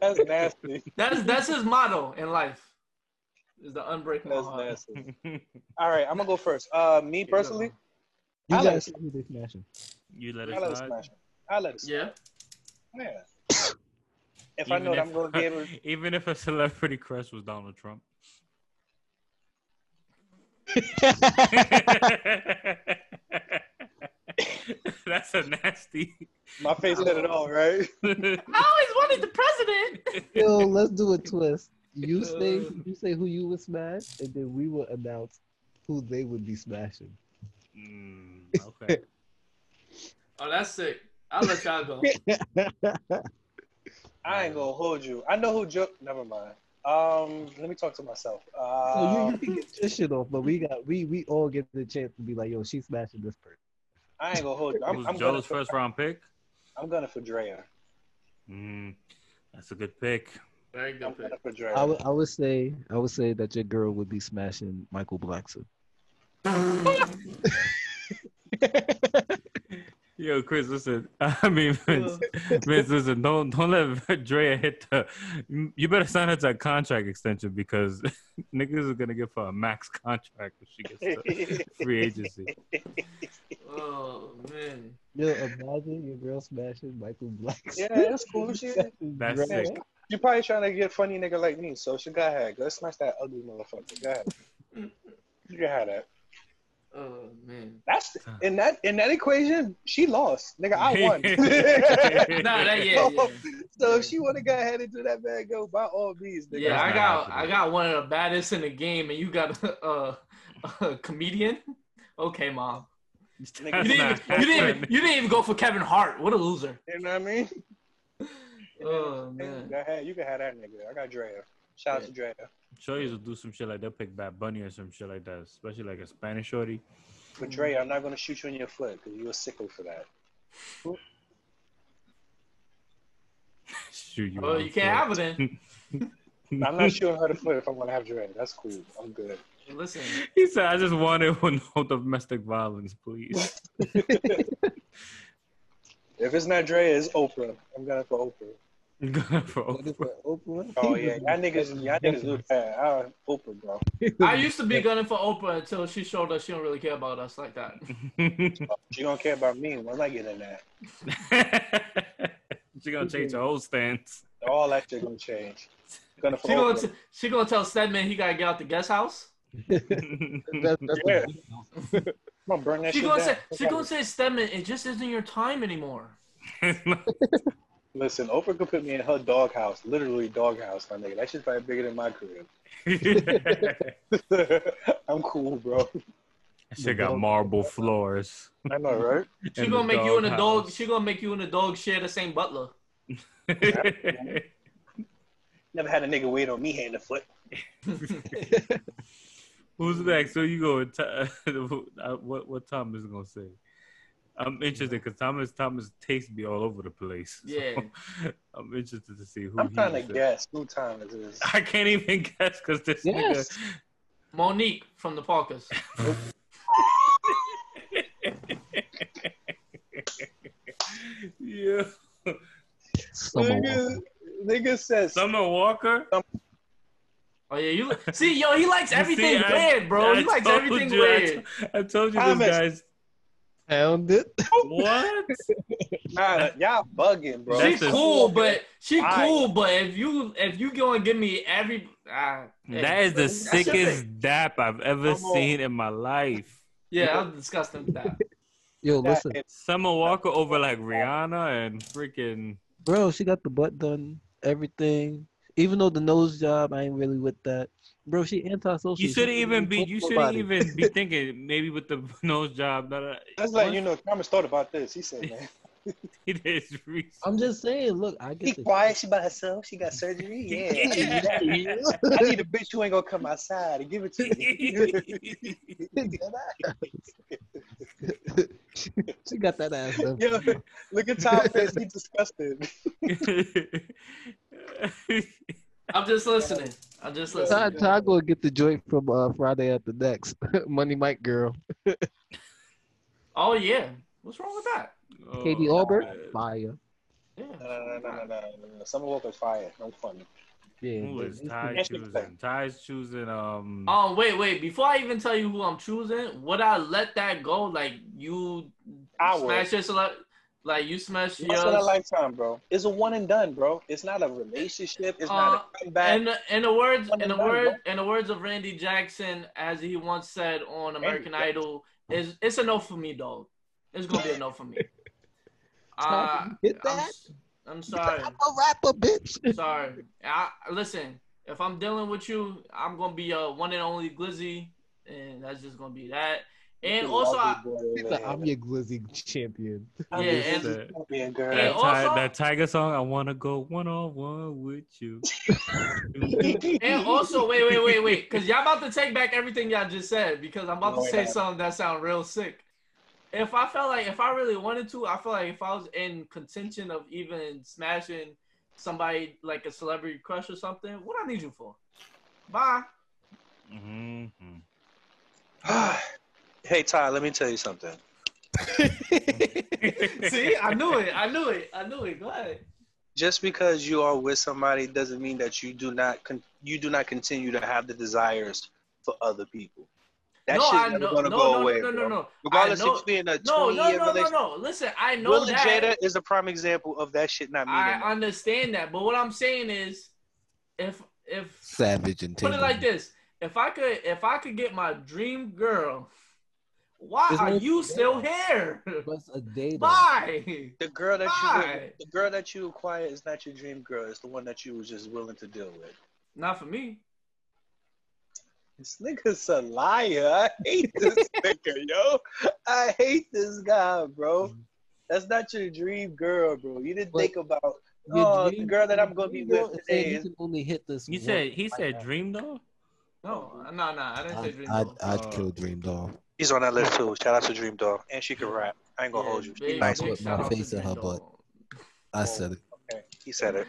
S4: That's nasty.
S1: that's that's his motto in life. Is the "Unbreak My
S4: That's
S1: Heart."
S4: nasty. All right, I'm gonna go first. Uh, me personally,
S5: you
S4: I
S5: gotta
S4: like-
S5: see who they smashing.
S3: you let
S4: I let it
S3: it
S4: smash.
S3: slide.
S4: him. I let it smash.
S1: Yeah,
S4: Yeah. If I know that I'm gonna be able,
S3: even if a celebrity crush was Donald Trump. That's a nasty.
S4: my face said it all, right?
S1: I always wanted the president.
S5: Yo, let's do a twist. You say you say who you would smash, and then we will announce who they would be smashing.
S3: Mm, okay.
S1: Oh, that's sick. I'll let y'all go.
S4: I ain't gonna hold you. I know who Joe. Never mind. Um, let me talk to myself.
S5: so you,
S4: Uh,
S5: you can get your shit off, but we got we we all get the chance to be like, yo, she's smashing this person.
S4: I ain't gonna hold you. I'm,
S3: was
S4: I'm gonna.
S3: Joe's
S4: For,
S3: first round pick?
S4: I'm gonna for Drea.
S3: Mm, that's a good pick.
S1: Very good
S4: I'm
S1: pick.
S4: gonna for Drea.
S5: I would I would say I would say that your girl would be smashing Michael Blackson.
S3: Yo, Chris, listen. I mean, Vince, Vince, listen. Don't don't let Drea hit the. You better sign her to a contract extension because niggas is gonna give her a max contract if she gets the free agency.
S1: Oh man.
S5: Yo, imagine your girl smashing Michael Blackson.
S4: Yeah, that's cool. She,
S3: That's
S5: Right.
S3: sick.
S4: she probably trying to get funny nigga like me, so she go ahead. Go smash that ugly motherfucker. Go ahead. You can have that.
S1: Oh man.
S4: That's in that in that equation. She lost, nigga. I won.
S1: Nah, that yeah, yeah.
S4: So if she want to go ahead and do that, man, go by all means. Nigga.
S1: Yeah,
S3: That's
S1: I
S3: not
S1: got I
S3: happening.
S1: got one of the baddest in the game, and you got a, a, a comedian. Okay, mom. You
S3: That's not
S1: didn't, even, you didn't even
S3: happening.
S1: you didn't even go for Kevin Hart. What a loser.
S4: You know what I mean?
S1: Oh
S4: Go
S1: man.
S4: ahead, you can have that nigga. I got Drea. Shout out to Drea.
S3: Shorties will do some shit like they'll pick Bad Bunny or some shit like that, especially like a Spanish shorty.
S4: But Drea, I'm not gonna shoot you in your foot because you a sicko for that.
S3: Shoot you.
S1: Oh, you can't have it then.
S4: I'm not shooting her the foot if I'm gonna have Drea. That's cool. I'm good.
S1: Listen,
S3: He said, "I just wanted with no domestic violence, please."
S4: If it's not Drea, it's Oprah. I'm gonna for Oprah.
S3: Bro.
S5: What if we're Oprah?
S4: Oh yeah, y'all niggas, y'all niggas do that. I, Oprah, bro.
S1: I used to be gunning for Oprah until she showed us she don't really care about us like that.
S4: She don't care about me once I get in that.
S3: she gonna change her whole stance.
S4: All that shit gonna change. Gonna for
S1: She gonna
S4: Oprah.
S1: t- she gonna tell Stedman he gotta get out the guest house.
S5: That- that's the-
S4: Yeah. I'm gonna burn that
S1: She
S4: shit
S1: gonna say
S4: down.
S1: she gonna say Stedman, it just isn't your time anymore.
S4: Listen, Oprah could put me in her doghouse, literally doghouse, my nigga. That shit's probably bigger than my crib. I'm cool, bro.
S3: she got marble floors.
S4: I know, right?
S1: She
S3: And
S1: gonna
S3: the
S1: make you and the dog.
S3: doghouse.
S1: She gonna make you and the dog share the same butler.
S4: Never had a nigga wait on me hand and foot.
S3: Who's next? So you go. T- uh, what what Tom is gonna say? I'm interested because Thomas Thomas taste be all over the place. So
S1: Yeah.
S3: I'm interested to see who.
S4: I'm
S3: he
S4: trying
S3: would
S4: to
S3: say.
S4: guess who time it is.
S3: I can't even guess because this
S5: Yes.
S1: Monique from the Parkers.
S3: nigga. Yeah.
S5: Someone
S4: Nigga, nigga says
S3: Summer Walker.
S1: Oh yeah, you see, yo, he likes
S3: You
S1: everything
S3: see, I-
S1: weird, bro. he
S3: I
S1: likes
S3: told
S1: everything
S3: you, I
S1: weird.
S3: t- I told you
S4: Thomas.
S3: this guys.
S5: found it.
S3: What?
S4: nah, y'all bugging, bro.
S1: She
S3: That's a-
S1: cool, but she
S4: Why?
S1: cool, but if you if you gonna give me every Ah, hey,
S3: That is the
S1: that's your
S3: sickest
S1: thing.
S3: dap I've ever
S4: Come on.
S3: seen in my life.
S1: Yeah, I'm disgusting with that.
S5: Yo,
S4: That
S5: listen,
S4: is-
S3: Summer Walker over like Rihanna and freaking.
S5: bro, she got the butt done, everything. Even though the nose job, I ain't really with that. Bro, she antisocial.
S3: You
S5: She
S3: shouldn't
S5: don't
S3: even be.
S5: fuck
S3: You
S5: nobody.
S3: shouldn't even be thinking maybe with the nose job. That uh,
S4: That's like you know, Thomas thought about this. He said, man,
S3: he did his research.
S5: I'm just saying. Look, I
S4: she
S5: get the
S4: quiet. She by herself. She got surgery. Yeah.
S3: Yeah.
S4: I need a bitch who ain't gonna come outside and give it to me.
S5: She got that ass done.
S4: Yo, look at Tom Fitz. He disgusted.
S1: I'm just listening. I'm just
S5: Todd,
S1: listening.
S5: Todd gonna get the joint from uh, Friday at the next Money Mike girl.
S1: Oh yeah, what's wrong with that?
S5: Katie
S3: Oh,
S5: Albert,
S3: man.
S5: fire.
S4: No,
S1: Yeah.
S4: no, no, no, no, no, no. Summer Walker's fire. No fun.
S5: Yeah.
S3: Who is
S5: dude.
S3: Ty choosing? Ty's choosing. Um.
S1: Um, wait, wait. Before I even tell you who I'm choosing, would I let that go? Like you
S4: I would.
S1: smash your select, like you smash
S4: Once in a
S1: yours.
S4: lifetime, bro. It's a one and done, bro. It's not a relationship. It's
S1: Uh,
S4: not a comeback.
S1: In the, in the words, in the
S4: One and done,
S1: word, in the words of Randy Jackson, as he once said on American
S4: Randy
S1: Idol, is it's a no for me, dog. It's gonna be a no for me. Uh,
S5: Todd, you get
S1: I'm,
S5: that?
S1: s- I'm sorry.
S5: I'm a rapper, bitch.
S1: Sorry. I listen. If I'm dealing with you, I'm gonna be a one and only Glizzy, and that's just gonna be that. And also, I,
S5: He's like, I'm your glizzy champion.
S1: yeah, and
S3: that,
S4: being girl.
S1: Hey,
S3: that, Ty-
S1: also-
S3: that Tiger song. I wanna go one on one with you.
S1: and also, wait, wait, wait, wait, because y'all about to take back everything y'all just said because I'm about
S4: No,
S1: to
S4: we're
S1: say
S4: not.
S1: something that sound real sick. If I felt like if I really wanted to, I feel like if I was in contention of even smashing somebody like a celebrity crush or something, what I need you for? Bye.
S3: Mhm.
S4: hey, Ty, let me tell you something.
S1: See, I knew it. I knew it. I knew it. Go ahead.
S4: Just because you are with somebody doesn't mean that you do not con- you do not continue to have the desires for other people. That
S1: no,
S4: shit's
S1: I
S4: never
S1: know.
S4: gonna
S1: no,
S4: go
S1: no,
S4: away.
S1: no, no,
S4: bro.
S1: no.
S4: Regardless
S1: I know-
S4: if you're in a
S1: No,
S4: 20
S1: no,
S4: year
S1: no, no,
S4: relationship.
S1: no. Listen, I know
S4: Will and
S1: that.
S4: Jada is a prime example of that shit not meaning.
S1: I understand that, but what I'm saying is, if if
S2: Savage and
S1: put it
S2: Tatum.
S1: like this, if I could if I could get my dream girl, why
S5: There's
S1: are
S5: no-
S1: you still here?
S2: Plus a data.
S1: Why?
S4: the girl that you
S1: Why?
S4: the girl that you acquire is not your dream girl. It's the one that you was just willing to deal with.
S1: Not for me.
S4: This nigga's a liar. I hate this nigga, yo. I hate this guy, bro. That's not your dream girl, bro. You didn't
S2: But
S4: think about
S2: Your
S4: oh the
S2: dream-
S4: girl that I'm
S2: your
S4: gonna be
S2: dream girl
S4: with
S2: is saying
S4: today.
S2: You can only hit this.
S3: You
S2: one.
S3: said he
S2: Like
S3: said
S2: that.
S3: dream though.
S1: No, no, no. I didn't say dream
S2: I'd,
S1: girl.
S2: I'd,
S3: Oh.
S2: I'd kill Dream Doll.
S4: He's on that list too. Shout out to Dream Doll. And she can rap. I ain't gonna hold you. She
S1: big-
S4: nice.
S2: I'll
S1: big
S2: put my
S1: shout out to
S2: face in
S1: Dream
S2: her
S1: Doll.
S4: Oh.
S2: I said it.
S4: Okay. He said it.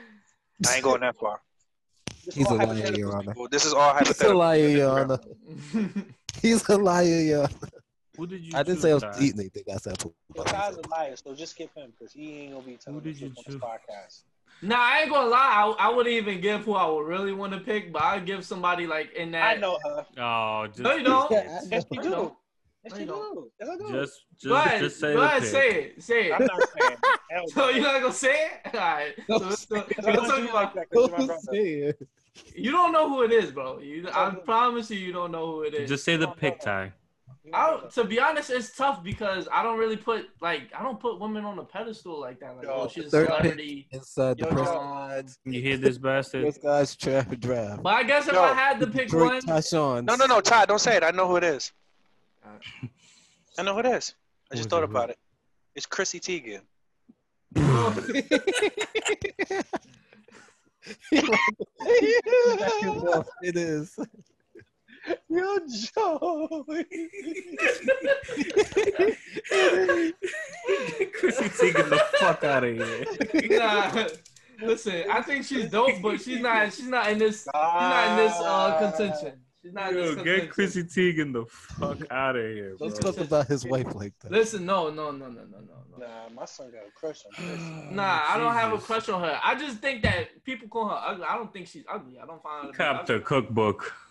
S4: I ain't going that far. This is
S2: He's
S4: all
S2: a liar,
S4: hypothetical,
S2: Your Honor.
S4: people. This is all
S2: He's a
S4: hypothetical.
S2: liar, Your
S5: uh,
S2: Honor. He's a liar, Your Honor.
S3: Who did you?
S2: I didn't
S3: choose,
S2: say I was E-
S3: Ty?
S2: eating anything. I said I put
S4: Yo,
S2: my face
S4: Ty's
S2: in
S4: a liar, so just skip him because he ain't gonna be telling
S3: did
S4: the
S3: you
S4: truth on this
S3: choose?
S4: podcast.
S1: Nah, I ain't gonna lie. I, I wouldn't even give who I would really want to pick, but I'd give somebody like in that.
S4: I know her.
S3: Oh, just
S1: No, you don't.
S2: it.
S4: Yes, you
S1: I
S4: do.
S1: know.
S4: Yes,
S1: I
S4: you
S1: know.
S4: do. Yes, I do.
S3: Just, just,
S1: Go ahead,
S3: just say
S1: go
S3: the
S1: ahead,
S3: pick.
S1: say it, say
S4: I'm
S1: it.
S4: not saying. Hell
S1: So
S4: no.
S1: you're not gonna say it? All right. So let's, talk-
S4: Because I
S1: let's
S4: don't
S1: talk
S4: do you like
S1: about.
S4: that 'cause you're my
S2: Don't
S4: brother.
S2: say it.
S1: You don't know who it is, bro. You, I promise you, you don't know who it is.
S3: Just say the
S4: No,
S3: pick,
S4: no.
S3: Ty.
S4: You're my
S1: I
S4: brother.
S1: don't, to be honest, it's tough because I don't really put like I don't put women on a pedestal like that. Like,
S4: Yo,
S1: oh, she's a
S2: third pick.
S1: celebrity.
S2: Inside the
S4: Yo,
S2: press,
S4: yo.
S1: Um,
S3: You hear this bastard?
S2: press guys trap draft.
S1: but I guess if
S4: Yo.
S1: I had to pick
S2: Detroit
S1: one,
S2: Tyshawn.
S4: No, no, no, Ty, don't say it. I know who it is.
S1: Alright.
S4: I know who it is. I
S3: Who is
S4: just
S3: it?
S4: thought
S3: Who-
S4: about it. It's Chrissy Teigen.
S1: oh,
S2: it is.
S4: Yo, Joe.
S3: Chrissy taking the fuck out of here.
S1: nah, listen, I think she's dope, but she's not. She's not in this. She's not in this
S4: Ah.
S1: uh, contention. She's not in this
S3: Yo,
S1: contention.
S3: get Chrissy Teigen the fuck out of here, bro.
S2: Don't talk about his wife like that.
S1: Listen, no, no, no, no, no, no, no.
S4: Nah, my son got a crush on Chrissy.
S1: Nah, I don't have a
S3: Jesus.
S1: crush on her. I just think that people call her ugly. I don't think she's ugly. I don't find her. to be
S3: Cop the
S1: ugly.
S3: cookbook.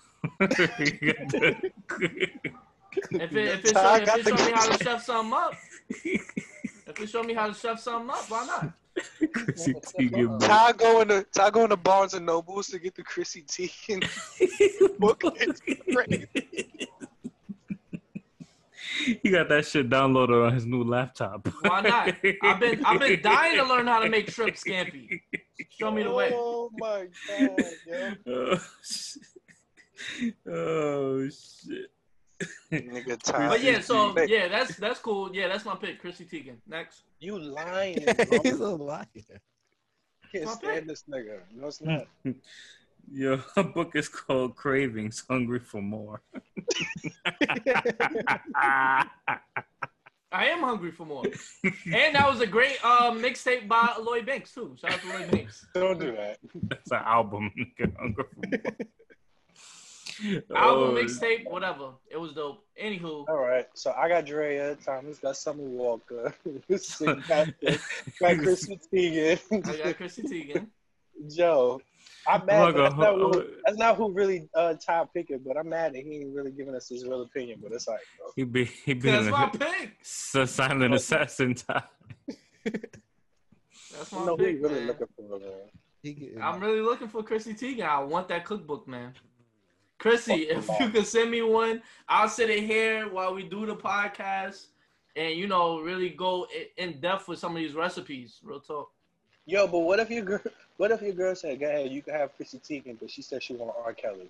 S1: If it, if it, show,
S4: Ty
S1: if
S4: got
S1: it
S4: the
S1: show me how to chef something up, if it show me how to chef something up, why not?
S3: Chrissy Teigen, bro.
S4: Ty going to Ty going to Barnes and Nobles to get the Chrissy Teigen book. It's great.
S3: He got that shit downloaded on his new laptop.
S1: Why not? I've been I've been dying to learn how to make shrimp scampi. Show me the way.
S4: Oh my god, yo.
S3: oh shit. Oh, shit.
S4: Nigga Ty.
S1: But yeah, so
S4: Hey,
S1: yeah, that's that's cool. Yeah, that's my pick, Chrissy Teigen. Next.
S4: you lying.
S5: He's
S4: Bro.
S5: a liar.
S4: I can't stand this nigga. No, it's not.
S3: Your book is called Cravings Hungry for More.
S1: I am hungry for more. and that was a great uh, mixtape by Lloyd Banks too. Shout out to Lloyd Banks.
S4: Don't do that.
S3: That's an album. nigga, Hungry for More.
S1: Album
S3: Oh,
S1: mixtape, whatever. It was dope. Anywho,
S4: All right. So I got Drea Thomas, got Summer Walker, Sid Patrick, got Chrissy
S1: I got
S4: Teigen,
S1: Chrissy Teigen.
S4: Joe. I'm
S3: I'm
S4: mad.
S3: not
S4: That's not,
S3: gonna-
S4: who, that's not who really uh, Ty picking, but I'm mad that he ain't really giving us his real opinion. But it's like, bro.
S3: He be he be
S1: That's Oh.
S3: in
S1: my
S3: a,
S1: pick.
S3: a silent assassin time.
S1: That's
S4: you
S1: my
S4: know, we
S1: pick.
S4: really
S1: man.
S4: looking for man.
S2: He getting,
S1: I'm really looking for Chrissy Teigen. I want that cookbook, man. Chrissy,
S4: Fuck
S1: if
S4: yeah.
S1: you could send me one, I'll sit in here while we do the podcast, and you know, really go i- in depth with some of these recipes. Real talk.
S4: Yo, but what if your girl? What if your girl said, "Go ahead, you can have Chrissy Teigen," but she said she want R. Kelly?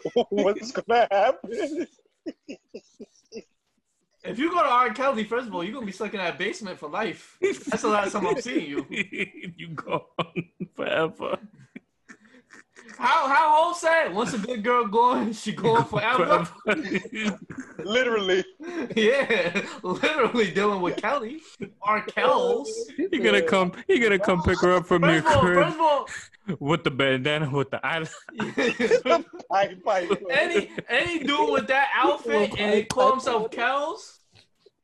S4: What's gonna happen?
S1: If you go to R. Kelly, first of all, you're gonna be stuck in that basement for life. That's the last time I'm seeing you.
S3: you gone forever.
S1: How how old said? Once a good girl going, she going forever.
S3: Forever.
S4: Literally,
S1: yeah, literally dealing with Kelly. R. Kells.
S3: he gonna come. He gonna come pick her up from your
S1: First of all,
S3: crib
S1: first of all,
S3: with the bandana, with the eyeliner.
S4: I fight.
S1: any any dude with that outfit and he call himself Kells,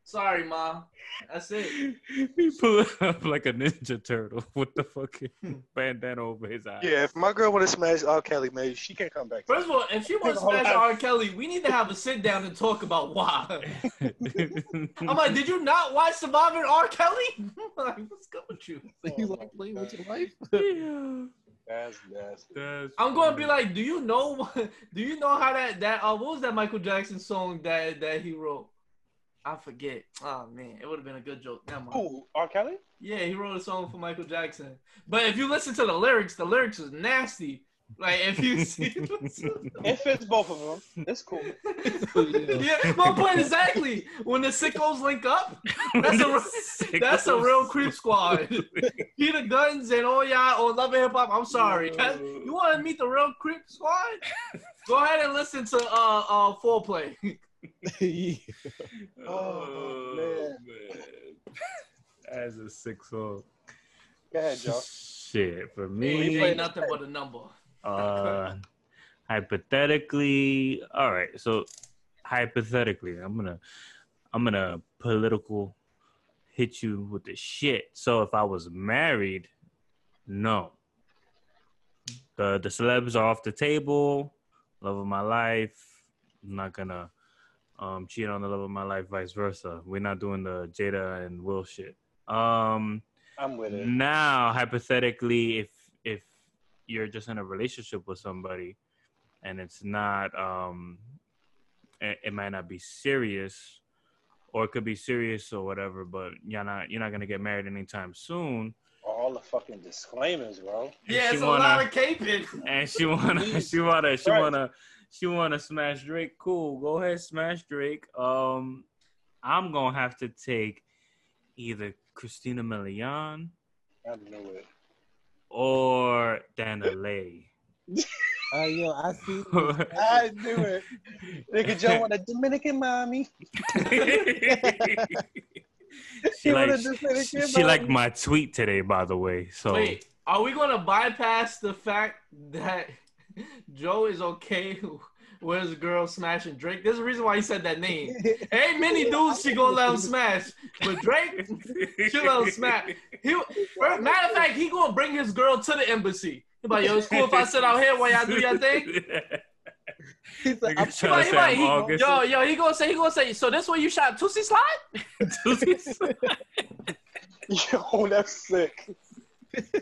S1: sorry, ma. That's it.
S3: He pull up like a ninja turtle with the fucking bandana over his eyes.
S4: Yeah, if my girl want to smash R. Kelly, man, she can't come back.
S1: First of all, if she wants to smash R. Kelly, we need to have a sit down and talk about why. I'm like, did you not watch Surviving R. Kelly? like, what's good with you?
S5: you
S2: Oh
S5: like playing with your life?
S3: Yeah,
S4: That's nasty.
S3: that's-
S1: I'm gonna be like, do you know, do you know how that that uh, what was that Michael Jackson song that that he wrote? I forget. Oh man, it would have been a good joke. Never mind.
S4: Who? R. Kelly?
S1: Yeah, he wrote a song for Michael Jackson. But if you listen to the lyrics, the lyrics is nasty. Like if you see,
S4: It fits both of them. It's cool.
S1: yeah, my point exactly. When the sickos link up, that's a real, that's a real creep squad. Peter Guns and all y'all on Love and Hip Hop. I'm
S3: Oh,
S1: sorry, That's- you want to meet the real creep squad? Go ahead and listen to uh uh foreplay.
S4: Oh,
S3: As a six old.
S4: Go ahead, Joe.
S3: Shit, for
S1: We
S3: me,
S1: play nothing but a number.
S3: uh, hypothetically, all right. So, hypothetically, I'm gonna, I'm gonna political hit you with the shit. So, if I was married, no. The the celebs are off the table. Love of my life. I'm not gonna um, cheat on the love of my life. Vice versa. We're not doing the Jada and Will shit. Um.
S4: I'm with it.
S3: Now, hypothetically, if if you're just in a relationship with somebody and it's not um it, it might not be serious or it could be serious or whatever, but you're not you're not gonna get married anytime soon.
S4: All the fucking disclaimers, bro.
S3: And
S1: Yeah,
S3: she
S1: it's a
S3: wanna-
S1: lot of caping.
S3: and she wanna she wanna she wanna she wanna smash Drake. Cool, go ahead, smash Drake. Um, I'm gonna have to take either Christina Milian
S4: I knew it.
S3: or Dana Lay.
S2: Oh, yo, I see.
S4: I knew it. Nigga Joe want a Dominican mommy.
S3: she
S4: You wanna
S3: like
S4: just finish
S3: she,
S4: your
S3: she liked
S4: bottle?
S3: my tweet today, by the way. So
S1: Wait, are we going to bypass the fact that Joe is okay with his girl smashing Drake? There's a reason why he said that name. Ain't many dudes she gonna let him smash, but Drake, she let him smash. He, matter of fact, he gonna bring his girl to the embassy. He like, yo, it's cool if I sit out here while y'all do your thing.
S2: He's like,
S3: Nigga
S2: I'm
S3: tryna
S1: he
S3: say
S1: might-
S3: I'm
S1: he-
S3: August.
S1: Yo, yo, he gonna say, he gonna say. So this way you shot Tootsie Slide?
S4: Yo, that's sick.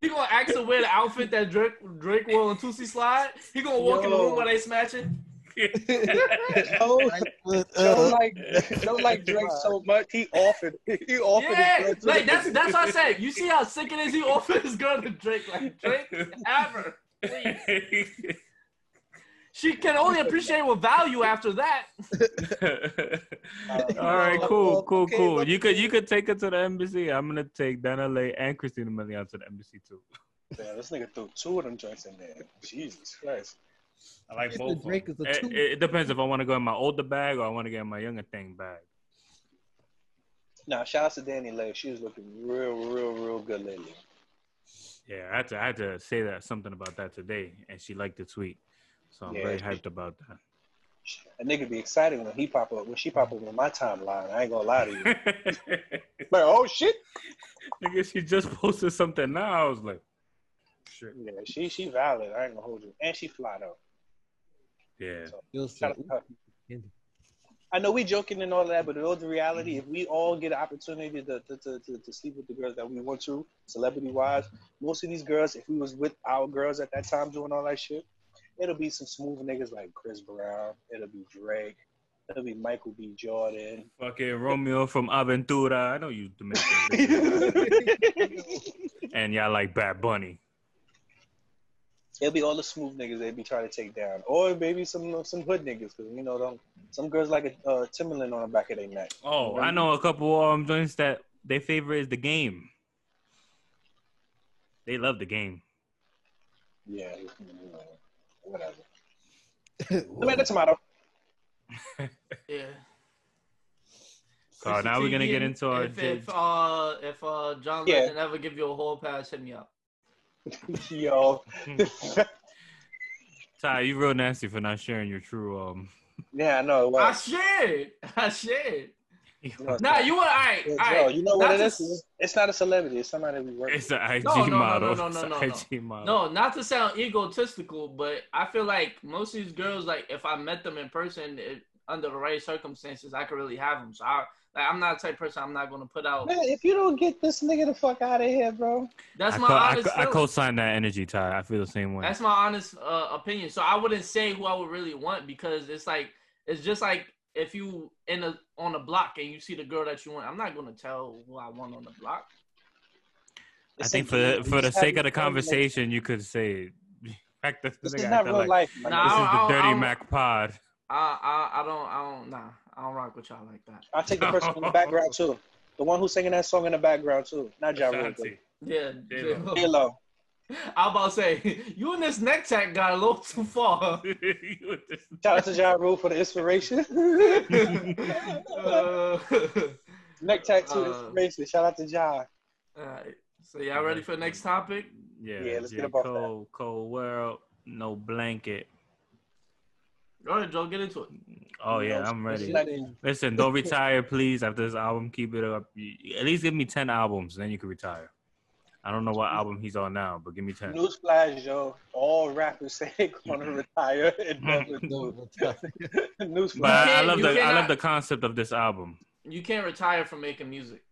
S1: He gonna ask her wear the outfit that Drake Drake wore on Tootsie Slide. He gonna walk in the
S4: Yo.
S1: room while they smashing.
S4: Joe,
S2: But,
S4: Joe
S2: uh,
S4: like Joe like Drake so much. He offered. He offered.
S1: Yeah,
S4: his girl to
S1: like that's that's what I said. You see how sick it is? He offered his girl to Drake. Like Drake, have her, please. She can only appreciate with value after that.
S3: All right, cool, cool,
S2: Oh, Okay,
S3: cool.
S2: but-
S3: You could you could take her to the embassy. I'm gonna take Dana Lay and Christina Milian to the embassy too.
S4: Yeah, this nigga threw two of them joints in there. Jesus Christ.
S3: I like
S2: If
S3: both.
S2: the
S3: of
S2: Drake
S3: them.
S2: is a
S3: It,
S2: two-
S3: it- it depends if I want to go in my older bag or I want to get in my younger thing bag.
S4: Now, shout out to Danny Lay. She was looking real, real, real good lately.
S3: Yeah, I had to I had to say that something about that today, and she liked the tweet, so I'm
S4: Yeah,
S3: very
S4: she-
S3: hyped about that.
S4: A nigga be excited when he pop up, when she pop up on my timeline. I ain't gonna lie to you. Like, oh shit.
S3: Nigga, she just posted something now. I was like, shit.
S4: Yeah, she she valid. I ain't gonna hold you. And she fly though.
S3: Yeah.
S2: you'll see.
S4: Shout out to her. I know we joking and all that, but in all the reality, if we all get an opportunity to, to, to, to, to sleep with the girls that we want to, celebrity wise, most of these girls, if we was with our girls at that time doing all that shit, it'll be some smooth niggas like Chris Brown, it'll be Drake, it'll be Michael B. Jordan.
S3: Fucking Romeo from Aventura. I know you Dominican. bitches.
S4: it'll
S3: and y'all like Bad Bunny.
S4: be all the smooth niggas they be trying to take down, or maybe some some hood niggas, because you know them. Some girls like a uh, Timberland on the back of their neck.
S3: Oh, I know a couple um joints that their favorite is the game. They love the game.
S4: Yeah, whatever. Tomato, tomato.
S1: Yeah.
S3: So Uh, now we're gonna get into our
S1: If,
S3: J-
S1: if uh if uh John
S4: Yeah.
S1: Legend ever give you a hall pass, hit me up.
S4: Yo.
S3: Ty, you real nasty for not sharing your true um.
S4: yeah, I know.
S1: I
S4: Well,
S1: should. I should.
S4: No,
S1: Nah, you were all right.
S4: Yo,
S1: All right.
S4: you know what
S1: Not
S4: it
S1: to
S4: is?
S1: s-
S4: It's not a celebrity. It's somebody we work
S3: It's
S4: with.
S3: an IG
S1: No, no, no,
S3: model.
S1: no, no,
S3: It's a
S1: no, no,
S3: IG model.
S1: No, not to sound egotistical, but I feel like most of these girls, like if I met them in person, it, under the right circumstances, I could really have them. So I, like, I'm not the type of person. I'm not gonna put out.
S4: Man, if you don't get this nigga the fuck out of here, bro.
S1: That's
S3: I
S1: my
S3: co- I
S1: honest.
S3: co- I
S1: feeling.
S3: co-sign that energy, Ty. I feel the same way.
S1: That's my honest uh, opinion. So I wouldn't say who I would really want because it's like it's just like if you in a on a block and you see the girl that you want, I'm not gonna tell who I want on the block.
S3: I
S4: It's
S3: think
S4: like, you
S3: for
S4: know,
S3: for the
S4: just
S3: sake of
S4: having
S3: the
S4: fun, like,
S3: conversation, you could say. Back the
S4: This
S3: nigga
S4: is
S3: acting
S4: not real
S3: like,
S4: life. my
S1: Nah,
S3: This is
S4: nigga.
S1: I
S3: the
S1: don't- I
S3: Dirty
S1: don't-
S3: Mac Pod.
S1: I I, I don't I don't nah I don't rock with y'all like that.
S4: I'll take the person in the background, too. The one who's singing that song in the background, too. Not Ja Rule.
S3: Ashanti.
S1: Yeah,
S3: J-Lo.
S1: J-Lo.
S4: Halo.
S1: I about to say you and this neck tack got a little too far.
S3: You just-
S4: Shout out to Ja Rule for the inspiration.
S1: Uh,
S4: Neck tattoo
S1: Uh,
S4: inspiration. Shout out to Ja.
S1: all right. So y'all ready for the next topic?
S3: yeah,
S4: Yeah, let's get
S3: J.
S4: up off that.
S3: Cole, Cold World, no blanket.
S1: Go ahead, Joe. Get into it.
S3: Oh
S4: You
S3: yeah,
S4: know,
S3: I'm
S4: it's
S3: ready.
S4: not even-
S3: Listen, don't retire, please. After this album, keep it up. You- At least give me ten albums, then you can retire. I don't know what album he's on now, but give me ten.
S4: Newsflash, yo. All rappers say they going
S3: Mm-hmm.
S4: to retire and never
S2: Don't
S4: do.
S2: retire.
S4: Newsflash.
S3: But I
S1: You
S3: love the I
S1: cannot-
S3: love the concept of this album.
S1: You can't retire from making music.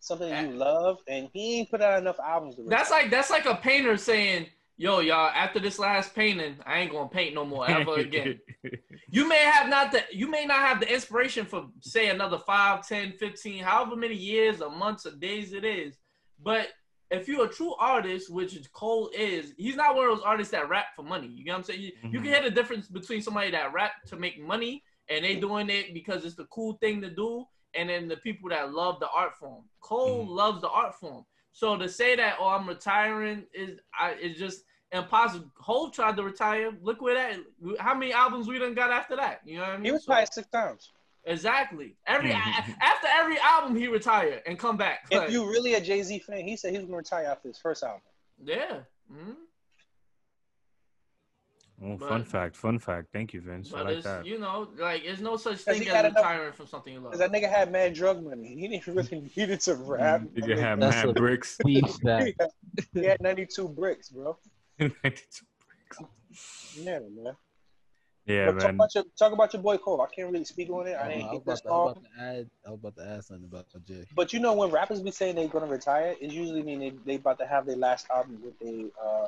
S4: something you
S2: Eh.
S4: love, and he ain't put out enough albums. To
S1: That's like that's like a painter saying, "Yo, y'all, after this last painting, I ain't gonna paint no more ever again." you may have not the you may not have the inspiration for say another five, ten, fifteen, however many years or months or days it is. But if you're a true artist, which is Cole is, he's not one of those artists that rap for money. You know what I'm saying? You, you can hear the difference between somebody that rap to make money and they doing it because it's the cool thing to do, and then the people that love the art form. Cole
S3: Mhm.
S1: loves the art form. So to say that, oh, I'm retiring is I is just impossible. Hove tried to retire. Look where that. How many albums we done got after that? You know what I mean?
S4: he was
S1: So-
S4: retired six times.
S1: exactly. Every
S3: Mhm.
S1: after every album, he retired and come back. Like,
S4: If you really a Jay Z fan, he said he was gonna retire after his first album.
S1: yeah. Mhm.
S3: Oh, fun
S1: But-
S3: fact, fun fact. Thank you, Vince. I
S1: But
S3: like
S1: it's
S3: that.
S1: you know like there's no such
S4: Has
S1: thing
S4: he
S1: as
S4: got enough-
S1: retiring from something you love.
S4: Cause that nigga had mad drug money. He didn't really needed to rap.
S3: Did you Mm-hmm. have
S2: That's
S3: Matt
S2: a-
S3: Bricks?
S2: Beef that.
S4: He had- he had ninety two bricks, bro. Yeah, man.
S3: Yeah,
S4: But talk,
S3: man.
S4: about your, talk about your boy Cole. I can't really speak on it. I
S2: I
S4: didn't
S2: was
S4: get
S2: about
S4: this
S2: to- I was
S4: song.
S2: about to add. I was about to add something about Jay.
S4: But you know when rappers be saying they're gonna retire, it usually mean they they about to have their last album with they uh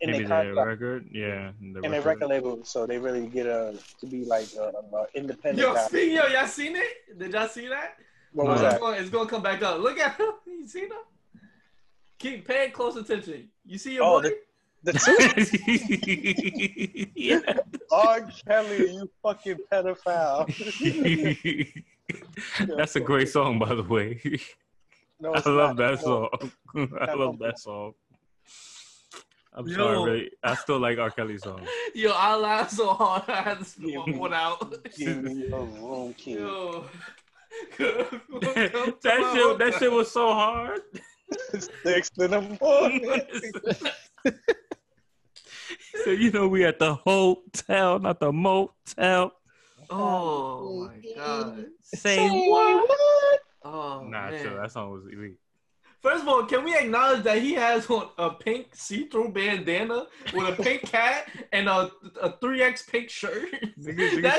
S4: in
S3: Maybe
S4: their
S3: the
S4: contract
S3: record. Yeah. The
S4: in their record label, so they really get a to be like a, a independent.
S1: Yo,
S4: rapper.
S1: speaking yo, y'all seen it? Did y'all see that?
S4: What
S3: No.
S4: was
S1: It's
S4: that?
S1: gonna, it's gonna come back up. Look at him. You see him? Keep paying close attention. You see your
S4: Oh,
S1: boy?
S4: The
S3: record.
S4: two
S3: yeah.
S4: R. Kelly, you fucking pedophile.
S3: That's a great song, by the way.
S4: no, it's
S3: I love
S4: not.
S3: that
S4: No.
S3: song. I love that song. I'm
S1: Yo.
S3: sorry, really. I still like R. Kelly songs.
S1: Yo, I laughed so hard. I had to spit my one out.
S4: Give me your room key.
S1: Yo.
S3: that shit, that shit was so hard.
S4: Six in the morning.
S3: so you know we at the hotel, not the motel.
S1: Oh my god.
S3: Say
S1: Oh
S3: Nah,
S1: man.
S3: chill. That song was elite.
S1: First of all, can we acknowledge that he has on a pink see-through bandana with a pink cat and a a three X pink shirt? That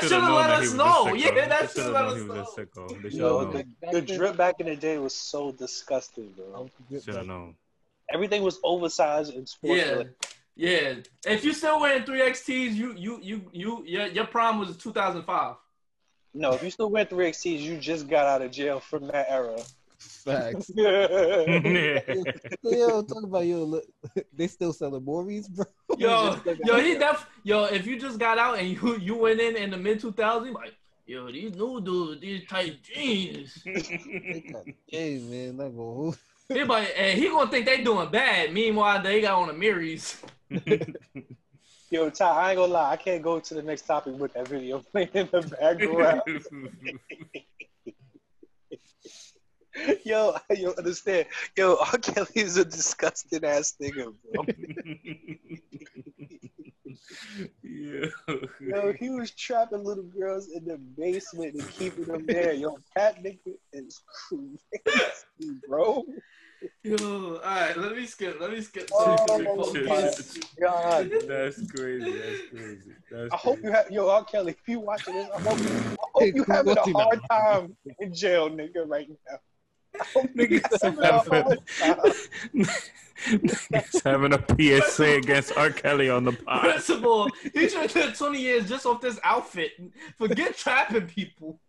S3: shoulda
S1: shoulda
S3: known
S1: let
S3: that he
S1: us
S3: was a
S1: know.
S3: sicko.
S1: Yeah,
S3: They
S1: that
S3: shoulda
S1: shoulda let
S3: known
S1: us
S3: he was a
S1: know.
S3: sicko. They
S4: Yo,
S3: should
S4: the,
S3: have
S4: the drip back in the day was so disgusting, bro.
S2: I'll forget that.
S3: known.
S4: Everything was oversized and sports.
S1: Yeah. Yeah. If you still wearing three XTs, you you you you your, your prime was two thousand five.
S4: No, if you still wear three XTs, you just got out of jail from that era.
S2: Facts. yo, talk about yo. Look, they still selling Maurice, bro.
S1: Yo,
S2: Just like-
S1: yo, he def yo, if you just got out and you you went in in the mid two thousands, like, yo, these new dudes, these tight jeans.
S2: Hey man, that go.
S1: They like, hey, he gonna think they doing bad. Meanwhile, they got on the mirrors.
S4: Yo, Ty, I ain't gonna lie, I can't go to the next topic with that video playing in the background. yo, yo, understand? Yo, R. Kelly is a disgusting ass nigga, bro.
S3: yeah.
S4: Yo, he was trapping little girls in the basement and keeping them there. Yo, that nigga is crazy, bro.
S1: Yo, all right, let me skip. Let me skip.
S4: Oh, God.
S3: That's crazy. That's crazy. That's
S4: I hope you have, yo, R. Kelly, if you watching this, I hope, I
S2: Hey,
S4: hope you
S2: cool
S4: having a
S2: watching
S4: hard time in jail, nigga, right now. I hope you
S3: Niggas
S4: having a hard time.
S3: having, Niggas having a PSA against R. Kelly on the pod.
S1: First of all, he should have did 20 years just off this outfit. Forget trapping people.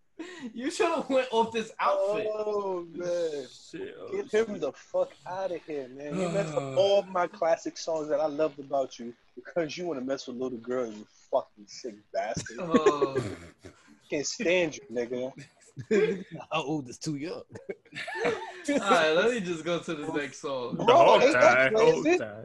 S1: You should have went off this outfit.
S4: Oh, man.
S3: Shit, oh,
S4: Get
S3: shit.
S4: him the fuck out of here, man. You messed up all my classic songs that I loved about you because you want to mess with little girls, you fucking sick bastard.
S1: Oh,
S4: can't stand you, nigga.
S2: How old is too young?
S1: all right, let me just go to the next song.
S3: The whole
S4: ain't that
S3: time. Whole
S4: crazy?
S3: time.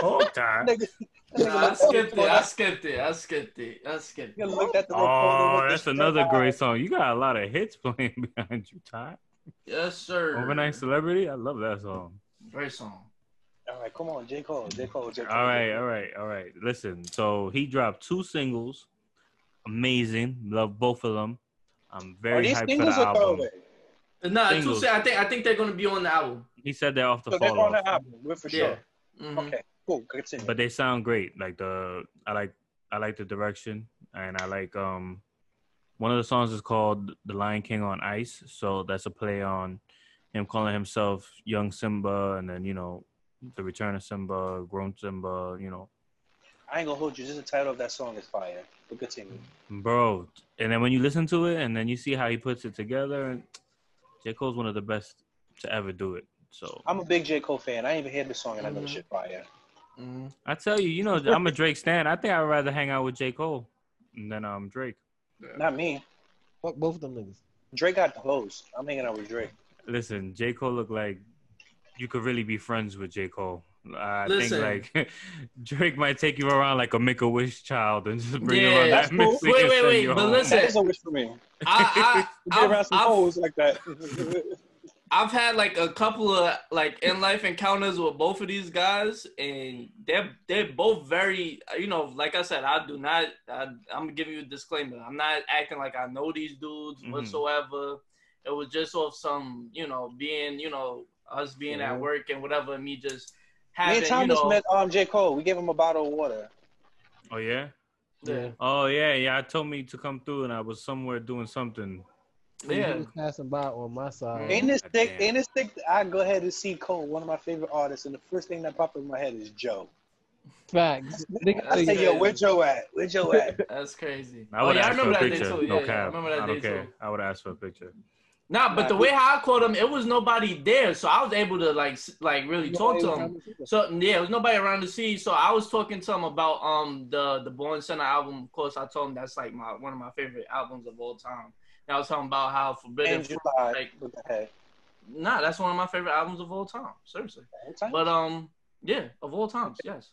S3: Whole time.
S4: Nigga, that nigga
S1: Nah, I
S4: looked at
S1: skipped
S4: the
S1: it. I
S4: recorder-
S1: skipped it. I skipped it. I skipped it.
S4: nigga looked at the recorder
S3: Oh,
S4: with
S3: that's
S4: his
S3: another
S4: shut
S3: great song. You got a lot of hits playing behind you, Ty.
S1: Yes, sir.
S3: Overnight Celebrity, I love that song.
S1: Great song.
S4: eye. All right, come on, J. Cole, J. Cole, J. Cole.
S3: All right, all right, all right. Listen, so he dropped two singles. Amazing. Love both of them. I'm
S4: Are
S3: very
S4: these
S3: hyped for the
S4: singles or
S3: album.
S4: throwaway?
S1: Nah, two
S3: Singles.
S1: se- I think I think they're gonna be on the album.
S3: He said they're off the
S4: So they're
S3: fall
S4: on
S3: off.
S4: the album, we're for
S1: Yeah.
S4: sure.
S1: Mhm.
S4: Okay, cool, continue.
S3: But they sound great. Like the I like I like the direction and I like um one of the songs is called The Lion King on Ice. So that's a play on him calling himself young Simba and then, you know, the return of Simba, grown Simba, you know,
S4: I ain't gonna hold you, just the title of that song is fire. But continue.
S3: Bro, and then when you listen to it, and then you see how he puts it together, and J. Cole's one of the best to ever do it. So
S4: I'm a big J. Cole fan. I ain't even heard the song and I know the
S1: Mhm.
S4: shit fire.
S1: Mhm.
S3: I tell you, you know, I'm a Drake stan. I think I'd rather hang out with J. Cole than um Drake.
S4: Not me.
S2: Fuck both of them niggas.
S4: Drake got the hose. I'm hanging out with Drake.
S3: Listen, J. Cole look like you could really be friends with J. Cole. I
S1: Listen.
S3: think like Drake might take you around like a Make a Wish child and just bring you around
S1: Yeah.
S3: that
S4: That's
S3: missing
S1: cool. Wait,
S3: and
S1: wait,
S3: send
S1: wait,
S3: you
S1: but
S3: home.
S1: listen.
S4: That is a wish for me.
S1: I, I,
S4: Get
S1: I,
S4: around some
S1: I,
S4: hoes like that.
S1: I've had like a couple of like in life encounters with both of these guys, and they're they're both very you know like I said I do not I, I'm giving you a disclaimer I'm not acting like I know these dudes
S3: Mhm.
S1: whatsoever. It was just off some you know being you know us being
S2: Yeah.
S1: at work and whatever and me just
S4: Me
S1: having
S4: and
S1: you
S4: Thomas
S1: know
S4: met um J. Cole. We gave him a bottle of water.
S3: Oh yeah,
S1: Yeah.
S3: Oh yeah, yeah. I told me to come through, and I was somewhere doing something.
S1: Yeah.
S2: Mm-hmm.
S5: He was passing by on my
S1: Mm-hmm.
S5: side.
S4: In this thing,
S3: Goddamn.
S4: in this thing, I go ahead and see Cole, one of my favorite artists, and the first thing that popped in my head is Joe.
S5: Facts.
S4: I say,
S1: That's
S4: yo,
S1: crazy.
S4: where Joe at? Where Joe at?
S1: That's crazy.
S3: I
S1: oh
S3: would
S1: yeah, I
S3: ask
S1: remember
S3: for a
S1: that day
S3: picture.
S1: too. Yeah,
S3: no
S1: yeah, I
S3: cap.
S1: remember that
S3: I
S1: day
S3: don't care.
S1: too.
S3: I would ask for a picture.
S1: Nah, but the way how I called him, it was nobody there, so I was able to like s- like really talk to him. So yeah, there was nobody around to see. So I was talking to him about um the the Born Center album. Of course, I told him that's like my one of my favorite albums of all time. And I was talking about how Forbidden.
S4: In July.
S1: like-
S4: Look ahead.
S1: Nah, that's one of my favorite albums of all time. Seriously,
S4: Okay.
S1: but um yeah, of all times, yes.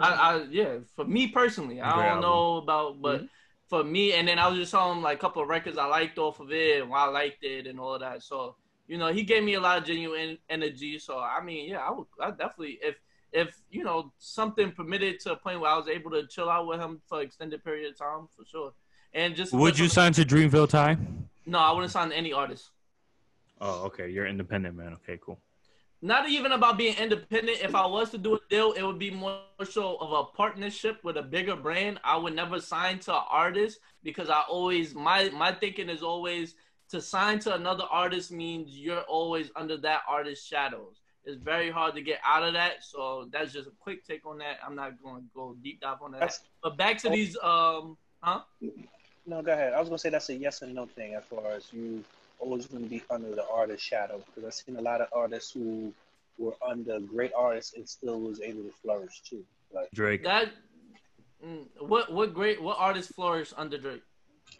S1: I,
S5: I,
S1: I yeah, for me personally, I
S3: Great
S1: don't
S3: album. Mm-hmm.
S1: know about, but for me, and then I was just telling him like a couple of records I liked off of it, and why I liked it, and all that. So you know, he gave me a lot of genuine energy. So I mean, yeah, I would, I definitely if if you know something permitted to a point where I was able to chill out with him for extended period of time for sure. And just
S3: Would you sign to Dreamville, Ty?
S1: No, I wouldn't sign any artist.
S3: Oh, okay. You're independent, man. Okay, cool.
S1: not even about being independent. If I was to do a deal, it would be more so of a partnership with a bigger brand. I would never sign to an artist because I always my my thinking is always to sign to another artist means you're always under that artist's shadows. It's very hard to get out of that. So that's just a quick take on that. I'm not going to go deep dive on that.
S4: That's-
S1: But back to these um huh?
S4: No, go ahead. I was gonna say that's a yes and no thing as far as you always gonna be under the artist shadow because I've seen a lot of artists who were under great artists and still was able to flourish too. Like
S3: Drake.
S1: That mm, what what great what artist flourished under Drake?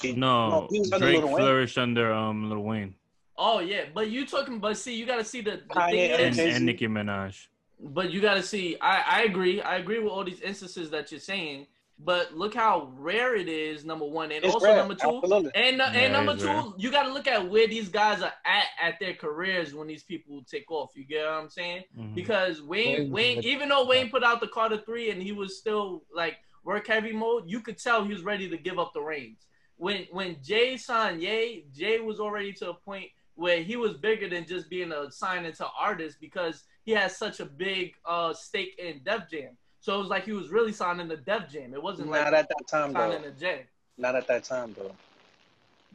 S4: he-
S3: no,
S4: he was under
S3: Drake
S4: Lil Wayne.
S3: flourished under um Lil Wayne
S1: Oh yeah, but you talking but see you got to see the, the
S4: Kanye
S1: thing
S4: and
S1: is,
S3: and,
S4: Jay-Z.
S3: and Nicki Minaj.
S1: But you got to see. I I agree. I agree with all these instances that you're saying. But look how rare it is. Number one, and
S4: It's
S1: also
S4: rare,
S1: number two,
S4: absolutely.
S1: and
S3: Yeah, it
S1: and number
S3: is
S1: two,
S3: rare.
S1: you got to look at where these guys are at at their careers when these people take off. You get what I'm saying?
S3: Mhm.
S1: Because Wayne,
S5: Wayne
S1: Wayne,
S5: had-
S1: even though Wayne put out the Carter Three and he was still like work heavy mode, you could tell he was ready to give up the reins. When when Jay signed Ye, Jay was already to a point where he was bigger than just being a signing to artist because he had such a big uh stake in Def Jam. So it was like he was really signing to Def Jam. It wasn't like
S4: Not at that time though.
S1: signing to Jay
S4: Not at that time though.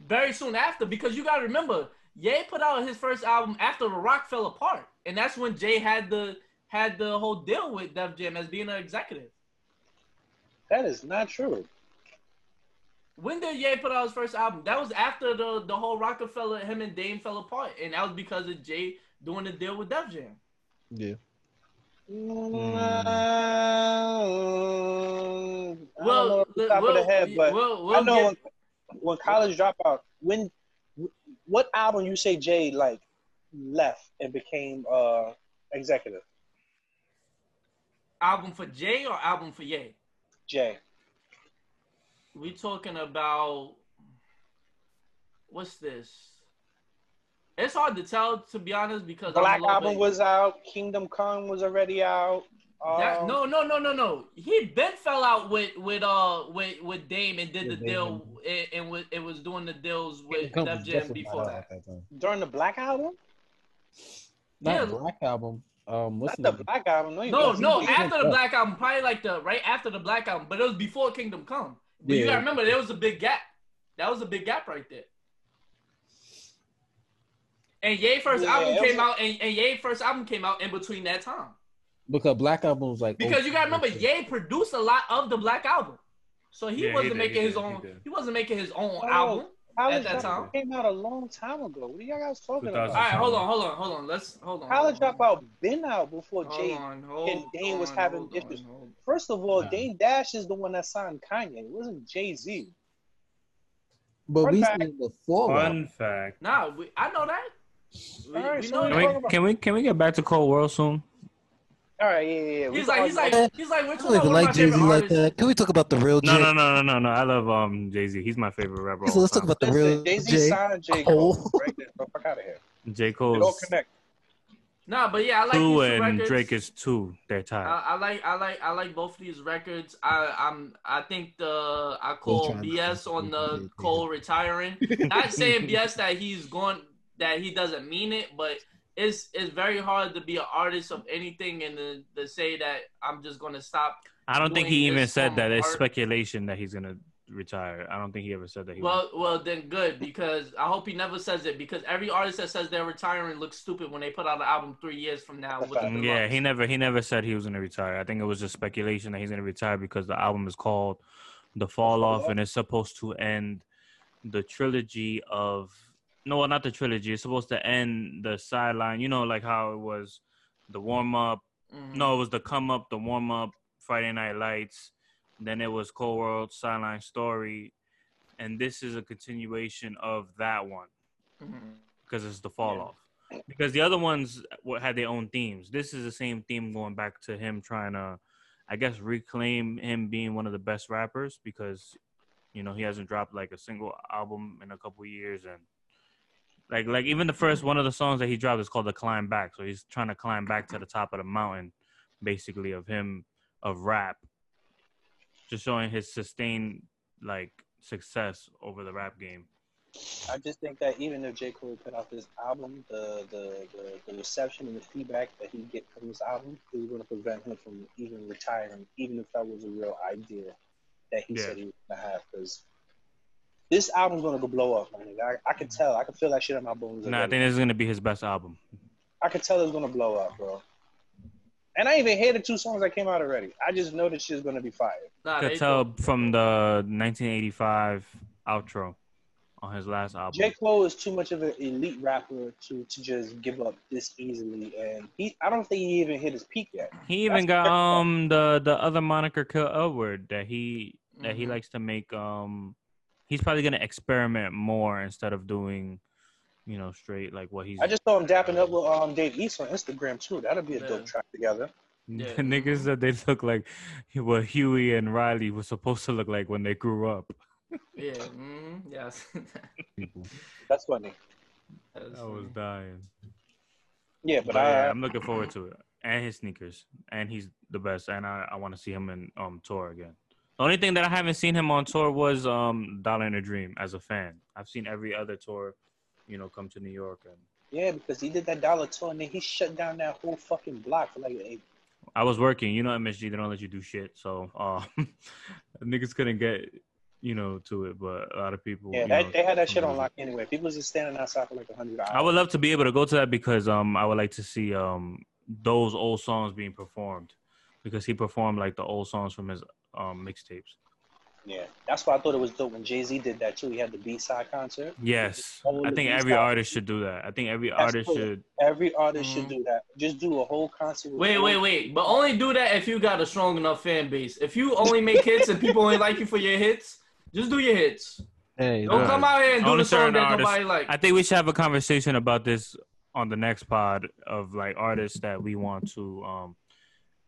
S1: very soon after because you got to remember Ye put out his first album after The Rock fell apart, and that's when Jay had the had the whole deal with Def Jam as being an executive.
S4: That is not true.
S1: When did Ye put out his first album? That was after the the whole Rockefeller him and Dame fell apart, and that was because of Jay doing the deal with Def Jam.
S5: yeah.
S4: Mm. Well, I don't know
S1: Well,
S4: off the top
S1: we'll-
S4: of the head, but
S1: we'll-
S4: I
S1: we'll
S4: know
S1: get-
S4: when, when college dropout. When what album you say Jay like left and became uh executive?
S1: album for Jay or album for Ye.
S4: Jay.
S1: We talking about what's this? It's hard to tell to be honest because I'm a
S4: Black
S1: little
S4: album
S1: bit-
S4: was out. Kingdom Come was already out. Um,
S1: That, no, no, no, no, no. He been fell out with with uh with with Dame and did
S5: Yeah,
S1: the
S5: Dame
S1: deal and, and was it was doing the deals with
S5: Come
S1: Def
S5: was
S1: Jam
S5: definitely
S1: before
S5: hot
S1: that.
S5: at time.
S4: during the Black album,
S5: Not
S1: Yeah.
S5: Black Album. Um, what's
S4: not
S5: the
S4: the
S5: name?
S4: Black album. No, you
S1: No,
S4: don't.
S1: no,
S4: You
S1: after the
S5: Yeah.
S1: Black Album, probably like the right after the Black Album, but it was before Kingdom Come. But you
S5: Yeah.
S1: gotta remember there was a big gap. That was a big gap right there. And Ye first
S4: Yeah,
S1: album
S4: it
S1: came
S4: was-
S1: out and, and Ye first album came out in between that time.
S5: Because Black Album was like
S1: Because you gotta remember, Ye produced a lot of the Black Album. So he
S3: Yeah, he did,
S1: wasn't
S3: he
S1: making his
S3: did, he
S1: own
S3: did.
S1: he wasn't making his own
S4: Oh,
S1: album. at
S4: College
S1: that
S4: Dropout
S1: time.
S4: came out a long time ago. What are y'all guys talking
S1: All
S3: 2000.
S4: about?
S1: right, hold on, hold on, hold on. Let's hold on.
S4: College
S1: hold
S4: Dropout been out before
S1: on.
S4: Jay.
S1: Hold on, hold
S4: and Dane was
S1: on,
S4: having
S1: hold
S4: issues.
S1: on, hold on.
S4: First of all,
S5: Nah.
S4: Dane Dash is the one that signed Kanye. It wasn't Jay Z.
S5: But we
S4: Fun
S5: seen before.
S3: Fun fact.
S1: Nah, we, I know that. We,
S4: All right,
S1: we
S4: so
S1: know
S4: we-
S3: Can
S1: that.
S3: we, can we can we get back to Cold World soon?
S4: All right, yeah, yeah. yeah. We
S1: He's like, he's like,
S4: can
S1: he's like, which
S2: I
S1: one
S2: don't
S1: of
S2: even
S1: my
S2: like Jay Z
S1: favorite
S2: like
S1: artists?
S2: that. Can we talk about the real
S3: No,
S2: Jay?
S3: no, no, no, no, no. I love um Jay Z. He's my favorite rapper. of all
S2: Let's talk
S3: time.
S2: about the
S4: argue-
S2: real
S4: Listen, Jay Z
S2: Jay.
S4: signed J Cole.
S2: Cole.
S4: Right there, bro. Fuck out of here.
S3: J
S4: They don't
S3: Cole's
S4: connect.
S1: Nah, but yeah, I like
S3: two
S1: these two
S3: and
S1: records. Uh,
S3: Drake is two. They're tied.
S1: I, I like, I like, I like both of these records. I, I'm, I think the I call
S2: trying to-
S1: BS on the Cole retiring. Not saying BS that he's going, that he doesn't mean it, but it's it's very hard to be an artist of anything and to, to say that I'm just gonna stop.
S3: I don't think
S1: doing
S3: he even
S1: this
S3: said
S1: from
S3: that. It's
S1: art.
S3: speculation that he's gonna retire. I don't think he ever said that. He
S1: Well, well, then good because I hope he never says it because every artist that says they're retiring looks stupid when they put out an album three years from now. With the
S3: was. Mm, yeah, he never he never said he was gonna retire. I think it was just speculation that he's gonna retire because the album is called "The Fall Off" and it's supposed to end the trilogy of no, not the trilogy. It's supposed to end the sideline. You know, like how it was the warm up,
S1: Mhm.
S3: No, it was the come up, the warm up, Friday Night Lights. Then it was Cold World, Sideline Story, and this is a continuation of that one
S1: Mhm.
S3: because it's the fall off. Because the other ones wa- had their own themes. This is the same theme going back to him trying to, I guess, reclaim him being one of the best rappers because, you know, he hasn't dropped like a single album in a couple years and. Like, like even the first one of the songs that he dropped is called "The Climb Back," so he's trying to climb back to the top of the mountain, basically of him of rap, just showing his sustained like success over the rap game.
S4: I just think that even if J. Cole put out this album, the the, the, the reception and the feedback that he get from this album is going to prevent him from even retiring, even if that was a real idea that he
S3: Yeah.
S4: said he was going to have. Because this album's going to go blow up, man. I, I can tell. I can feel that shit in my bones.
S3: No, I
S4: already.
S3: think this is gonna be his best album.
S4: I could tell it's gonna blow up, bro. And I even hear the two songs that came out already. I just know that shit's gonna be fire.
S1: Nah,
S3: could
S1: they
S3: tell
S1: dope.
S3: from the 1985 outro on his last album.
S4: J. Cole is too much of an elite rapper to, to just give up this easily, and he I don't think he even hit his peak yet.
S3: he even
S4: That's-
S3: got um the the other moniker Kill Edward that he that he
S1: Mhm.
S3: likes to make um he's probably gonna experiment more instead of doing you know straight like what he's
S4: I just saw him dapping up with um Dave East on Instagram too. That'll be a
S1: Yeah.
S4: dope track together.
S1: Yeah.
S3: niggas that they look like what Huey and Riley were supposed to look like when they grew up.
S1: Yeah, mhm, yes.
S2: people.
S4: That's funny.
S1: That's
S3: I was
S1: funny.
S3: dying.
S4: Yeah, but,
S3: But
S4: I
S3: yeah, I'm looking forward to it. And his sneakers. And he's the best. And I, I want to see him in um tour again. The only thing that I haven't seen him on tour was um Dollar in a Dream as a fan. I've seen every other tour, you know, come to New York and
S4: yeah, because he did that dollar tour and then he shut down that whole fucking block for like eight.
S3: I was working, you know MSG, they don't let you do shit. So uh niggas couldn't get, you know, to it, but a lot of people
S4: Yeah,
S3: you
S4: that,
S3: know,
S4: they had that shit
S3: some
S4: on
S3: reason.
S4: lock anyway. People was just standing outside for like a hundred hours.
S3: Mm-hmm. I would love to be able to go to that because um I would like to see um those old songs being performed. Because he performed like the old songs from his um mixtapes.
S4: Yeah, that's why I thought it was dope when Jay Z did that too. He had the B side concert.
S3: Yes,
S4: All
S3: I
S4: the
S3: think
S4: B-sides.
S3: every artist should Mm-hmm. do that. I think every
S4: That's
S3: artist
S4: cool.
S3: should.
S4: Every artist
S1: Mhm.
S4: should do that. Just do a whole concert. with
S1: Wait,
S4: all-
S1: wait, wait. But only do that if you got a strong enough fan base. If you only make hits and people only like you for your hits, just do your hits.
S2: Hey,
S1: Don't
S2: nah,
S1: come out here and do
S3: Only
S1: the song
S3: certain
S1: that
S3: artists-
S1: nobody like.
S3: I think we should have a conversation about this on the next pod of like artists that we want to um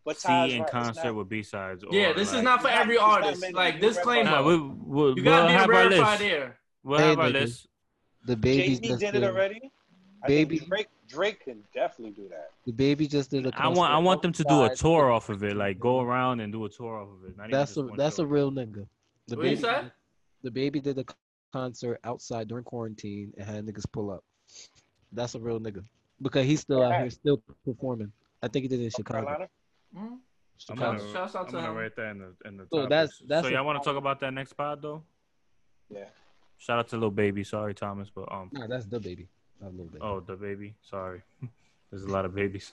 S4: But
S3: see
S4: Ty's
S3: in
S4: right, it's
S3: concert
S4: not-
S3: with B sides.
S1: Yeah, this is not for
S4: It's not-
S1: every
S4: it's not
S1: artist.
S4: many
S1: Like
S4: good
S1: disclaimer,
S3: Nah, we we'll,
S1: you
S3: we'll
S1: gotta
S3: have
S1: be
S3: our
S1: a
S3: list.
S1: rarefied air.
S3: We'll
S2: Hey,
S3: have our
S2: nigga.
S3: list.
S2: the
S4: Jay
S2: baby
S4: Z
S2: just
S4: did it already. I think
S2: Baby-
S4: Drake, Drake can definitely do that.
S2: The baby just did a
S3: I want I
S2: concert
S3: want them to do a
S2: outside.
S3: tour off of it. Like go around and do a tour off of it. Not even
S2: That's
S3: just
S2: a
S3: one
S2: that's
S3: show.
S2: a real nigga. The
S1: What you
S2: baby,
S1: say?
S2: the baby did a concert outside during quarantine and had niggas pull up. That's a real nigga because he's still out here still performing. I think he did it in Chicago.
S4: Carolina.
S1: Hmm?
S3: I'm
S2: Chicago.
S3: gonna,
S1: Shouts- shouts out
S3: I'm
S1: to
S3: gonna
S1: him.
S3: write that in the in the.
S2: So
S3: So
S2: that's- that's
S3: so
S2: a-
S3: y'all want to talk about that next pod though?
S4: Yeah.
S3: Shout out to little baby. Sorry, Thomas, but um.
S2: Nah, that's the baby. Not Lil Baby.
S3: Oh, the baby. Sorry. There's a lot of babies.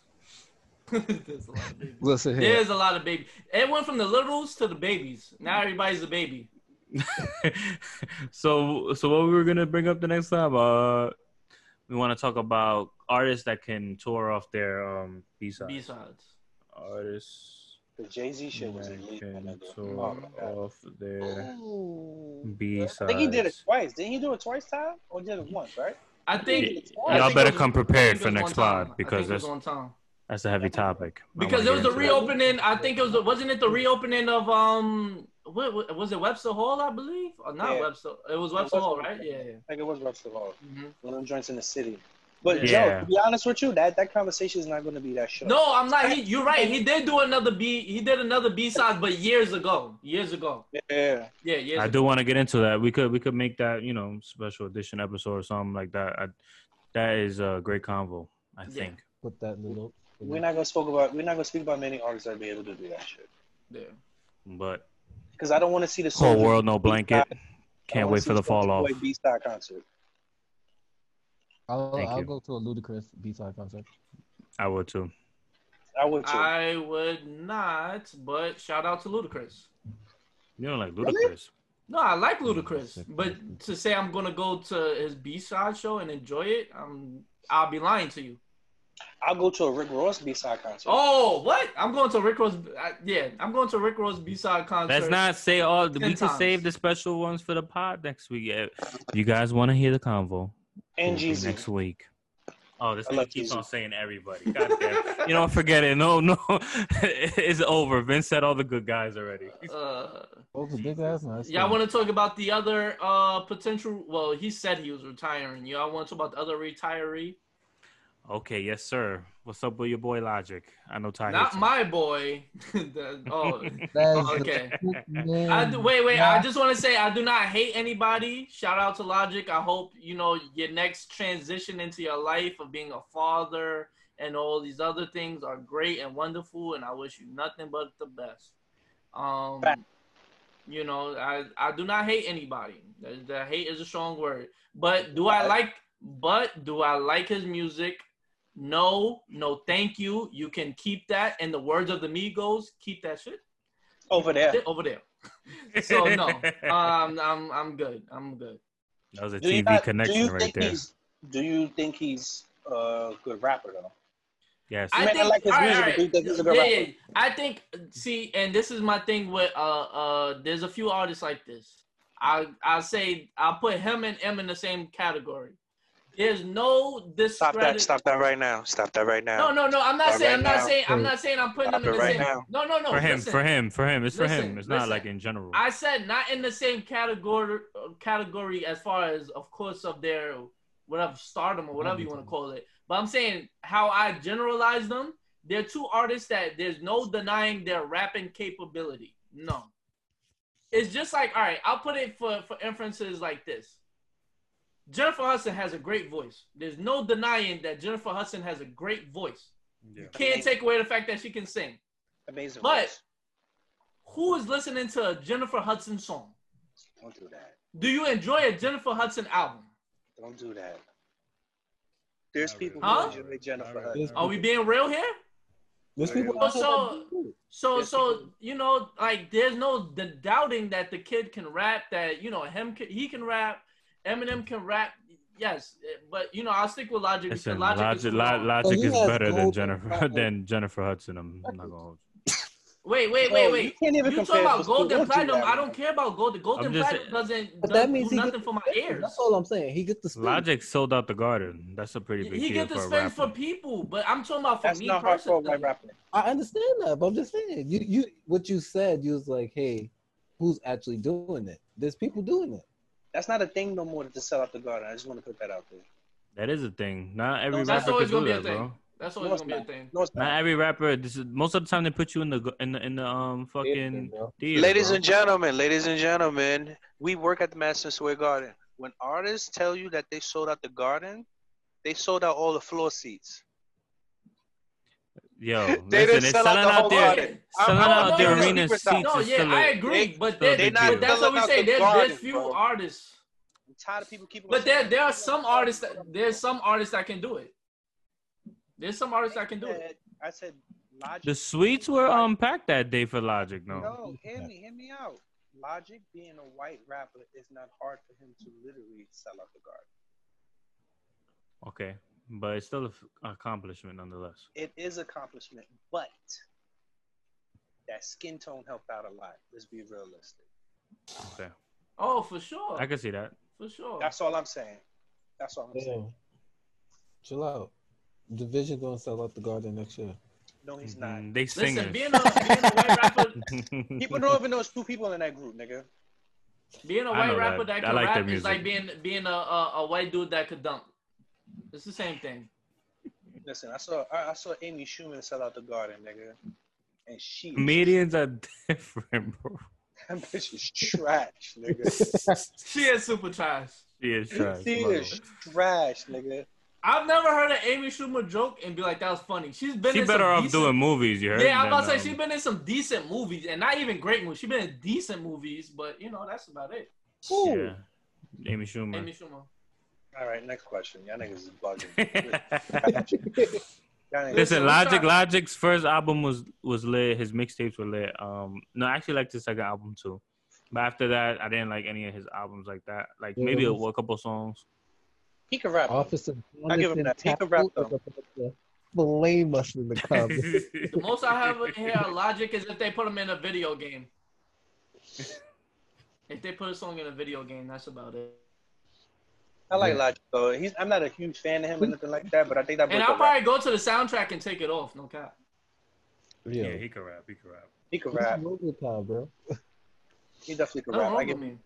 S1: There's a lot of babies.
S2: Listen here.
S1: There's a lot of babies. It went from the littles to the babies. Now everybody's a baby.
S3: so, so what we were gonna bring up the next time? Uh, we want to talk about artists that can tour off their um B-side.
S1: Besides,
S3: Artists
S4: The Jay Z shit was
S3: that
S4: elite. my
S3: can
S4: nigga. Oh,
S3: tour
S4: my God.
S3: off their
S4: I
S3: B-side.
S4: think he did it twice. Didn't he do it twice, Ty? Or did it once, right?
S1: I think
S4: I
S3: Y'all
S1: think
S3: better
S1: it was-
S3: come
S1: I
S3: prepared
S1: think it
S3: for
S1: was
S3: next
S1: one time.
S3: pod
S1: I
S3: because
S1: think it was
S3: that's
S1: one time.
S3: that's a heavy topic. I
S1: Because
S3: wanna
S1: it was
S3: get into
S1: the
S3: that.
S1: reopening. I think it was. the- Wasn't it the reopening of um? What, what- was it? Webster Hall, I believe, or not
S4: Yeah.
S1: Webster? It was Webster Hall,
S4: Webster-
S1: right? Yeah. yeah.
S4: I think it was Webster Hall.
S1: Mhm.
S4: One of them joints in the city. But
S3: Yeah.
S4: Joe, to be honest with you, that, that conversation is not going to be that short.
S1: No, I'm not. He, you're right. He did do another B. He did another B side, but years ago. Years ago.
S4: Yeah.
S1: Yeah. Years
S3: I
S1: ago.
S3: do want to get into that. We could we could make that you know special edition episode or something like that. I, that is a great convo. I I
S1: Yeah.
S3: think.
S2: Put that in the note.
S4: We're not gonna spoke about. We're not gonna speak about many artists that be able to do that shit.
S1: Yeah.
S3: But
S4: Because I don't want to see the
S3: whole
S4: Soulja-
S3: world no blanket.
S4: I
S3: Can't wait for the fall off.
S4: B side concert.
S2: I'll,
S3: Thank
S2: I'll
S3: you.
S2: go to a ludicrous B-side concert.
S3: I would too.
S4: I would too.
S1: I would not, but shout out to Ludacris.
S3: You don't like Ludacris.
S1: No, I like Ludacris, but to say I'm gonna go to his B side show and enjoy it, I'm I'll be lying to you.
S4: I'll go to a Rick Ross B side concert.
S1: Oh, what? I'm going to Rick Ross. I, yeah, I'm going to Rick Ross B side concert.
S3: Let's not say all.
S1: Ten
S3: we can
S1: times.
S3: save the special ones for the pod next week. Yeah. You guys want to hear the convo?
S4: and
S3: We'll be
S4: Jeezy.
S3: next week. Oh, this
S4: I love
S3: nigga keeps
S4: Jeezy.
S3: on saying everybody. God damn. you know, what? forget it. No, no, it's over. Vince said all the good guys already.
S1: Uh,
S2: Those are Oh, big ass nice.
S1: y'all want to talk about the other uh potential? Well, he said he was retiring. Y'all want to talk about the other retiree?
S3: Okay, yes, sir. What's up with your boy Logic? I know Ty.
S1: Not
S3: hates him.
S1: my boy. The- oh,
S2: That's
S1: okay.
S2: man.
S1: I do, wait, wait.
S2: Nah.
S1: I just want to say I do not hate anybody. Shout out to Logic. I hope you know your next transition into your life of being a father and all these other things are great and wonderful, and I wish you nothing but the best. Um,
S4: Fact.
S1: you know, I I do not hate anybody. The, the hate is a strong word, but do I like? But do I like his music? No, no, thank you. You can keep that. In the words of the Migos, keep that shit
S4: Over there.
S1: over there. So no, um, I'm I'm good. I'm good.
S3: that was a
S4: Do you
S3: TV
S4: not- do
S3: connection
S4: you
S3: right
S4: think
S3: there.
S4: he's- Do you think he's a good rapper though?
S3: Yes.
S4: I- Man, like his
S1: all
S4: music, but he doesn't- he's a good
S1: yeah,
S4: rapper.
S1: yeah. I think. See, and this is my thing with uh uh. There's a few artists like this. I I say I put him and M in the same category. There's no
S4: Stop
S1: discredit.
S4: that! Stop that right now! Stop that right now!
S1: No, no, no. I'm not
S4: Stop
S1: saying.
S4: right
S1: I'm not
S4: now.
S1: saying. I'm not saying. I'm putting
S4: Stop
S1: them in
S4: it
S1: the
S4: right
S1: same.
S4: now.
S1: No, no, no.
S3: for him,
S1: listen.
S3: for him, for him. It's for
S1: Listen,
S3: him. It's not
S1: listen.
S3: like in general.
S1: I said not in the same category category as far as of course of their whatever stardom or whatever you want to call it. But I'm saying how I generalize them, they're two artists that there's no denying their rapping capability. No. It's just like all right, I'll put it for for inferences like this. Jennifer Hudson has a great voice. There's no denying that Jennifer Hudson has a great voice.
S3: yeah.
S1: Can't take away the fact that she can sing.
S4: Amazing.
S1: But-
S4: voice.
S1: Who is listening to a Jennifer Hudson song?
S4: don't do that.
S1: Do you enjoy a Jennifer Hudson album?
S4: Don't do that. There's
S3: Not
S4: people
S1: really.
S4: who
S1: Huh? Oh,
S4: enjoy Jennifer.
S3: Not
S4: Hudson.
S2: really.
S1: Are we being real here?
S2: There's people
S1: Well,
S2: out there that
S1: so-
S2: do it.
S1: So,
S4: Yes,
S1: so you know, like, there's no d- doubting that the kid can rap. That you know, him c- he can rap. Eminem can rap. Yes, eh, but you know, I'll stick with Logic
S3: Listen,
S1: because Logic,
S3: Logic,
S1: is too
S3: Lo-
S1: long.
S3: Logic
S2: But he
S3: is
S2: has
S3: better than
S2: golden
S3: Jennifer
S2: platinum.
S3: than Jennifer Hudson. I'm not gonna hold.
S1: Wait, wait,
S4: No,
S1: wait,
S4: You
S1: wait.
S4: can't even
S1: You
S4: compare
S1: talking about
S4: those two.
S1: golden
S4: Don't do
S1: platinum?
S4: that,
S1: I
S4: man.
S1: don't care about golden. Golden
S3: just-
S1: platinum doesn't,
S2: But that
S1: doesn't do
S2: means he
S1: nothing
S2: gets
S1: for my
S2: the spins.
S1: ears.
S2: That's all I'm saying. He gets the spins.
S3: Logic sold out the Garden. That's a pretty big
S1: He
S3: deal
S1: get the
S3: for a
S1: spins for
S3: rapper.
S1: people, but I'm talking about for
S4: That's
S1: me
S4: not hard for a
S1: personally.
S4: white rapper.
S2: I understand that, but I'm just saying. You, you, what you said, you was like, hey, who's actually doing it? There's people doing it.
S4: That's not a thing no more to sell out the garden. I just want to put that out there.
S3: That is a thing. Not every
S4: That's
S3: rapper
S1: always
S3: can do
S1: gonna be a
S3: that,
S1: thing.
S3: bro.
S1: That's
S4: No,
S1: always
S4: it's
S1: gonna be a thing.
S4: No, it's not.
S3: Not every rapper. This is, most of the time they put you in the in the, in the um
S2: Yeah,
S3: fucking.
S2: bro.
S3: theater,
S4: ladies
S3: bro.
S4: and gentlemen, ladies and gentlemen, we work at the Madison Square Garden. When artists tell you that they sold out the garden, they sold out all the floor seats.
S3: Yo,
S4: They
S3: listen,
S4: didn't
S3: they're
S4: sell out
S3: selling
S4: the
S3: out
S4: whole
S3: their
S4: garden.
S3: selling
S1: I'm-
S3: out
S1: I'm
S3: their
S1: not gonna
S3: arena
S4: sleep
S3: seats.
S4: with that.
S1: No,
S3: is
S1: yeah,
S3: still
S1: I
S3: a-
S1: agree,
S4: They-
S1: but there,
S3: they
S1: but
S3: not
S1: that's what
S4: selling
S1: we
S4: out
S1: say.
S4: the
S1: There's,
S4: garden,
S1: there's few
S4: bro.
S1: artists,
S4: I'm tired of people keeping.
S1: but there there are some artists that there's some artists that can do it. There's some artists that can do it.
S4: I said, logic.
S3: The suites were um packed that day for Logic. No,
S4: No, hear me, hear me out. Logic being a white rapper is not hard for him to literally sell out the garden.
S3: okay, but it's still an accomplishment nonetheless.
S4: It is accomplishment, but that skin tone helped out a lot. Let's be realistic.
S3: Okay,
S1: Oh, for sure,
S3: I can see that.
S1: for sure.
S4: That's all I'm saying. That's all I'm saying.
S2: Damn. Chill out. Division gonna sell out the garden next year.
S4: No, he's not.
S3: Mm, They
S1: Listen,
S3: singers.
S1: being a, being a white rapper,
S4: People don't even know it's two people in that group, nigga.
S1: being a
S3: I know
S1: white rapper
S3: that.
S1: that,
S3: I
S1: can
S3: like their
S1: rap is
S3: music.
S1: like being being a, a a white dude that could dump. It's the same thing.
S4: Listen, I saw I, I saw Amy Schumer sell out the garden, nigga, and she
S3: Comedians are different, bro.
S4: that bitch is trash, nigga.
S1: She is super trash.
S3: She is trash.
S4: she
S3: bro.
S4: is trash, nigga.
S1: I've never heard an Amy Schumer joke and be like, "That was funny." She's been
S3: She
S1: in
S3: better
S1: some
S3: off
S1: decent-
S3: doing movies. You heard?
S1: Yeah, I'm
S3: than,
S1: about to say
S3: um,
S1: she's been in some decent movies and not even great movies. She's been in decent movies, but you know that's about it.
S3: Yeah. Amy Schumer.
S1: Amy Schumer.
S4: All right, next question. Y'all niggas is bugging. Y'all niggas-
S1: Listen,
S3: Listen,
S1: we
S3: Logic
S1: tried-
S3: Logic's first album was was lit. His mixtapes were lit. Um, no, I actually liked his second album too, but after that, I didn't like any of his albums like that. Like
S5: Yeah,
S3: maybe
S5: it
S3: a,
S5: was-
S3: a couple songs.
S4: he can rap.
S5: Officer
S4: I give him
S5: Jonathan
S4: that. He can
S5: Tapu
S4: rap, though.
S5: is about to Blame us in the
S3: Uh,
S5: comments.
S1: The most I have here on Logic is if they put him in a video game. If they put a song in a video game, that's about it.
S4: I like Logic though. He's I'm not a huge fan of him or nothing like that, but I think that boy
S1: And I'll
S4: can rap.
S1: probably go to the soundtrack and take it off. No cap.
S3: yeah,
S5: yeah.
S3: he could rap. He could rap.
S4: He can
S5: What's
S4: rap.
S5: wrong with Kyle, bro?
S4: He definitely can
S1: Nothing
S4: rap.
S1: wrong
S4: I
S1: with
S4: give
S1: me.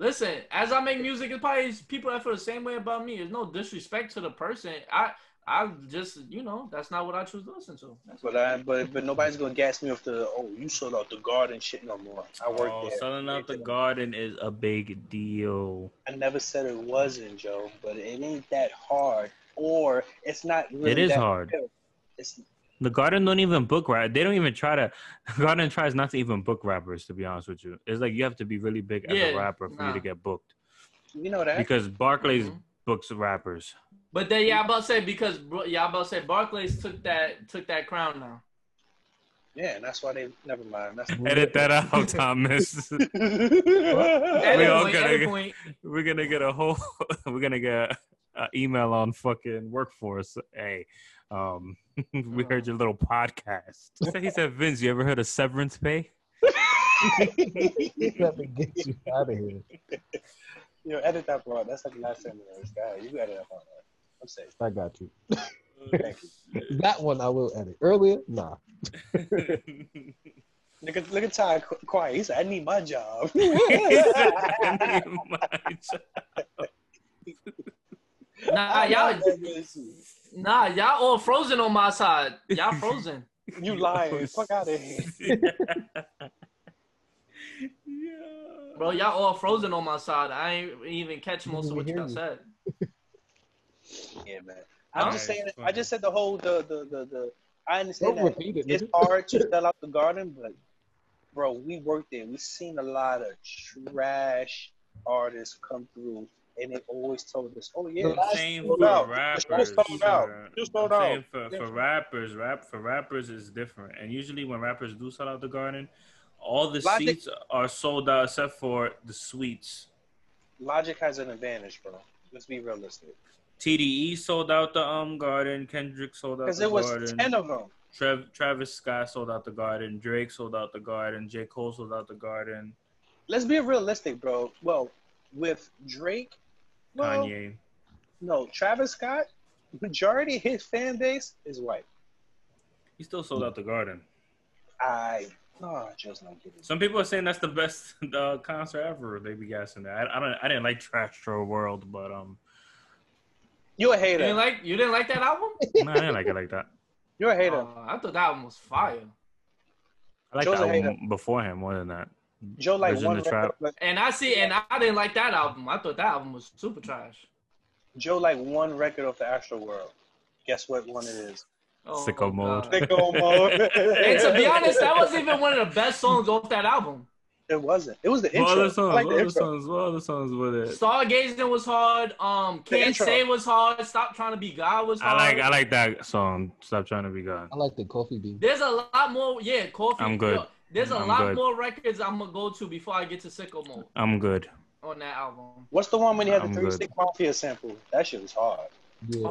S1: Listen, as I make music, it's probably people that feel the same way about me. There's no disrespect to the person. I, I just, you know, that's not what I choose to listen to. That's
S4: but I but but nobody's gonna gas me with the oh you sold out the garden shit no more. I work
S3: Oh,
S4: there.
S3: selling out the garden is a big deal.
S4: I never said it wasn't Joe, but it ain't that hard. Or it's not really
S3: It is
S4: that-
S3: hard.
S4: It's,
S3: The Garden don't even book rap. They don't even try to. Garden tries not to even book rappers. To be honest with you, it's like you have to be really big as
S1: Yeah,
S3: a rapper for
S1: nah.
S3: you to get booked.
S4: you know that.
S3: Because Barclays
S1: Mhm.
S3: books rappers.
S1: But then y'all about to say because bro, y'all about to say Barclays took that took that crown now.
S4: Yeah, and that's why they never mind. That's
S3: Edit that out, Thomas.
S1: At
S3: We
S1: a
S3: all
S1: point,
S3: gotta
S1: at a
S3: get-
S1: point,
S3: we're gonna get a whole we're gonna get an email on fucking workforce hey um we heard your little podcast He said- he said vince you ever heard of severance pay
S2: You have to get you out of here.
S4: you know, edit that part. That's like the last time I was guy. You edit that part. out. I'm safe.
S2: I got you.
S4: Thank you.
S2: That one I will edit. Earlier, nah.
S4: Look at look at Ty qu- quiet. He said, "I need my job."
S3: He said, "I need my job." Ah,
S1: nah, y'all, nah, y'all all frozen on my side. Y'all frozen.
S4: You lying. Fuck outta here.
S3: Yeah.
S1: Bro, y'all all frozen on my side. I ain't even catch most of what y'all said.
S4: Yeah, man. I'm just
S3: Alright,
S4: saying.
S3: fine.
S4: I just said the whole the the the, the I understand
S2: Don't
S4: that
S2: repeat it.
S4: it's
S2: nigga.
S4: hard to sell out the garden, but bro, we worked there. We seen a lot of trash artists come through, and they always told us, "Oh yeah,
S2: The
S3: Same
S4: sold
S3: for
S4: out.
S3: rappers.
S4: The show sold out. You sold
S3: I'm
S4: out.
S3: saying For, for rappers, rap for rappers is different. And usually when rappers do sell out the garden, all the
S4: Logic-
S3: seats are sold out except for the suites.
S4: Logic has an advantage, bro. Let's be realistic.
S3: TDE E sold out the um garden. Kendrick sold out
S4: Because
S3: the
S4: it was
S3: garden.
S4: ten of them.
S3: Trav- Travis Scott sold out the garden. Drake sold out the garden. J Cole sold out the garden.
S4: Let's be realistic, bro. Well, with Drake, well,
S3: Kanye.
S4: no, Travis Scott, majority of his fan base is white.
S3: He still sold out the garden.
S4: I no, I just don't get it.
S3: Some people are saying that's the best uh, concert ever. They be guessing that. I, I don't. I didn't like Trash Throw World, but um,
S4: You a
S1: You
S4: hater.
S1: didn't like you didn't like that album?
S3: no, I didn't like it like that.
S4: You're a hater.
S1: Uh, I thought that album was fire.
S3: I like
S4: Joe's a
S3: the
S4: hater.
S3: album before him more than that.
S4: Joe like
S3: Vision
S4: one
S3: the Trap.
S4: record, but
S1: And I see, and I didn't like that album. I thought that album was super trash.
S4: Joe like one record of the Astral World. Guess what one it is?
S1: Oh,
S3: Sicko mode.
S1: God.
S4: Sicko mode.
S1: And to be honest, that wasn't even one of the best songs off that album.
S4: it wasn't. It was the
S3: What
S4: intro.
S3: other songs?
S4: I like
S3: what
S4: the
S3: other
S4: intro.
S3: songs? What other songs with it?
S1: Stargazing was hard. Um, can't
S4: intro.
S1: say was hard. Stop trying to be God was
S3: I
S1: hard.
S3: like. I like that song. Stop trying to be God.
S2: I like the coffee bean.
S1: There's a lot more. Yeah, coffee.
S3: I'm good.
S1: Yo, there's a
S3: I'm
S1: lot
S3: good.
S1: more records I'm gonna go to before I get to sicko mode
S3: I'm good.
S1: on that album.
S4: What's the one when you had
S3: I'm
S4: the
S3: good.
S4: 36 Mafia sample? That shit was hard.
S2: Yeah.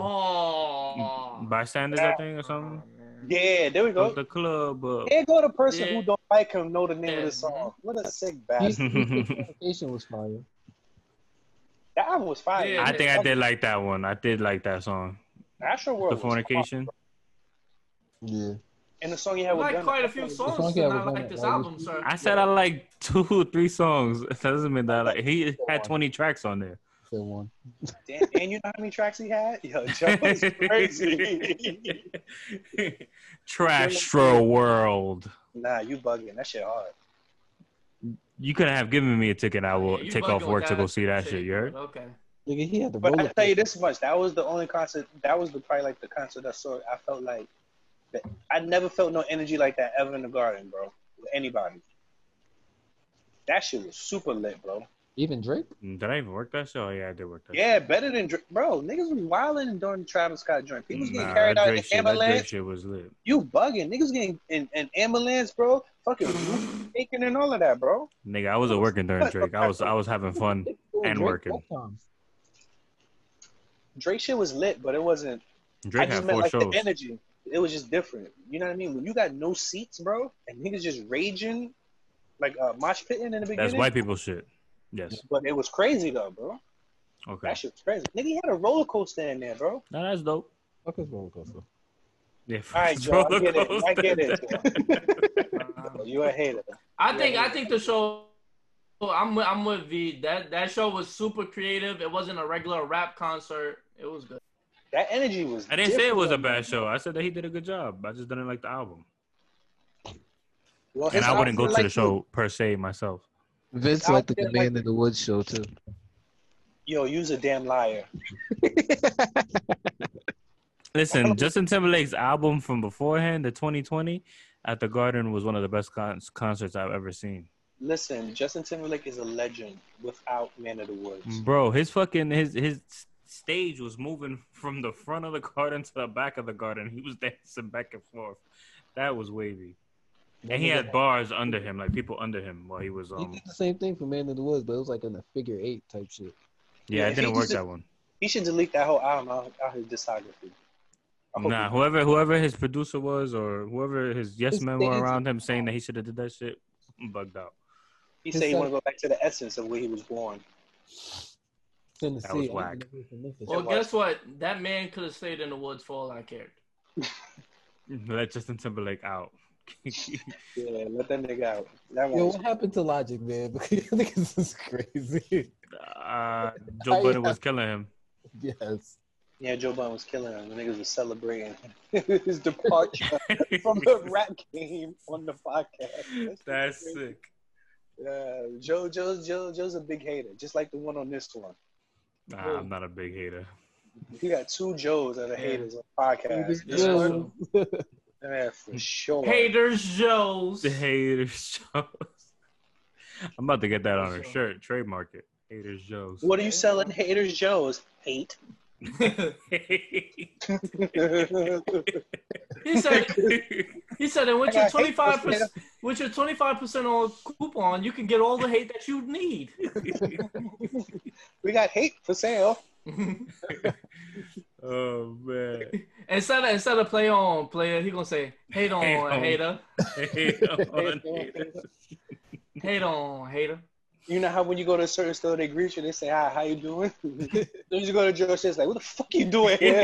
S1: Oh,
S3: Bystanders, I think, or something.
S1: man.
S4: Yeah, there we
S3: Of
S4: go.
S3: the club. uh,
S4: Here go the person
S1: Yeah.
S4: who don't like him know the name of
S1: Yeah.
S4: the song. What a sick
S2: East-
S4: bastard.
S2: East Coast Communication was fire.
S4: That album was fire.
S1: Yeah.
S3: I think I did like that one. I did like that song.
S4: Astro World.
S3: The
S4: was hard.
S3: fornication.
S2: Yeah.
S4: And the song you
S1: I
S4: had with
S1: like
S4: Gunna.
S1: quite a few
S4: That
S2: The song
S1: songs,
S2: he had
S1: and I
S2: was
S1: like
S2: on
S1: this
S2: that
S1: album,
S2: album.
S1: sir.
S3: I said I like two, three songs. That doesn't mean that I like he had twenty tracks on there.
S2: Good one.
S4: Damn, and you know how many tracks he had? Yo, Joe is crazy.
S3: Trash throw world.
S4: nah, you bugging. That shit hard.
S3: You couldn't have given me a ticket. I will
S1: Yeah, you
S3: take
S1: bugging
S3: off work
S1: with
S3: to go see that shit. You heard?
S1: Okay.
S5: Nigga, he had the
S4: But
S5: roller.
S4: I tell you this much: that was the only concert. That was the probably like the concert I saw. I felt like that. I never felt no energy like that ever in the garden, bro. With anybody. That shit was super lit, bro.
S5: Even Drake?
S3: Did I even work Mm, that shit? Oh yeah, I did work that.
S4: Yeah, better than Dra- bro. Niggas was wilding during the Travis Scott joint.
S3: shit.
S4: People was getting
S3: Nah,
S4: carried
S3: that
S4: out in
S3: Drake
S4: the
S3: shit- that Drake
S4: ambulance.
S3: shit was lit.
S4: You bugging? Niggas getting in an ambulance, bro. Fucking taking and all of that, bro.
S3: Nigga, I wasn't working during Drake. I was I was having fun. And working.
S4: Drake shit was lit, but it wasn't.
S3: Drake
S4: I just
S3: had
S4: meant
S3: four
S4: like
S3: shows.
S4: the energy. It was just different. You know what I mean? When you got no seats, bro, and niggas just raging, like uh, mosh pitting in the beginning.
S3: That's white people shit. Yes.
S4: But it was crazy though, bro.
S3: Okay.
S4: That shit was crazy. Nigga, he had a roller coaster in there, bro.
S3: No, that's dope.
S2: Fuck is roller coaster.
S3: Yeah.
S4: All right, Joe, I get it. I get it. Joe. You a hater.
S1: I
S4: Yeah.
S1: think I think the show. I'm with, I'm with V. That that show was super creative. It wasn't a regular rap concert. It was good.
S4: That energy was.
S3: I didn't say it was a
S4: different.
S3: bad show. I said that he did a good job. I just didn't like the album,
S4: Well,
S3: and
S4: his
S3: I wouldn't go
S4: album
S3: to
S4: like
S3: the show per se myself.
S5: Vince
S4: I
S5: liked the
S4: feel like-
S5: Command in the Woods show too.
S4: Yo, you's a damn liar.
S3: Listen, Justin Timberlake's album from beforehand, the 2020, at the Garden was one of the best con- concerts I've ever seen.
S4: Listen, Justin Timberlake is a legend without Man of the Woods.
S3: Bro, his fucking his his s- stage was moving from the front of the garden to the back of the garden. He was dancing back and forth. That was wavy. And he had bars under him, like people under him while he was
S5: He
S3: um
S5: did the same thing for Man in the Woods, but it was like in a figure eight type shit.
S3: Yeah,
S4: Yeah,
S3: it didn't
S4: he
S3: work
S4: just-
S3: that one.
S4: He should delete that whole album out, out his discography. I hope
S3: Nah,
S4: he-
S3: whoever whoever his producer was or whoever his yes
S5: His
S3: men were
S5: stage-
S3: around him saying that he should have did that shit, I'm bugged out.
S4: he
S5: his
S4: said he
S5: son-
S4: want to go back to the essence of where he was born.
S5: Tennessee.
S3: was
S5: I
S3: whack.
S5: didn't know he was from Memphis.
S1: Well,
S4: was.
S1: guess what? That man could have stayed in the woods for all I cared.
S3: Let Justin Timberlake out.
S4: Yeah, let that nigga out. That
S2: Yo,
S4: one.
S2: what happened to Logic, man? Because this is crazy.
S3: uh, Joe Budden was killing him.
S2: yes.
S4: yeah, Joe Biden was killing him. The niggas was celebrating his departure from the rap game on the podcast.
S3: That's sick.
S4: Yeah, Joe, Joe, Joe, Joe's a big hater, just like the one on this one.
S3: Nah, I'm not a big hater.
S4: You got two Joes that are haters on the podcast.
S1: Yeah.
S4: This one-
S1: Joe.
S4: Yeah, for sure.
S1: Haters, Joes.
S3: The haters shows. I'm about to get that on her
S1: Sure.
S3: shirt, trademark it. Haters Joe's.
S4: What are you selling, haters? Joe's hate.
S1: He said. He said, and with
S4: I
S1: your
S4: hate
S1: twenty five
S4: this
S1: percent, with your twenty five percent off coupon, you can get all the hate that you need.
S4: we got hate for sale.
S3: oh man.
S1: instead of instead of play on player, he gonna say hate on
S3: Hate on.
S1: hater,
S3: Hate on haters.
S1: hate on hater.
S4: You know how when you go to a certain store, they greet you. They say, "Hi, how you doing?" then you go to Joe's, it's like, "What the fuck you doing here?"
S2: I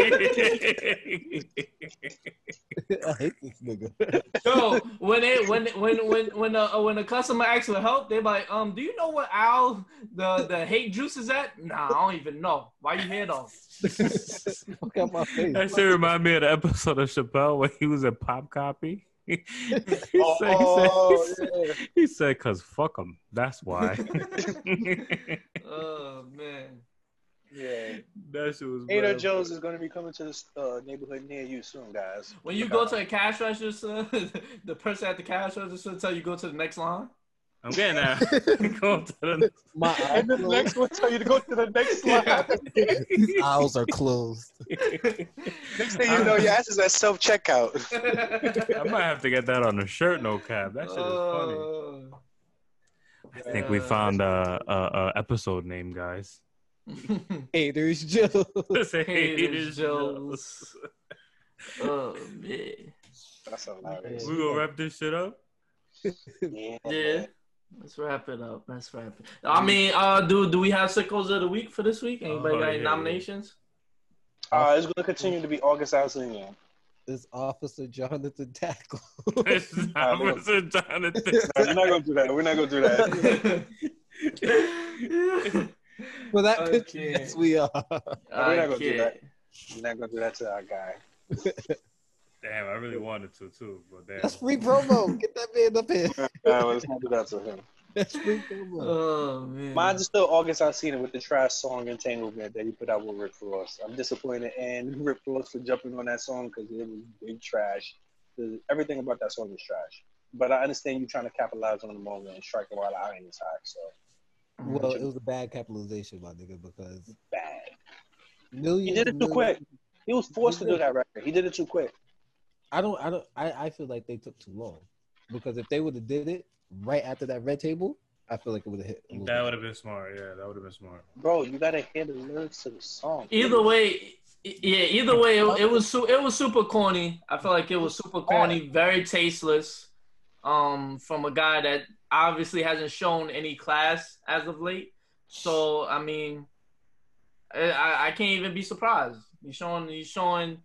S2: hate this nigga.
S1: Yo, when they when when when when uh, when the customer asks for help, they like, um, do you know what Al the the hate juice is at? Nah, I don't even know. Why you here though?
S2: Fuck out my face.
S3: That should remind me of the episode of Chappelle where he was a pop copy. he, said, he, said,
S4: oh,
S3: he, said,
S4: yeah.
S3: he said, cause fuck him. That's why.
S1: Oh man,
S4: yeah.
S3: that shit was
S4: Hater
S3: wild.
S4: Joe's is going to be coming to this uh, neighborhood near you soon, guys.
S1: when you go to a cash register, the person at the cash register tell you go to the next line.
S3: I'm getting that. Going to the next-
S2: My
S4: and the next one tell you to go to the next slide.
S2: eyes, eyes are closed.
S4: next thing you know, your ass is at self checkout.
S3: I might have to get that on a shirt, no cap. That shit is
S4: Oh,
S3: funny.
S1: Uh,
S3: I think we found uh, a, a episode name, guys.
S2: Haters Joe.
S3: Let's say
S1: Haters
S3: Haters
S1: Joe's.
S3: Joe's.
S1: oh man,
S4: That's hilarious.
S3: We gonna wrap this shit up.
S4: Yeah.
S1: yeah. Let's wrap it up. Let's wrap it. I mean, uh, do do we have sickos of the week for this week? Anybody
S3: Mm. Oh,
S1: got any
S3: yeah.
S1: nominations?
S4: Uh, it's going to continue to be August Alcina.
S2: It's Officer Jonathan Tackle.
S3: It's not
S4: Nah,
S3: Mr. Jonathan.
S4: No, we're not gonna do that. We're not gonna do that.
S2: For that
S1: Okay.
S2: picture, yes, we are.
S4: We're not
S1: I
S4: gonna do
S1: can't.
S4: that. We're not gonna do that to our guy.
S3: Damn, I really wanted to too, but damn.
S2: That's free promo. Get that man up here.
S4: No, let's Uh, not do that to him.
S2: That's Spring Summer.
S1: Oh man.
S4: Mine's still August Alsina with the trash song Entanglement that he put out with Rick Ross. I'm disappointed and Rick Ross for jumping on that song because it was big trash. The- Everything about that song is trash. But I understand you trying to capitalize on the moment and strike while the iron is hot. So
S2: Well, it was a bad capitalization, my nigga, because
S4: bad.
S2: millions.
S4: He did it too
S2: millions-
S4: quick. He was forced to do that record. He did it too quick.
S2: I don't. I don't. I, I feel like they took too long, because if they would have did it right after that red table, I feel like it would have hit. a little
S3: That
S2: bit.
S3: would have been smart. Yeah, that would have been smart.
S4: Bro, you gotta hear the lyrics to the song.
S1: Either way, i- yeah. Either way, it, it was su- it was super corny. I feel like it was super corny, very tasteless. Um, from a guy that obviously hasn't shown any class as of late. So I mean, I- I, I can't even be surprised. He's showing he's showing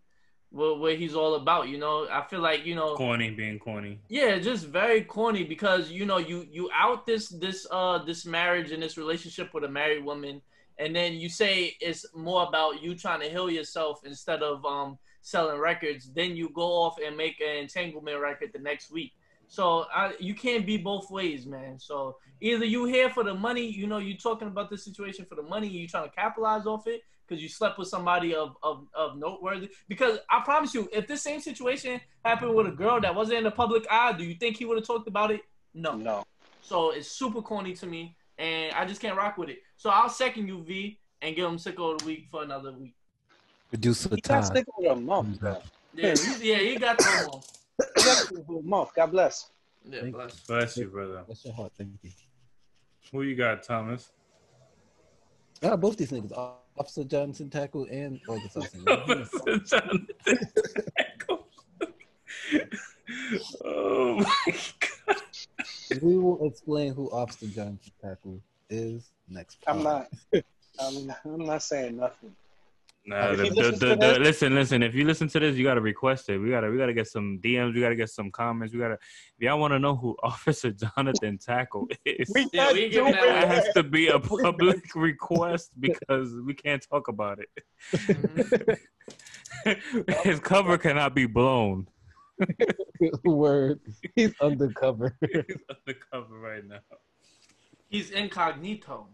S1: what, what he's all about. You know, I feel like you know.
S3: Corny being corny.
S1: Yeah, just very corny because you know you you out this this uh this marriage and this relationship with a married woman, and then you say it's more about you trying to heal yourself instead of um selling records. Then you go off and make an entanglement record the next week. So I, you can't be both ways, man. So either you here for the money, you know, you talking about this situation for the money, you trying to capitalize off it because you slept with somebody of, of of noteworthy. Because I promise you, if this same situation happened with a girl that wasn't in the public eye, do you think he would have talked about it? No.
S4: No.
S1: So it's super corny to me, and I just can't rock with it. So I'll second you, V, and give him sicko of the week for another week.
S2: Producer
S4: He got
S2: Todd.
S4: sick with a month, bro.
S1: Yeah, you- yeah, he got the one.
S4: He got sick with a month. God bless.
S1: Yeah,
S2: Thank
S1: bless.
S3: Bless you, brother.
S2: That's your heart. Thank you.
S3: Who you got, Thomas?
S2: Ah, both these niggas, Officer Johnson tackle and August Alsina.
S3: Jonathan oh my god.
S2: we will explain who Officer Johnson tackle is next.
S4: I'm
S2: pod.
S4: not. I'm not, I'm not saying nothing.
S3: Nah,
S4: If
S3: the,
S4: you
S3: the,
S4: listen
S3: the,
S4: to
S3: the-
S4: this-
S3: listen, listen. If you listen to this, you gotta request it. We gotta, we gotta get some DMs. We gotta get some comments. We gotta. If y'all want to know who Officer Jonathan Tackle is,
S4: We
S1: Yeah,
S4: not
S1: we
S4: doing
S1: giving that
S3: that
S1: one.
S4: that.
S3: has to be a public request because we can't talk about
S1: Mm-hmm.
S3: it. His cover cannot be blown.
S2: Word. He's undercover.
S3: He's undercover right now.
S1: He's incognito.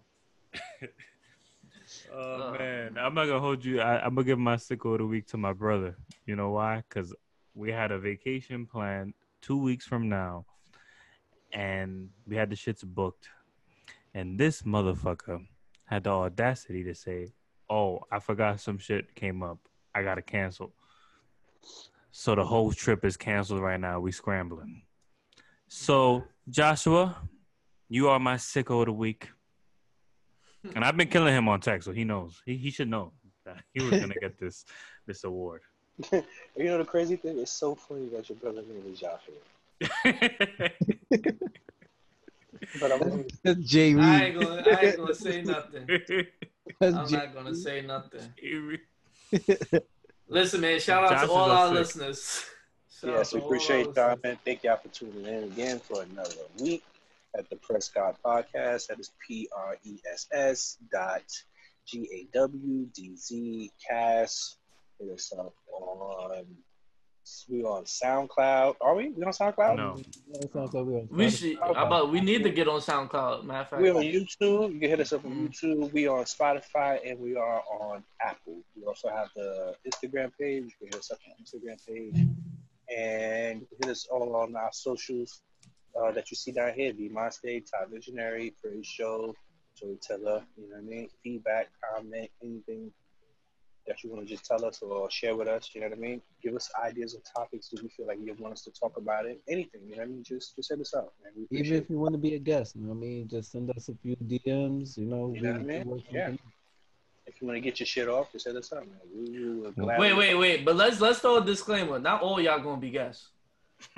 S3: Oh
S1: Uh,
S3: man, I'm not gonna hold you. I, I'm gonna give my sickle of the week to my brother. You know why? Because we had a vacation planned two weeks from now, and we had the shits booked. And this motherfucker had the audacity to say, "Oh, I forgot some shit came up. I gotta cancel." So the whole trip is canceled right now. We scrambling. So Joshua, you are my sicko of the week. And I've been killing him on text, so he knows. He he should know that he was gonna get this this award.
S4: You know the crazy thing? It's so funny that your brother's name is Joshua. But I'm gonna
S2: That's Jay
S4: Mm-hmm.
S1: I
S2: Reed.
S1: ain't gonna, I ain't gonna say nothing. I'm
S2: That's Jay-
S1: not gonna say nothing. Listen, man, shout out
S3: Johnson's
S1: to all
S3: are
S1: our
S3: sick.
S1: listeners. Shout out
S4: Yes,
S1: to all
S4: we
S1: our
S4: appreciate
S1: listeners.
S4: y'all, man. Thank y'all for tuning in again for another week at the Prescott Podcast. That is P R E S S dot G A W D Z cast. Hit us up on we on SoundCloud. Are we? We on SoundCloud?
S3: no.
S2: that sounds so weird.
S1: We should, about we need to get on SoundCloud. Matter of fact,
S4: We're on YouTube. You can hit us up on
S1: Mhm.
S4: YouTube. We are on Spotify and we are on Apple. We also have the Instagram page. You can hit us up on the Instagram page. And you can hit us all on our socials uh, that you see down here. Be My State, Top Visionary, Praise Show, Storyteller, you know what I mean? Feedback, comment, anything that you want to just tell us or share with us, you know what I mean? Give us ideas or topics if you feel like you want us to talk about it. Anything, you know what I mean? Just just hit us up, man. We
S2: Even
S4: appreciate
S2: if you want to be a guest, you know what I mean? Just send us a few DMs, you know.
S4: You know what I
S2: we-
S4: mean?
S2: we work
S4: Yeah.
S2: something
S4: If you want to get your shit off, just hit us up, man. We, we were glad.
S1: wait, wait, wait. But let's let's throw a disclaimer. Not all y'all gonna be guests.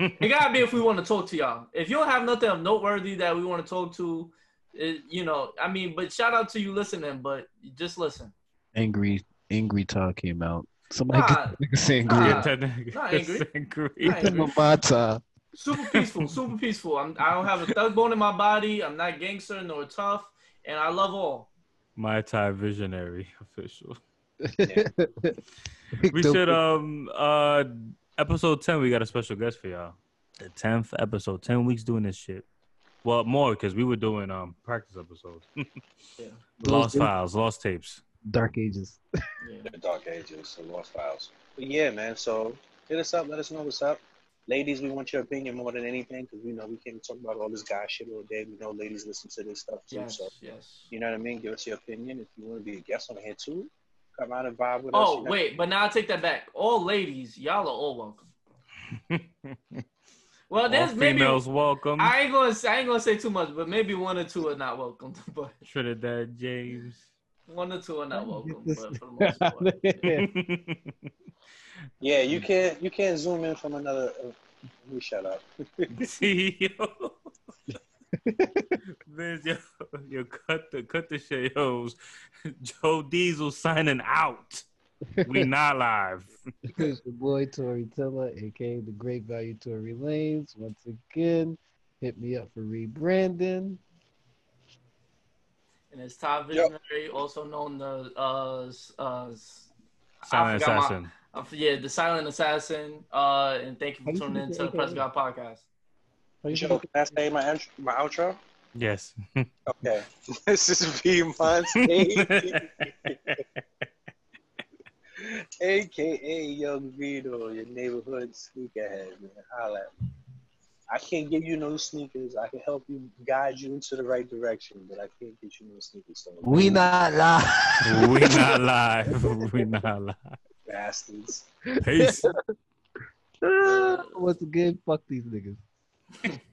S1: It gotta be if we want to talk to y'all. If you don't have nothing of noteworthy that we want to talk to, it, you know, I mean. But shout out to you listening. But just listen.
S2: angry angry Todd came out. Somebody
S1: Nah,
S2: get angry.
S3: Ah.
S1: Nah.
S3: not
S1: angry. Not
S3: angry.
S1: angry.
S2: Mamata.
S1: super peaceful, super peaceful. I'm, I don't have a thug bone in my body. I'm not gangster nor tough, and I love all.
S3: My Thai visionary official. We
S2: The-
S3: should um uh episode ten. We got a special guest for y'all. The tenth episode. Ten weeks doing this shit. Well, more because we were doing um practice episodes.
S1: Yeah.
S3: Lost
S2: Those-
S3: files, lost tapes.
S2: Dark Ages.
S1: Yeah.
S4: The Dark Ages, the Lost Files. But yeah, man. So hit us up. Let us know what's up. Ladies, we want your opinion more than anything because we know we can't talk about all this guy shit all day. We know ladies listen to this stuff too.
S1: Yes.
S4: So
S1: Yes.
S4: you know what I mean. Give us your opinion. If you want to be a guest on here too, come out and vibe with us.
S1: Oh
S4: You know-
S1: wait, but now I take that back. All ladies, y'all are all welcome. Well,
S3: All
S1: there's maybe
S3: females welcome.
S1: I ain't gonna say, I ain't gonna say too much, but maybe one or two are not welcome. But
S3: Trinidad James.
S1: one or two are not welcome. But
S2: This-
S1: for the most part,
S4: Yeah, you can't you can't zoom in from another. Uh, let me shut up.
S3: yo. Vince, yo, yo, cut the cut the shit, yo. Joe Diesel signing out. We not live.
S2: It's your boy Tory Tiller, aka the Great Value Tory Lanes. Once again, hit me up for rebranding.
S1: and it's Todd
S4: Yep.
S1: Visionary, also known the uh s- uh s- I
S3: Silent
S1: forgot my-
S3: assassin.
S1: uh, yeah the Silent Assassin. Uh, and thank you
S2: How
S1: for
S2: you
S1: tuning in
S2: think
S1: to the
S2: they
S1: Press
S2: aka?
S1: God podcast. Oh,
S2: How you
S4: Joe,
S2: doing?
S4: can I say my intro, my outro?
S3: Yes.
S4: Okay, this is V Monts, aka Young Vito, your neighborhood sneakerhead, man. Holla. at me. I can't give you no sneakers. I can help you guide you into the right direction, but I can't get you no sneakers. So
S2: We not live.
S3: we not live. We not live.
S4: bastards.
S3: Peace.
S2: Once again, fuck these niggas.
S1: Uh,